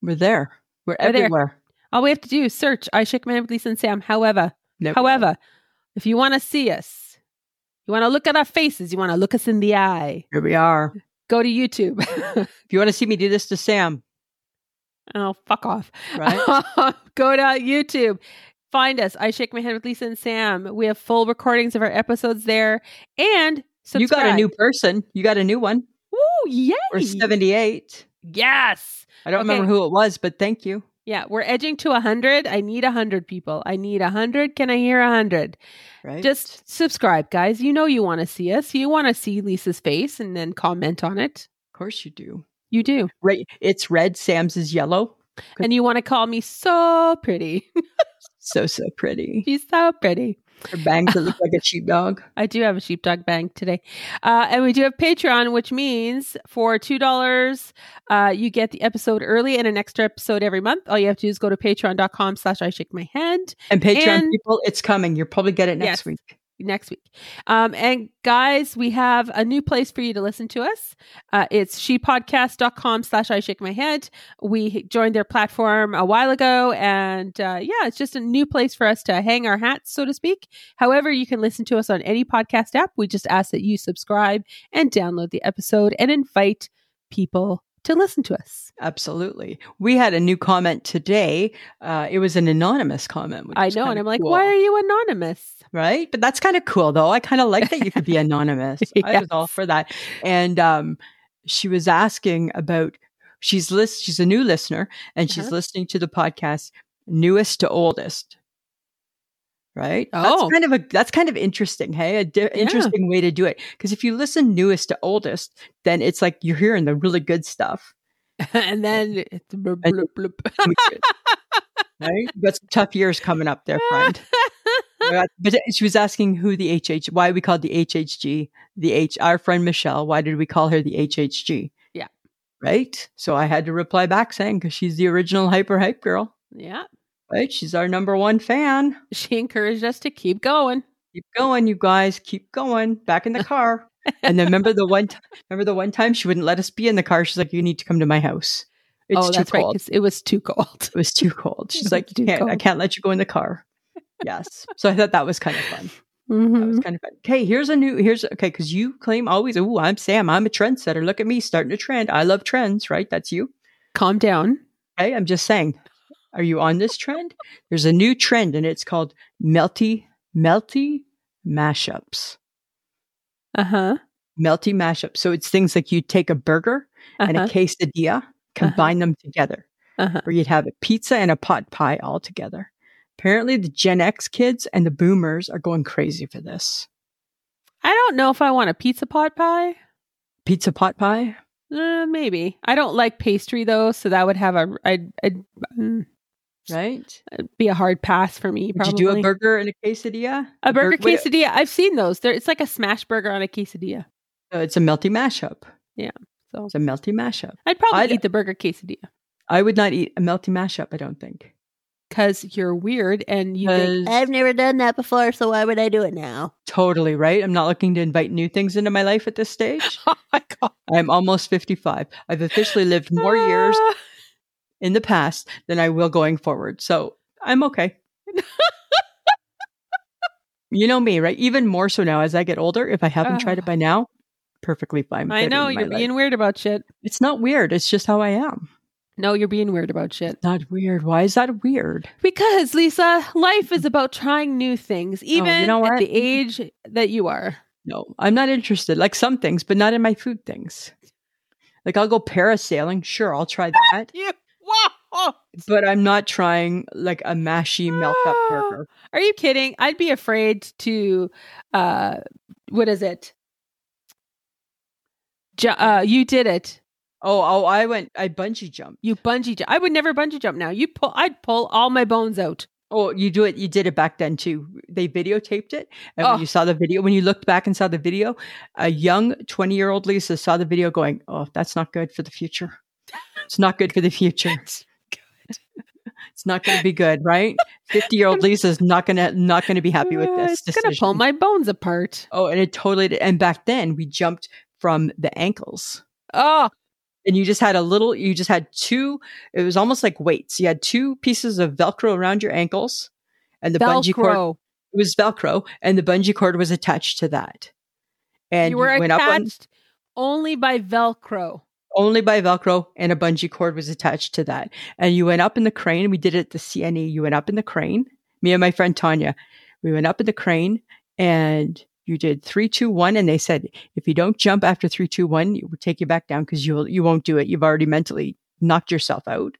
[SPEAKER 1] We're there. We're,
[SPEAKER 2] We're there.
[SPEAKER 1] everywhere.
[SPEAKER 2] All we have to do is search I Shake Man with Lisa and Sam. However,
[SPEAKER 1] Nope.
[SPEAKER 2] However, if you want to see us, you want to look at our faces, you want to look us in the eye,
[SPEAKER 1] here we are.
[SPEAKER 2] go to YouTube.
[SPEAKER 1] If you want to see me do this to Sam,
[SPEAKER 2] oh, fuck off.
[SPEAKER 1] right?
[SPEAKER 2] go to YouTube. Find us. I shake my head with Lisa and Sam. We have full recordings of our episodes there. And subscribe.
[SPEAKER 1] You got a new person. You got a new one.
[SPEAKER 2] Woo, yay.
[SPEAKER 1] We're 78.
[SPEAKER 2] Yes.
[SPEAKER 1] I don't remember
[SPEAKER 2] Okay.
[SPEAKER 1] who it was, but thank you.
[SPEAKER 2] Yeah, we're edging to 100. I need 100 people. I need 100. Can I hear 100?
[SPEAKER 1] Right.
[SPEAKER 2] Just subscribe, guys. You know you want to see us. You want to see Lisa's face and then comment on it.
[SPEAKER 1] of course you do.
[SPEAKER 2] You do.
[SPEAKER 1] Right. It's red. Sam's is yellow. Good.
[SPEAKER 2] And you want to call me so pretty.
[SPEAKER 1] So so pretty.
[SPEAKER 2] She's so pretty.
[SPEAKER 1] Her bangs that look like a sheepdog.
[SPEAKER 2] I do have a sheepdog bank today. Uh, and we do have Patreon, which means for $2, uh, you get the episode early and an extra episode every month. All you have to do is go to patreon.com slash I shake my hand
[SPEAKER 1] And Patreon
[SPEAKER 2] And-
[SPEAKER 1] people, it's coming. You'll probably get it next
[SPEAKER 2] Yes.
[SPEAKER 1] week.
[SPEAKER 2] next week. Um, and guys, we have a new place for you to listen to us. Uh, it's shepodcast.com slash I shake my head. We joined their platform a while ago. And uh, yeah, it's just a new place for us to hang our hats, so to speak. However, you can listen to us on any podcast app. We just ask that you subscribe and download the episode and invite people to listen to us.
[SPEAKER 1] Absolutely. We had a new comment today. Uh, it was an anonymous comment. which
[SPEAKER 2] I
[SPEAKER 1] is
[SPEAKER 2] know. And
[SPEAKER 1] kinda
[SPEAKER 2] I'm like,
[SPEAKER 1] cool,
[SPEAKER 2] why are you anonymous?
[SPEAKER 1] Right. But that's kind of cool, though. I kind of like that you could be anonymous. I was all for that. And um, she was asking about, she's list, she's a new listener and she's
[SPEAKER 2] Uh-huh.
[SPEAKER 1] listening to the podcast, newest to oldest. Right.
[SPEAKER 2] Oh.
[SPEAKER 1] That's kind of a, that's kind of interesting. Hey, a di- interesting way to do it. Cause if you listen newest to oldest, then it's like you're hearing the really good stuff.
[SPEAKER 2] and then it's bloop,
[SPEAKER 1] And-
[SPEAKER 2] bloop, bloop.
[SPEAKER 1] We did. right? You got some tough years coming up there, friend. You got- But she was asking who the HH, why we called the HHG, the H, our friend Michelle, why did we call her the HHG?
[SPEAKER 2] Yeah.
[SPEAKER 1] Right? So I had to reply back saying, because she's the original hyper hype girl,
[SPEAKER 2] yeah.
[SPEAKER 1] right? She's our number one fan.
[SPEAKER 2] she encouraged us to keep going.
[SPEAKER 1] Keep going, you guys. Keep going. Back in the car. and then remember the one, t- remember the one time she wouldn't let us be in the car. She's like, "You need to come to my house. It's
[SPEAKER 2] oh,
[SPEAKER 1] too
[SPEAKER 2] that's right.
[SPEAKER 1] cold."
[SPEAKER 2] 'cause It was too cold.
[SPEAKER 1] It was too cold. She's
[SPEAKER 2] was
[SPEAKER 1] like,
[SPEAKER 2] too
[SPEAKER 1] you can't, I
[SPEAKER 2] cold.
[SPEAKER 1] can't let you go in the car. Yes. So I thought that was kind of fun. That was
[SPEAKER 2] Mhm.
[SPEAKER 1] kind of fun. Okay, here's a new, here's, okay, because you claim always, oh, I'm Sam. I'm a trendsetter. Look at me starting a trend. I love trends, right? That's you.
[SPEAKER 2] Calm down.
[SPEAKER 1] Okay, I'm just saying, are you on this trend? There's a new trend and it's called melty, melty mashups.
[SPEAKER 2] Uh
[SPEAKER 1] Uh-huh,
[SPEAKER 2] huh.
[SPEAKER 1] Melty mashups. So it's things like you take a burger and a
[SPEAKER 2] Uh
[SPEAKER 1] quesadilla, combine them together.
[SPEAKER 2] huh.
[SPEAKER 1] where you'd have a pizza and a pot pie all together. Apparently, the Gen X kids and the boomers are going crazy for this.
[SPEAKER 2] I don't know if I want a pizza pot pie.
[SPEAKER 1] Pizza pot pie?
[SPEAKER 2] Uh, maybe I don't like pastry though, so that would have a I'd, I'd mm,
[SPEAKER 1] Right.
[SPEAKER 2] be a hard pass for me.
[SPEAKER 1] Would you
[SPEAKER 2] Probably.
[SPEAKER 1] do a burger and a quesadilla?
[SPEAKER 2] A burger
[SPEAKER 1] wait,
[SPEAKER 2] quesadilla. I've seen those. There, it's like a smash burger on a quesadilla.
[SPEAKER 1] no, it's a melty mashup.
[SPEAKER 2] Yeah, so-
[SPEAKER 1] it's a melty mashup.
[SPEAKER 2] I'd probably
[SPEAKER 1] I'd-
[SPEAKER 2] eat the burger quesadilla
[SPEAKER 1] I would not eat a melty mashup, I don't think.
[SPEAKER 2] because you're weird and you. Think,
[SPEAKER 1] 'Cause-
[SPEAKER 2] I've never done that before, so why would I do it now?
[SPEAKER 1] Totally, right? I'm not looking to invite new things into my life at this stage.
[SPEAKER 2] oh my god!
[SPEAKER 1] I'm almost 55. I've officially lived more years
[SPEAKER 2] Ah.
[SPEAKER 1] in the past than I will going forward. So I'm okay. you know me, right? Even more so now as I get older. If I haven't tried it
[SPEAKER 2] Ah.
[SPEAKER 1] by now, perfectly fine. with
[SPEAKER 2] I
[SPEAKER 1] it
[SPEAKER 2] know
[SPEAKER 1] in my
[SPEAKER 2] you're
[SPEAKER 1] life.
[SPEAKER 2] being weird about shit.
[SPEAKER 1] It's not weird. It's just how I am.
[SPEAKER 2] No, you're being weird about shit.
[SPEAKER 1] Not weird. Why is that weird?
[SPEAKER 2] Because Lisa, life is about trying new things, even
[SPEAKER 1] know
[SPEAKER 2] at
[SPEAKER 1] what?
[SPEAKER 2] the age that you are.
[SPEAKER 1] No, I'm not interested. Like some things, but not in my food things. Like I'll go parasailing. Sure, I'll try that.
[SPEAKER 2] You, wow.
[SPEAKER 1] but I'm not trying like a mashy melt up
[SPEAKER 2] Ah.
[SPEAKER 1] burger.
[SPEAKER 2] Are you kidding? I'd be afraid to, uh, what is it? Ju- uh, you did it.
[SPEAKER 1] Oh, oh, I went. I bungee jumped.
[SPEAKER 2] You bungee jump. I would never bungee jump now. You pull. I'd pull all my bones out.
[SPEAKER 1] Oh, you do it. You did it back then too. They videotaped it, and
[SPEAKER 2] Oh.
[SPEAKER 1] when you saw the video, when you looked back and saw the video, a young twenty-year-old Lisa saw the video, going, "Oh, that's not good for the future. It's not good for the future. It's not going to be good, right? Fifty-year-old Lisa's not gonna not gonna be happy with
[SPEAKER 2] Uh,
[SPEAKER 1] this
[SPEAKER 2] It's gonna pull
[SPEAKER 1] decision.
[SPEAKER 2] my bones apart.
[SPEAKER 1] oh, and it totally. Did. And back then, we jumped from the ankles,
[SPEAKER 2] Oh,
[SPEAKER 1] and you just had a little. You just had two. It was almost like weights. You had two pieces of Velcro around your ankles, and the bungee cord
[SPEAKER 2] Velcro.
[SPEAKER 1] it was Velcro, and the bungee cord was attached to that. And
[SPEAKER 2] you were
[SPEAKER 1] went up on,
[SPEAKER 2] attached only by Velcro.
[SPEAKER 1] only by Velcro, and a bungee cord was attached to that. And you went up in the crane. We did it at the CNE. You went up in the crane. Me and my friend Tanya, we went up in the crane, and you did three, two, one. And they said, if you don't jump after three, two, one, it will take you back down because you'll you won't do it. You've already mentally knocked yourself out.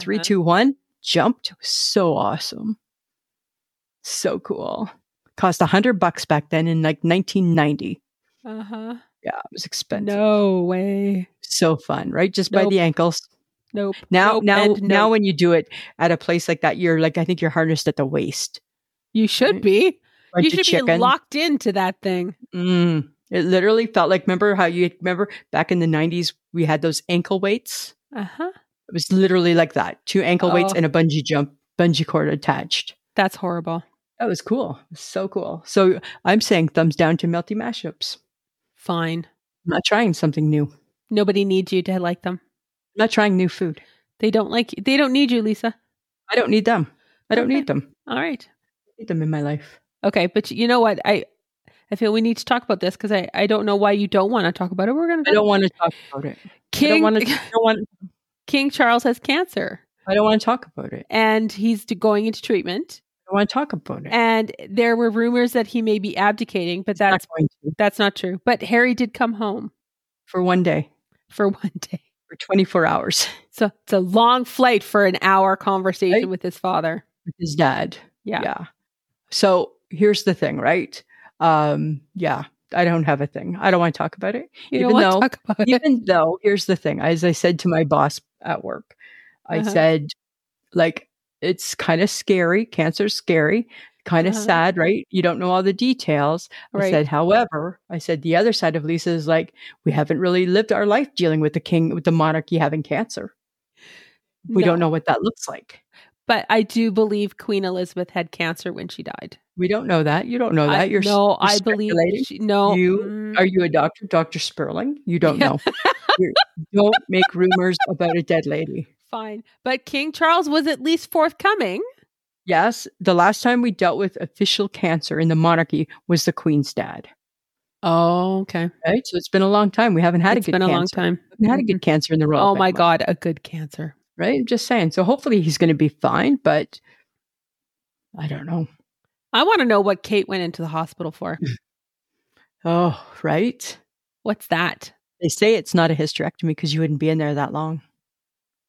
[SPEAKER 1] Three,
[SPEAKER 2] Uh-huh.
[SPEAKER 1] two, one. jumped was so awesome. So cool. Cost a hundred bucks back then in like 1990.
[SPEAKER 2] Uh huh.
[SPEAKER 1] Yeah, it was expensive.
[SPEAKER 2] No way.
[SPEAKER 1] So fun, right? Just by
[SPEAKER 2] Nope.
[SPEAKER 1] the ankles.
[SPEAKER 2] Nope.
[SPEAKER 1] Now,
[SPEAKER 2] Nope
[SPEAKER 1] now,
[SPEAKER 2] and
[SPEAKER 1] now,
[SPEAKER 2] nope.
[SPEAKER 1] when you do it at a place like that, you're like, I think you're harnessed at the waist.
[SPEAKER 2] you should be.
[SPEAKER 1] Bunch
[SPEAKER 2] you
[SPEAKER 1] of
[SPEAKER 2] should be
[SPEAKER 1] chicken.
[SPEAKER 2] locked into that thing.
[SPEAKER 1] Mm. It literally felt like, remember how you remember back in the 90s, we had those ankle weights?
[SPEAKER 2] Uh huh.
[SPEAKER 1] It was literally like that two ankle weights
[SPEAKER 2] Oh.
[SPEAKER 1] and a bungee jump, bungee cord attached.
[SPEAKER 2] That's horrible.
[SPEAKER 1] That was cool. So cool. So I'm saying thumbs down to melty mashups.
[SPEAKER 2] Fine.
[SPEAKER 1] I'm not trying something new. I'm
[SPEAKER 2] Nobody needs you to like them.
[SPEAKER 1] not trying new food.
[SPEAKER 2] They don't like you. They don't need you, Lisa.
[SPEAKER 1] I don't need them. I don't
[SPEAKER 2] Okay.
[SPEAKER 1] need them.
[SPEAKER 2] All right.
[SPEAKER 1] I need them in my life.
[SPEAKER 2] Okay. But you know what? I I feel we need to talk about this because I, I don't know why you don't want to talk about it. We're going
[SPEAKER 1] I don't want to talk about it. I don't
[SPEAKER 2] King,
[SPEAKER 1] want to. I don't want.
[SPEAKER 2] King Charles has cancer
[SPEAKER 1] I don't want to talk about it.
[SPEAKER 2] and he's d- going into treatment.
[SPEAKER 1] I don't want to talk about it.
[SPEAKER 2] And there were rumors that he may be abdicating, but that's
[SPEAKER 1] not going to
[SPEAKER 2] that's not true. But Harry did come home
[SPEAKER 1] for one day
[SPEAKER 2] for one day.
[SPEAKER 1] for 24 hours
[SPEAKER 2] So it's a long flight for an hour conversation
[SPEAKER 1] Right.
[SPEAKER 2] with his father.
[SPEAKER 1] with his dad.
[SPEAKER 2] Yeah.
[SPEAKER 1] Yeah. So here's the thing, right? Um, yeah, I don't have a thing. I don't want to talk about it.
[SPEAKER 2] You
[SPEAKER 1] Even
[SPEAKER 2] don't want
[SPEAKER 1] though-
[SPEAKER 2] to talk about it.
[SPEAKER 1] Even though, here's the thing, as I said to my boss at work, I
[SPEAKER 2] Uh-huh.
[SPEAKER 1] said, like, it's kind of scary. Cancer's scary, kind of
[SPEAKER 2] Uh-huh.
[SPEAKER 1] sad, right? You don't know all the details. I
[SPEAKER 2] Right.
[SPEAKER 1] said, however, I said, the other side of Lisa is like, we haven't really lived our life dealing with the king, with the monarchy having cancer. We don't
[SPEAKER 2] No.
[SPEAKER 1] know what that looks like.
[SPEAKER 2] But I do believe Queen Elizabeth had cancer when she died.
[SPEAKER 1] We don't know that. You don't know
[SPEAKER 2] I,
[SPEAKER 1] Oh, that. You're
[SPEAKER 2] no, I believe
[SPEAKER 1] speculating.
[SPEAKER 2] she, no.
[SPEAKER 1] You
[SPEAKER 2] mm,
[SPEAKER 1] Are you a doctor, Dr. Sperling? You don't
[SPEAKER 2] Yeah.
[SPEAKER 1] know. You're- don't make rumors about a dead lady.
[SPEAKER 2] fine. But King Charles was at least forthcoming.
[SPEAKER 1] Yes, the last time we dealt with official cancer in the monarchy was the Queen's dad.
[SPEAKER 2] Oh, okay.
[SPEAKER 1] Right, so it's been a long time. We haven't had
[SPEAKER 2] It's
[SPEAKER 1] a good
[SPEAKER 2] been a
[SPEAKER 1] cancer.
[SPEAKER 2] long time.
[SPEAKER 1] We haven't had a good cancer in the royal.
[SPEAKER 2] oh my
[SPEAKER 1] family,
[SPEAKER 2] God, a good cancer.
[SPEAKER 1] Right, I'm just saying. So hopefully he's going to be fine, but I don't know.
[SPEAKER 2] I want to know what Kate went into the hospital for.
[SPEAKER 1] Oh, right.
[SPEAKER 2] What's that?
[SPEAKER 1] They say it's not a hysterectomy because you wouldn't be in there that long.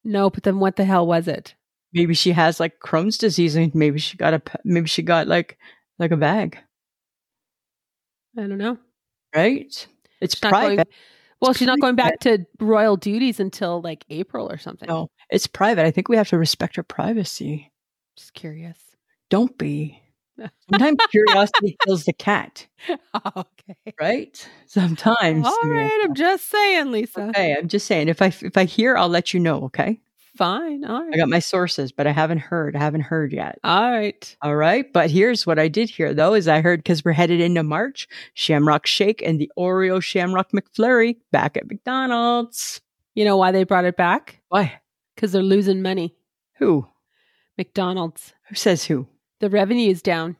[SPEAKER 2] No, but then what the hell was it?
[SPEAKER 1] Maybe she has like Crohn's disease, and maybe she got a p- maybe she got like like a bag.
[SPEAKER 2] I don't know.
[SPEAKER 1] Right? It's
[SPEAKER 2] She's not
[SPEAKER 1] private.
[SPEAKER 2] going. Well,
[SPEAKER 1] It's
[SPEAKER 2] she's not going back to royal duties until like April or something.
[SPEAKER 1] no, it's private. I think we have to respect her privacy.
[SPEAKER 2] Just curious.
[SPEAKER 1] Don't be. Sometimes curiosity kills the cat,
[SPEAKER 2] Oh, okay.
[SPEAKER 1] right? Sometimes.
[SPEAKER 2] All
[SPEAKER 1] Samantha.
[SPEAKER 2] right. I'm just saying, Lisa.
[SPEAKER 1] okay, I'm just saying. If I if I hear, I'll let you know. Okay,
[SPEAKER 2] Fine. All
[SPEAKER 1] I
[SPEAKER 2] right.
[SPEAKER 1] got my sources, but I haven't heard. I haven't heard yet.
[SPEAKER 2] All right.
[SPEAKER 1] All right, but here's what I did hear though: is I heard because we're headed into March, Shamrock Shake and the Oreo Shamrock McFlurry back at McDonald's.
[SPEAKER 2] You know why they brought it back?
[SPEAKER 1] Why?
[SPEAKER 2] Because they're losing money.
[SPEAKER 1] Who?
[SPEAKER 2] McDonald's.
[SPEAKER 1] Who says who?
[SPEAKER 2] The revenue is down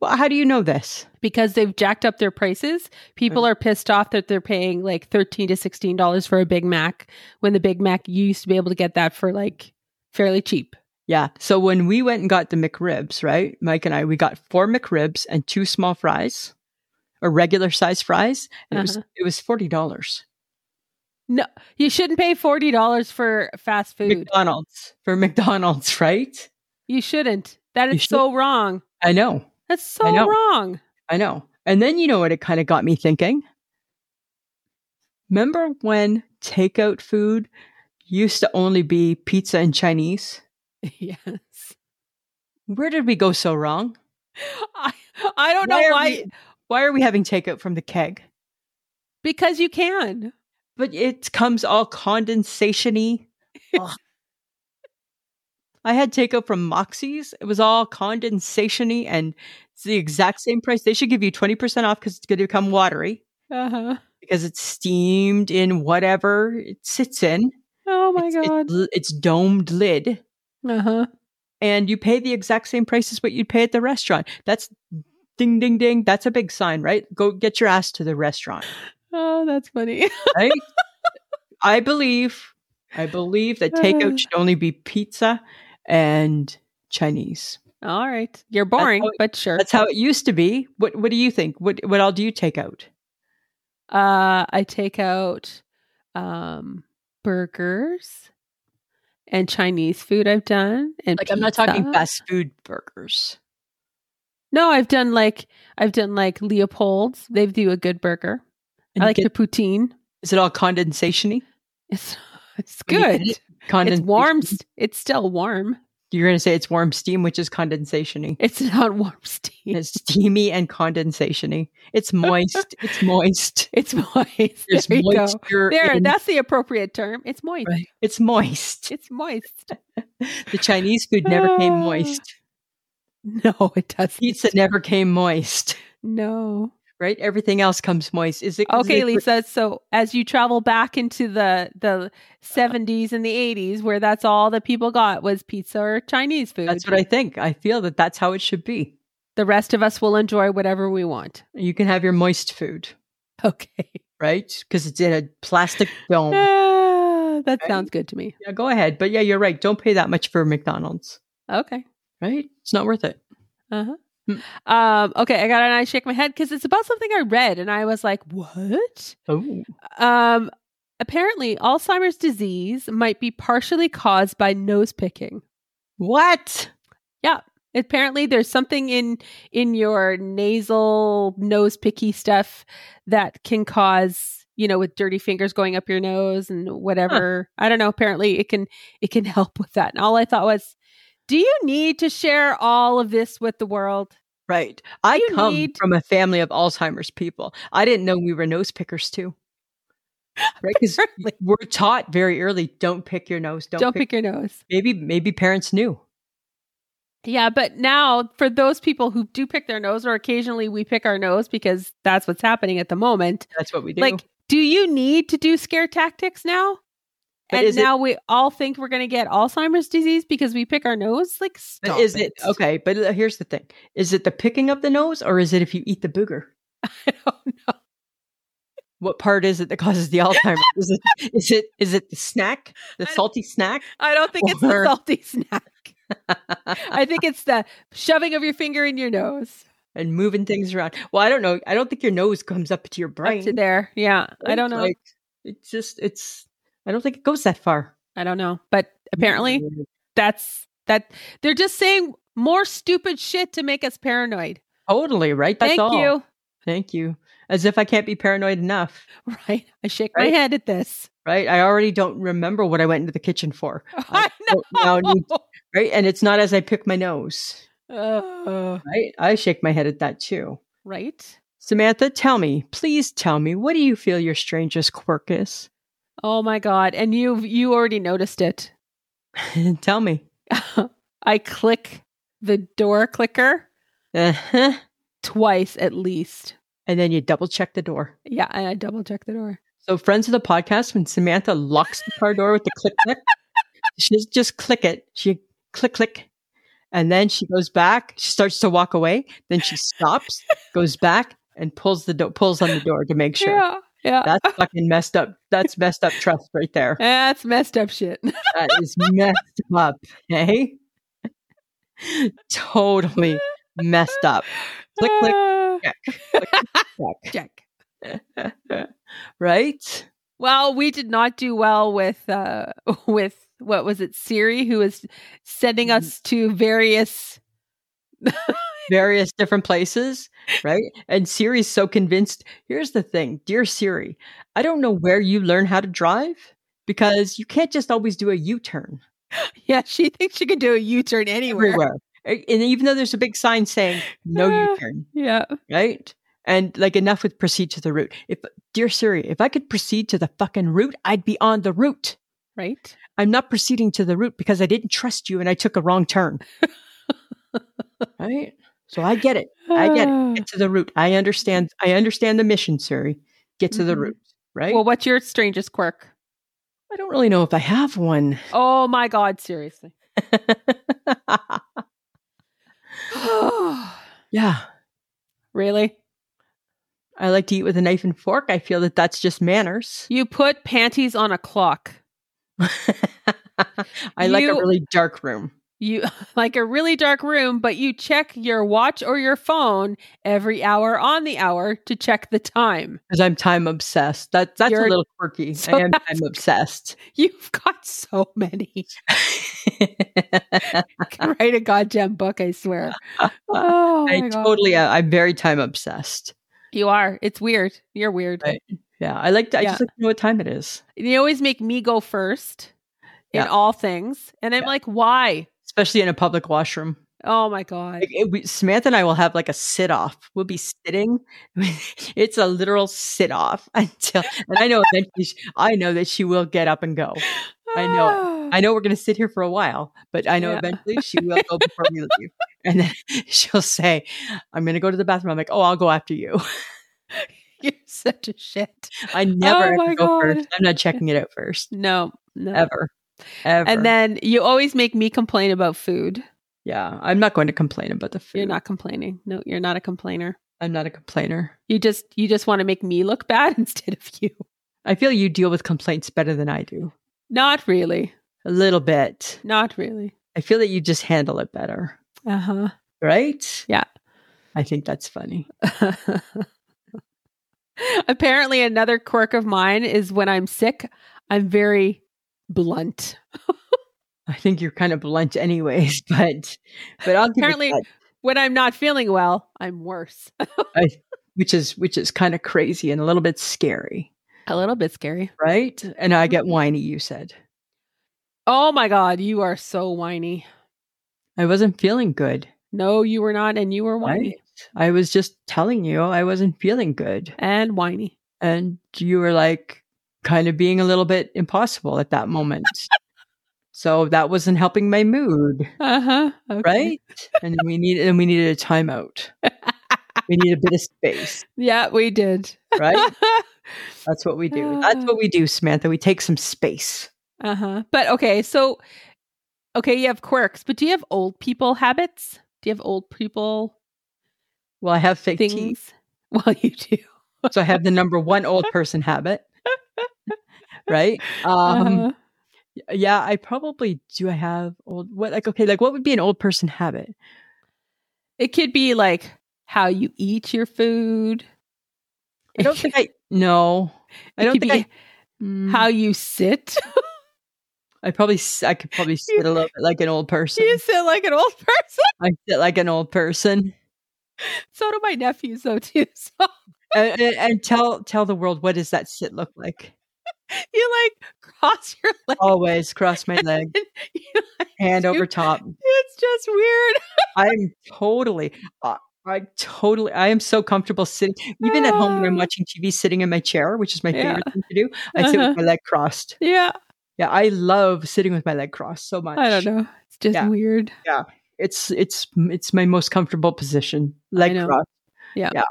[SPEAKER 1] Well, how do you know this?
[SPEAKER 2] because they've jacked up their prices. People
[SPEAKER 1] Mm.
[SPEAKER 2] are pissed off that they're paying like thirteen to sixteen dollars for a Big Mac when the Big Mac you used to be able to get that for like fairly cheap.
[SPEAKER 1] Yeah. So when we went and got the McRibs, right? Mike and I, we got four McRibs and two small fries, or regular size fries, and it was
[SPEAKER 2] Uh-huh.
[SPEAKER 1] it was forty dollars.
[SPEAKER 2] You shouldn't pay forty dollars for fast food.
[SPEAKER 1] McDonald's for McDonald's, right?
[SPEAKER 2] You shouldn't. That
[SPEAKER 1] You
[SPEAKER 2] is so wrong.
[SPEAKER 1] I know,
[SPEAKER 2] That's so
[SPEAKER 1] I know.
[SPEAKER 2] wrong.
[SPEAKER 1] I know. And then you know what? It kind of got me thinking. Remember when takeout food used to only be pizza and Chinese?
[SPEAKER 2] yes.
[SPEAKER 1] Where did we go so wrong?
[SPEAKER 2] I, I don't know
[SPEAKER 1] are
[SPEAKER 2] why.
[SPEAKER 1] we- why are we having takeout from the keg?
[SPEAKER 2] because you can.
[SPEAKER 1] but it comes all condensationy. Ugh. I had takeout from Moxie's. It was all condensationy, and it's the exact same price. They should give you twenty percent off because it's going to become watery
[SPEAKER 2] Uh-huh.
[SPEAKER 1] because it's steamed in whatever it sits in.
[SPEAKER 2] Oh my
[SPEAKER 1] it's, it's
[SPEAKER 2] god.
[SPEAKER 1] l- it's domed lid,
[SPEAKER 2] Uh-huh.
[SPEAKER 1] and you pay the exact same price as what you'd pay at the restaurant. That's ding ding ding. That's a big sign, right? Go get your ass to the restaurant.
[SPEAKER 2] Oh, that's funny.
[SPEAKER 1] right? I believe, I believe that takeout
[SPEAKER 2] Uh.
[SPEAKER 1] should only be pizza and Chinese.
[SPEAKER 2] All right. You're boring,
[SPEAKER 1] how-
[SPEAKER 2] but sure.
[SPEAKER 1] That's how it used to be. What What do you think? What What all do you take out?
[SPEAKER 2] Uh I take out um burgers and Chinese food I've done. And
[SPEAKER 1] Like I'm not talking
[SPEAKER 2] pizza.
[SPEAKER 1] fast food burgers.
[SPEAKER 2] No, I've done like I've done like Leopold's. They do a good burger.
[SPEAKER 1] And
[SPEAKER 2] I
[SPEAKER 1] you
[SPEAKER 2] like
[SPEAKER 1] get-
[SPEAKER 2] the poutine.
[SPEAKER 1] is it all condensationy?
[SPEAKER 2] It's it's
[SPEAKER 1] When you
[SPEAKER 2] good.
[SPEAKER 1] get it,
[SPEAKER 2] It's
[SPEAKER 1] Condensation.
[SPEAKER 2] warm. st- It's still warm.
[SPEAKER 1] You're going to say it's warm steam, which is condensationy.
[SPEAKER 2] It's not warm steam.
[SPEAKER 1] It's steamy and condensationy. It's moist. it's moist.
[SPEAKER 2] It's moist. er,
[SPEAKER 1] There's
[SPEAKER 2] there you go.
[SPEAKER 1] moisture.
[SPEAKER 2] There,
[SPEAKER 1] in-
[SPEAKER 2] that's the appropriate term. It's moist.
[SPEAKER 1] Right. It's moist.
[SPEAKER 2] It's moist.
[SPEAKER 1] The Chinese food never came
[SPEAKER 2] Ah.
[SPEAKER 1] moist.
[SPEAKER 2] No, it doesn't.
[SPEAKER 1] Pizza never came moist.
[SPEAKER 2] No.
[SPEAKER 1] Right? Everything else comes moist. Is it 'cause
[SPEAKER 2] Okay,
[SPEAKER 1] they put-
[SPEAKER 2] Lisa. So as you travel back into the the seventies and the eighties, where that's all that people got was pizza or Chinese food.
[SPEAKER 1] That's what I think. I feel that that's how it should be.
[SPEAKER 2] the rest of us will enjoy whatever we want.
[SPEAKER 1] You can have your moist food,
[SPEAKER 2] Okay.
[SPEAKER 1] right? Because it's in a plastic film.
[SPEAKER 2] Ah, that
[SPEAKER 1] Right?
[SPEAKER 2] sounds good to me.
[SPEAKER 1] yeah, go ahead. But yeah, you're right. Don't pay that much for McDonald's,
[SPEAKER 2] Okay.
[SPEAKER 1] right? It's not worth it.
[SPEAKER 2] Uh-huh.
[SPEAKER 1] Hmm.
[SPEAKER 2] Um, okay, I got and I shake my head because it's about something I read and I was like, what?
[SPEAKER 1] Oh,
[SPEAKER 2] Um apparently Alzheimer's disease might be partially caused by nose picking.
[SPEAKER 1] what?
[SPEAKER 2] Apparently there's something in in your nasal nose picky stuff that can cause, you know, with dirty fingers going up your nose and whatever. I don't know, apparently it can it can help with that. And all I thought was, do you need to share all of this with the world?
[SPEAKER 1] Right. I
[SPEAKER 2] You
[SPEAKER 1] come
[SPEAKER 2] need-
[SPEAKER 1] from a family of Alzheimer's people. I didn't know we were nose pickers too. Right? Because
[SPEAKER 2] Apparently.
[SPEAKER 1] we're taught very early, don't pick your nose. Don't,
[SPEAKER 2] Don't,
[SPEAKER 1] pick.
[SPEAKER 2] pick your nose.
[SPEAKER 1] Maybe maybe parents knew.
[SPEAKER 2] Yeah, but now for those people who do pick their nose, or occasionally we pick our nose because that's what's happening at the moment.
[SPEAKER 1] That's what we do.
[SPEAKER 2] Like, do you need to do scare tactics now?
[SPEAKER 1] But
[SPEAKER 2] and
[SPEAKER 1] is it-
[SPEAKER 2] now we all think we're going to get Alzheimer's disease because we pick our nose. Like,
[SPEAKER 1] But
[SPEAKER 2] stop
[SPEAKER 1] is it okay? But uh, here's the thing: is it the picking of the nose, or is it if you eat the booger?
[SPEAKER 2] I don't know.
[SPEAKER 1] What part is it that causes the Alzheimer's? is it is it is it the snack, the
[SPEAKER 2] I-
[SPEAKER 1] salty snack?
[SPEAKER 2] I don't think it's the
[SPEAKER 1] Or-
[SPEAKER 2] salty snack. I think it's the shoving of your finger in your nose
[SPEAKER 1] and moving things around. Well, I don't know. I don't think your nose comes up to your brain.
[SPEAKER 2] up to there. Yeah, I
[SPEAKER 1] right?
[SPEAKER 2] don't know.
[SPEAKER 1] Like, it's just it's. I don't think it goes that far.
[SPEAKER 2] I don't know. But apparently,
[SPEAKER 1] Mm-hmm.
[SPEAKER 2] that's that. They're just saying more stupid shit to make us paranoid.
[SPEAKER 1] totally right. That's
[SPEAKER 2] Thank
[SPEAKER 1] all.
[SPEAKER 2] you.
[SPEAKER 1] Thank you. As if I can't be paranoid enough,
[SPEAKER 2] Right. I shake my
[SPEAKER 1] Right?
[SPEAKER 2] head at this.
[SPEAKER 1] right? I already don't remember what I went into the kitchen for,
[SPEAKER 2] I know.
[SPEAKER 1] don't now need- right? And it's not as I pick my nose,
[SPEAKER 2] Uh,
[SPEAKER 1] right? I shake my head at that too.
[SPEAKER 2] right.
[SPEAKER 1] Samantha, tell me, please tell me, what do you feel your strangest quirk is?
[SPEAKER 2] Oh my god. And you you already noticed it.
[SPEAKER 1] tell me.
[SPEAKER 2] I click the door clicker
[SPEAKER 1] Uh-huh.
[SPEAKER 2] twice at least.
[SPEAKER 1] And then you double check the door.
[SPEAKER 2] Yeah, and I double check the door.
[SPEAKER 1] So, friends of the podcast, when Samantha locks the car door with the click click, she just- just click it. She click click, and then she goes back. She starts to walk away. Then she stops, goes back, and pulls the do- pulls on the door to make sure.
[SPEAKER 2] Yeah. Yeah.
[SPEAKER 1] That's fucking messed up. That's messed up trust right there.
[SPEAKER 2] That's messed up shit.
[SPEAKER 1] That is messed up. Hey, totally messed up. Click click
[SPEAKER 2] Uh,
[SPEAKER 1] click.
[SPEAKER 2] check.
[SPEAKER 1] Right?
[SPEAKER 2] Well, we did not do well with uh with what was it, Siri, who was sending us
[SPEAKER 1] Mm-hmm.
[SPEAKER 2] to various
[SPEAKER 1] various different places, right? And Siri's so convinced. Here's the thing, dear Siri, I don't know where you learn how to drive because you can't just always do a U-turn
[SPEAKER 2] Yeah, she thinks she can do a U turn anywhere.
[SPEAKER 1] everywhere. And even though there's a big sign saying no
[SPEAKER 2] Ah.
[SPEAKER 1] U-turn,
[SPEAKER 2] Yeah.
[SPEAKER 1] right? And like enough with proceed to the route. If dear Siri, if I could proceed to the fucking route, I'd be on the route.
[SPEAKER 2] Right?
[SPEAKER 1] I'm not proceeding to the route because I didn't trust you and I took a wrong turn. right? So I get it. I get
[SPEAKER 2] Ah.
[SPEAKER 1] get to the root. I understand. I understand the mission, Siri. Get to the
[SPEAKER 2] Mhm.
[SPEAKER 1] root, right?
[SPEAKER 2] Well,
[SPEAKER 1] Well,
[SPEAKER 2] what's your strangest quirk?
[SPEAKER 1] I don't really know if I have one.
[SPEAKER 2] Oh my God, seriously.
[SPEAKER 1] yeah,
[SPEAKER 2] really?
[SPEAKER 1] I like to eat with a knife and fork. I feel that that's just manners.
[SPEAKER 2] You put panties on a clock.
[SPEAKER 1] I like a
[SPEAKER 2] You-
[SPEAKER 1] really dark room.
[SPEAKER 2] you like a really dark room, but you check your watch or your phone every hour on the hour to check the time.
[SPEAKER 1] because I'm time obsessed. That, that's
[SPEAKER 2] You're-
[SPEAKER 1] a little quirky.
[SPEAKER 2] So
[SPEAKER 1] I am
[SPEAKER 2] that's-
[SPEAKER 1] time obsessed.
[SPEAKER 2] You've got so many. Oh Write a goddamn book, I swear. Oh,
[SPEAKER 1] I
[SPEAKER 2] my God.
[SPEAKER 1] totally, uh, I'm very time obsessed.
[SPEAKER 2] you are. It's weird. You're weird.
[SPEAKER 1] Right. Yeah, I like. To, I
[SPEAKER 2] Yeah.
[SPEAKER 1] just like to know what time it is,
[SPEAKER 2] They always make me go first in
[SPEAKER 1] Yeah.
[SPEAKER 2] all things, and I'm
[SPEAKER 1] Yeah.
[SPEAKER 2] like, why?
[SPEAKER 1] especially in a public washroom.
[SPEAKER 2] Oh my god.
[SPEAKER 1] Like, it- we, Samantha and I will have like a sit off. We'll be sitting. it's a literal sit off until, and I know eventually, she, I know that she will get up and go. I know I know we're going to sit here for a while, but I know
[SPEAKER 2] Yeah.
[SPEAKER 1] eventually she will go before we leave. And then she'll say, I'm going to go to the bathroom. I'm like, oh, I'll go after you.
[SPEAKER 2] You're such a shit.
[SPEAKER 1] I never
[SPEAKER 2] Oh my
[SPEAKER 1] ever go
[SPEAKER 2] God.
[SPEAKER 1] first. I'm not checking it out first,
[SPEAKER 2] No, no.
[SPEAKER 1] ever. Ever.
[SPEAKER 2] And then you always make me complain about food.
[SPEAKER 1] yeah, I'm not going to complain about the food.
[SPEAKER 2] You're not complaining. No, you're not a complainer.
[SPEAKER 1] I'm not a complainer.
[SPEAKER 2] You just you just want to make me look bad instead of you.
[SPEAKER 1] I feel you deal with complaints better than I do.
[SPEAKER 2] Not really.
[SPEAKER 1] A little bit.
[SPEAKER 2] Not really.
[SPEAKER 1] I feel that you just handle it better,
[SPEAKER 2] Uh
[SPEAKER 1] right?
[SPEAKER 2] Yeah.
[SPEAKER 1] I think that's funny.
[SPEAKER 2] huh. Apparently, another quirk of mine is when I'm sick, I'm very blunt.
[SPEAKER 1] I think you're kind of blunt anyways, but but I'll give it
[SPEAKER 2] Apparently,
[SPEAKER 1] that.
[SPEAKER 2] When I'm not feeling well, I'm worse.
[SPEAKER 1] which is which is kind of crazy and a little bit scary,
[SPEAKER 2] a little bit scary.
[SPEAKER 1] right? And I
[SPEAKER 2] Mm-hmm.
[SPEAKER 1] get whiny. You said
[SPEAKER 2] Oh my God, you are so whiny.
[SPEAKER 1] I wasn't feeling good.
[SPEAKER 2] No, you were not, and you were whiny
[SPEAKER 1] Right? I was just telling you I wasn't feeling good,
[SPEAKER 2] and whiny.
[SPEAKER 1] and you were like kind of being a little bit impossible at that moment. so that wasn't helping my mood,
[SPEAKER 2] Uh huh.
[SPEAKER 1] right? and we need and we needed a timeout. we need a bit of space,
[SPEAKER 2] Yeah, we did.
[SPEAKER 1] right? That's what we do. That's what we do, Samantha. We take some space.
[SPEAKER 2] uh huh. But okay, so okay, you have quirks, but do you have old people habits? Do you have old people
[SPEAKER 1] Well, I have fake
[SPEAKER 2] things?
[SPEAKER 1] teeth.
[SPEAKER 2] Well, you do.
[SPEAKER 1] So I have the number one old person habit. Right. Um,
[SPEAKER 2] Uh-huh.
[SPEAKER 1] Yeah, I probably do. I have old, what, like, okay, like what would be an old person habit?
[SPEAKER 2] It could be like how you eat your food.
[SPEAKER 1] I don't think I, no, I
[SPEAKER 2] It
[SPEAKER 1] don't
[SPEAKER 2] could
[SPEAKER 1] think
[SPEAKER 2] be
[SPEAKER 1] I, Mm,
[SPEAKER 2] how you sit.
[SPEAKER 1] I probably, s- I could probably sit a little bit like an old person.
[SPEAKER 2] you sit like an old person.
[SPEAKER 1] I sit like an old person
[SPEAKER 2] So do my nephews, though, too. So
[SPEAKER 1] and, and, and tell, tell the world, what does that sit look like?
[SPEAKER 2] you like cross your legs.
[SPEAKER 1] Oh. Always cross my leg,
[SPEAKER 2] You-
[SPEAKER 1] hand
[SPEAKER 2] do-
[SPEAKER 1] over top.
[SPEAKER 2] it's just weird.
[SPEAKER 1] I'm totally, uh, I totally, I am so comfortable sitting, even at home when I'm
[SPEAKER 2] Ah.
[SPEAKER 1] watching TV, sitting in my chair, which is my
[SPEAKER 2] Yeah.
[SPEAKER 1] favorite thing to do. I sit
[SPEAKER 2] Uh-huh.
[SPEAKER 1] with my leg crossed.
[SPEAKER 2] Yeah,
[SPEAKER 1] Yeah, I love sitting with my leg crossed so much.
[SPEAKER 2] I don't know. It's just
[SPEAKER 1] Yeah.
[SPEAKER 2] weird.
[SPEAKER 1] It's it's it's my most comfortable position, leg
[SPEAKER 2] know.
[SPEAKER 1] crossed.
[SPEAKER 2] Yeah.
[SPEAKER 1] yeah,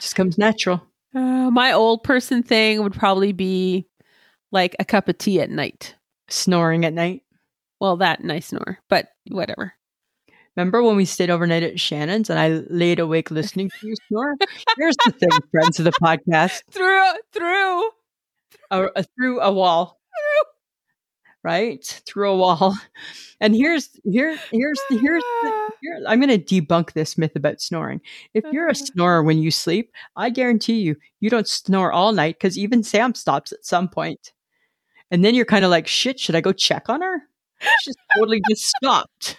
[SPEAKER 1] just comes natural.
[SPEAKER 2] Uh, my old person thing would probably be like a cup of tea at night.
[SPEAKER 1] Snoring at night.
[SPEAKER 2] Well, that and I snore, but whatever.
[SPEAKER 1] Remember when we stayed overnight at Shannon's and I laid awake listening to you snore? Here's the thing, friends of the podcast,
[SPEAKER 2] Through, through.
[SPEAKER 1] a, a- through a wall, right through a wall. And here's here here's the here's the, You're, I'm going to debunk this myth about snoring. If you're a
[SPEAKER 2] Okay.
[SPEAKER 1] snorer when you sleep, I guarantee you, you don't snore all night because even Sam stops at some point. And then you're kind of like, shit, should I go check on her? She's totally just stopped.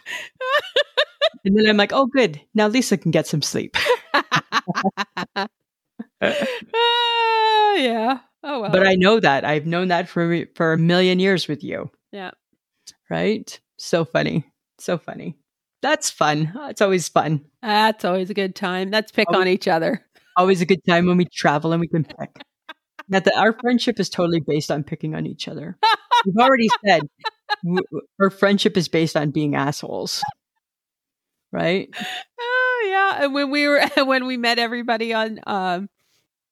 [SPEAKER 1] and then I'm like, oh, good. Now Lisa can get some sleep.
[SPEAKER 2] Ah, yeah. Oh well.
[SPEAKER 1] But I know that. I've known that for, for a million years with you.
[SPEAKER 2] Yeah.
[SPEAKER 1] Right? So funny. So funny. That's fun. It's always fun.
[SPEAKER 2] That's always a good time. Let's pick
[SPEAKER 1] Oh.
[SPEAKER 2] on each other.
[SPEAKER 1] always a good time when we travel and we can pick. Not that our friendship is totally based on picking on each other. We've already said w- w- our friendship is based on being assholes, right?
[SPEAKER 2] Oh yeah. And when we were when we met everybody on um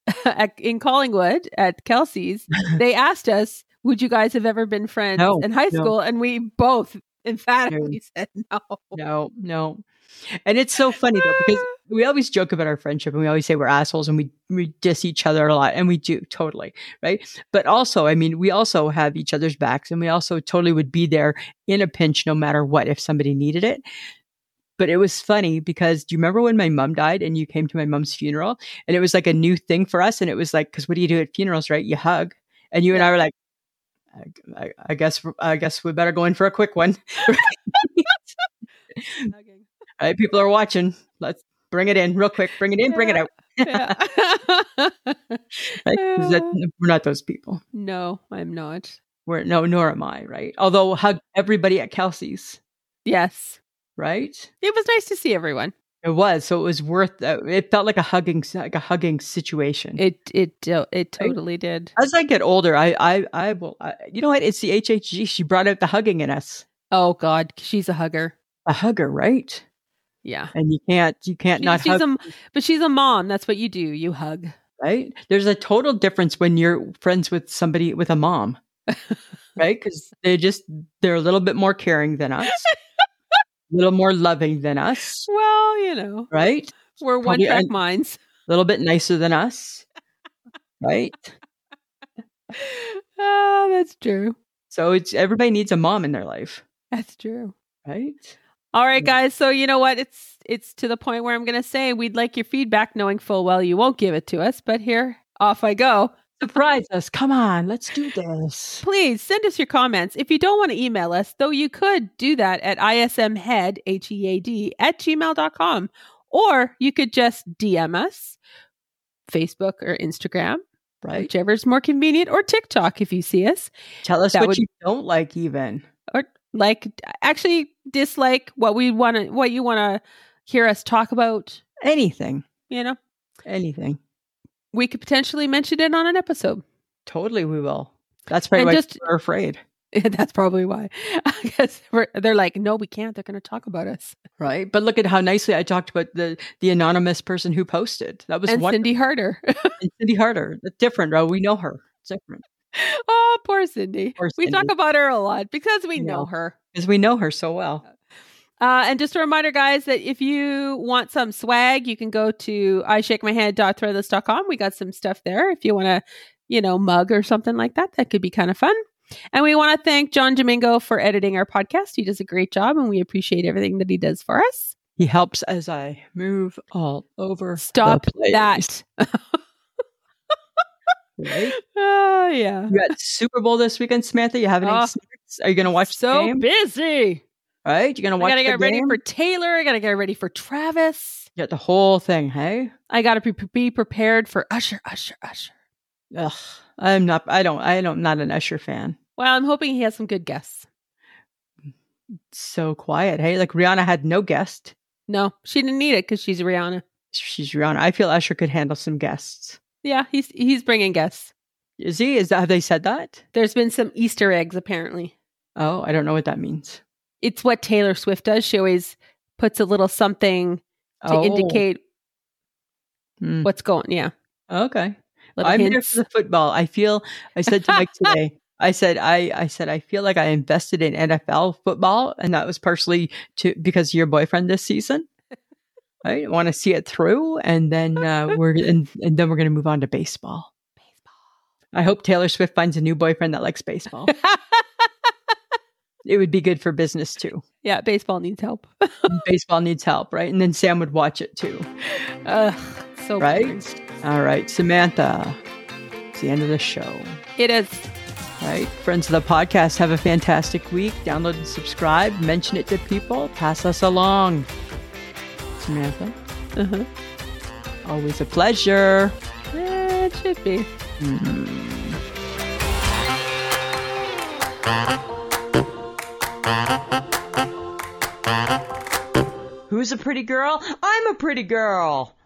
[SPEAKER 2] at, in Collingwood at Kelsey's, they asked us, "Would you guys have ever been friends
[SPEAKER 1] No,
[SPEAKER 2] in high
[SPEAKER 1] no.
[SPEAKER 2] school?" And we both emphatically said no.
[SPEAKER 1] No, no. And it's so funny though because we always joke about our friendship and we always say we're assholes and we, we diss each other a lot and we do totally right but also i mean we also have each other's backs and we also totally would be there in a pinch no matter what if somebody needed it but it was funny because do you remember when my mom died and you came to my mom's funeral and it was like a new thing for us and it was like because what do you do at funerals right you hug and you and i were like I, I, I guess i guess we better go in for a quick one
[SPEAKER 2] Hugging.
[SPEAKER 1] All right, people are watching. Let's bring it in real quick. Bring it in, bring it out.
[SPEAKER 2] Yeah.
[SPEAKER 1] Right? 'Cause that- we're not those people.
[SPEAKER 2] no, I'm not.
[SPEAKER 1] We're no, nor am I, right? Although hug everybody at Kelsey's,
[SPEAKER 2] Yes.
[SPEAKER 1] right?
[SPEAKER 2] It was nice to see everyone.
[SPEAKER 1] It was so it was worth. Uh, it felt like a hugging, like a hugging situation.
[SPEAKER 2] It it do- it totally did.
[SPEAKER 1] As I get older, I, I, I will. I, you know what? It's the HHG. She brought out the hugging in us.
[SPEAKER 2] Oh God, she's a hugger.
[SPEAKER 1] A hugger, right?
[SPEAKER 2] Yeah.
[SPEAKER 1] And you can't, you can't
[SPEAKER 2] She-
[SPEAKER 1] not
[SPEAKER 2] she's
[SPEAKER 1] hug,
[SPEAKER 2] a m- but she's a mom. That's what you do. You hug.
[SPEAKER 1] right? There's a total difference when you're friends with somebody with a mom, right? Because they just they're a little bit more caring than us, a little more loving than us,
[SPEAKER 2] Well, you know,
[SPEAKER 1] right?
[SPEAKER 2] we're one
[SPEAKER 1] Probably-
[SPEAKER 2] track
[SPEAKER 1] and-
[SPEAKER 2] minds.
[SPEAKER 1] A little bit nicer than us, right?
[SPEAKER 2] Oh, that's true.
[SPEAKER 1] So it's everybody needs a mom in their life,
[SPEAKER 2] That's true.
[SPEAKER 1] right?
[SPEAKER 2] All right,
[SPEAKER 1] Yeah.
[SPEAKER 2] guys. So you know what? It's it's to the point where I'm going to say we'd like your feedback, knowing full well you won't give it to us. But here, off I go.
[SPEAKER 1] Surprise us! Come on, let's do this.
[SPEAKER 2] Please send us your comments. If you don't want to email us, though you could do that at ismhead, H-E-A-D, E at gmail.com. Or you could just DM us, Facebook or Instagram,
[SPEAKER 1] Right?
[SPEAKER 2] whichever's more convenient, or TikTok if you see us.
[SPEAKER 1] Tell us
[SPEAKER 2] That
[SPEAKER 1] what
[SPEAKER 2] would-
[SPEAKER 1] you don't like, even.
[SPEAKER 2] Like, actually dislike what we want to, what you want to hear us talk about,
[SPEAKER 1] Anything,
[SPEAKER 2] you know?
[SPEAKER 1] anything.
[SPEAKER 2] we could potentially mention it on an episode.
[SPEAKER 1] Totally, we will. That's probably
[SPEAKER 2] And
[SPEAKER 1] why
[SPEAKER 2] just-
[SPEAKER 1] we're afraid,
[SPEAKER 2] That's probably why. I guess we're, they're like, no, we can't. They're going to talk about us.
[SPEAKER 1] right? But look at how nicely I talked about the the anonymous person who posted. That was
[SPEAKER 2] And
[SPEAKER 1] one
[SPEAKER 2] Cindy Harder.
[SPEAKER 1] and Cindy Harder. That's different, right? We know her. It's different
[SPEAKER 2] oh, poor Cindy.
[SPEAKER 1] Poor
[SPEAKER 2] We talk
[SPEAKER 1] Cindy.
[SPEAKER 2] about her a lot because we
[SPEAKER 1] Yeah.
[SPEAKER 2] know her.
[SPEAKER 1] because we know her so well.
[SPEAKER 2] Uh, and just a reminder, guys, that if you want some swag, you can go to ishakemyhead.threadless.com. We got some stuff there. If you want to, you know, mug or something like that, that could be kind of fun. And we want to thank John Domingo for editing our podcast. He does a great job, and we appreciate everything that he does for us.
[SPEAKER 1] He helps as I move all over. the
[SPEAKER 2] Stop
[SPEAKER 1] place,
[SPEAKER 2] that.
[SPEAKER 1] right?
[SPEAKER 2] Oh yeah.
[SPEAKER 1] You got Super Bowl this weekend, Samantha. You have any
[SPEAKER 2] Oh,
[SPEAKER 1] snacks? Are you going to watch
[SPEAKER 2] so
[SPEAKER 1] the game?
[SPEAKER 2] busy.
[SPEAKER 1] All right, you're going to
[SPEAKER 2] I
[SPEAKER 1] watch
[SPEAKER 2] gotta
[SPEAKER 1] the
[SPEAKER 2] get ready
[SPEAKER 1] game?
[SPEAKER 2] for Taylor. I gotta get ready for Travis.
[SPEAKER 1] You got the whole thing, hey?
[SPEAKER 2] I gotta be, be prepared for Usher, Usher, Usher.
[SPEAKER 1] Ugh, I'm not. I don't. I don't. Not an Usher fan.
[SPEAKER 2] Well, I'm hoping he has some good guests.
[SPEAKER 1] So quiet, hey? Like Rihanna had no guest.
[SPEAKER 2] No, she didn't need it because she's Rihanna.
[SPEAKER 1] She's Rihanna. I feel Usher could handle some guests.
[SPEAKER 2] Yeah, he's he's bringing guests.
[SPEAKER 1] Is he? Is that have they said that?
[SPEAKER 2] There's been some Easter eggs apparently.
[SPEAKER 1] Oh, I don't know what that means.
[SPEAKER 2] It's what Taylor Swift does. She always puts a little something to
[SPEAKER 1] oh,
[SPEAKER 2] indicate
[SPEAKER 1] Hmm.
[SPEAKER 2] what's going. Yeah,
[SPEAKER 1] Okay.
[SPEAKER 2] little
[SPEAKER 1] I'm here
[SPEAKER 2] hints.
[SPEAKER 1] for the football. I feel I said to Mike today. I said I I said I feel like I invested in NFL football, and that was partially to because of your boyfriend this season. I want to see it through, and then uh, we're and, and then we're going to move on to baseball. I hope Taylor Swift finds a new boyfriend that likes baseball.
[SPEAKER 2] Baseball.
[SPEAKER 1] it would be good for business too.
[SPEAKER 2] yeah, baseball needs help.
[SPEAKER 1] baseball needs help, right? And then Sam would watch it too,
[SPEAKER 2] Ugh, so boring.
[SPEAKER 1] right? All right, Samantha. It's the end of the show.
[SPEAKER 2] It is.
[SPEAKER 1] All right, friends of the podcast, have a fantastic week. Download and subscribe. Mention it to people. Pass us along. Samantha,
[SPEAKER 2] Uh-huh.
[SPEAKER 1] always a pleasure.
[SPEAKER 2] Yeah, it should be.
[SPEAKER 1] Who's a pretty girl? I'm a pretty girl.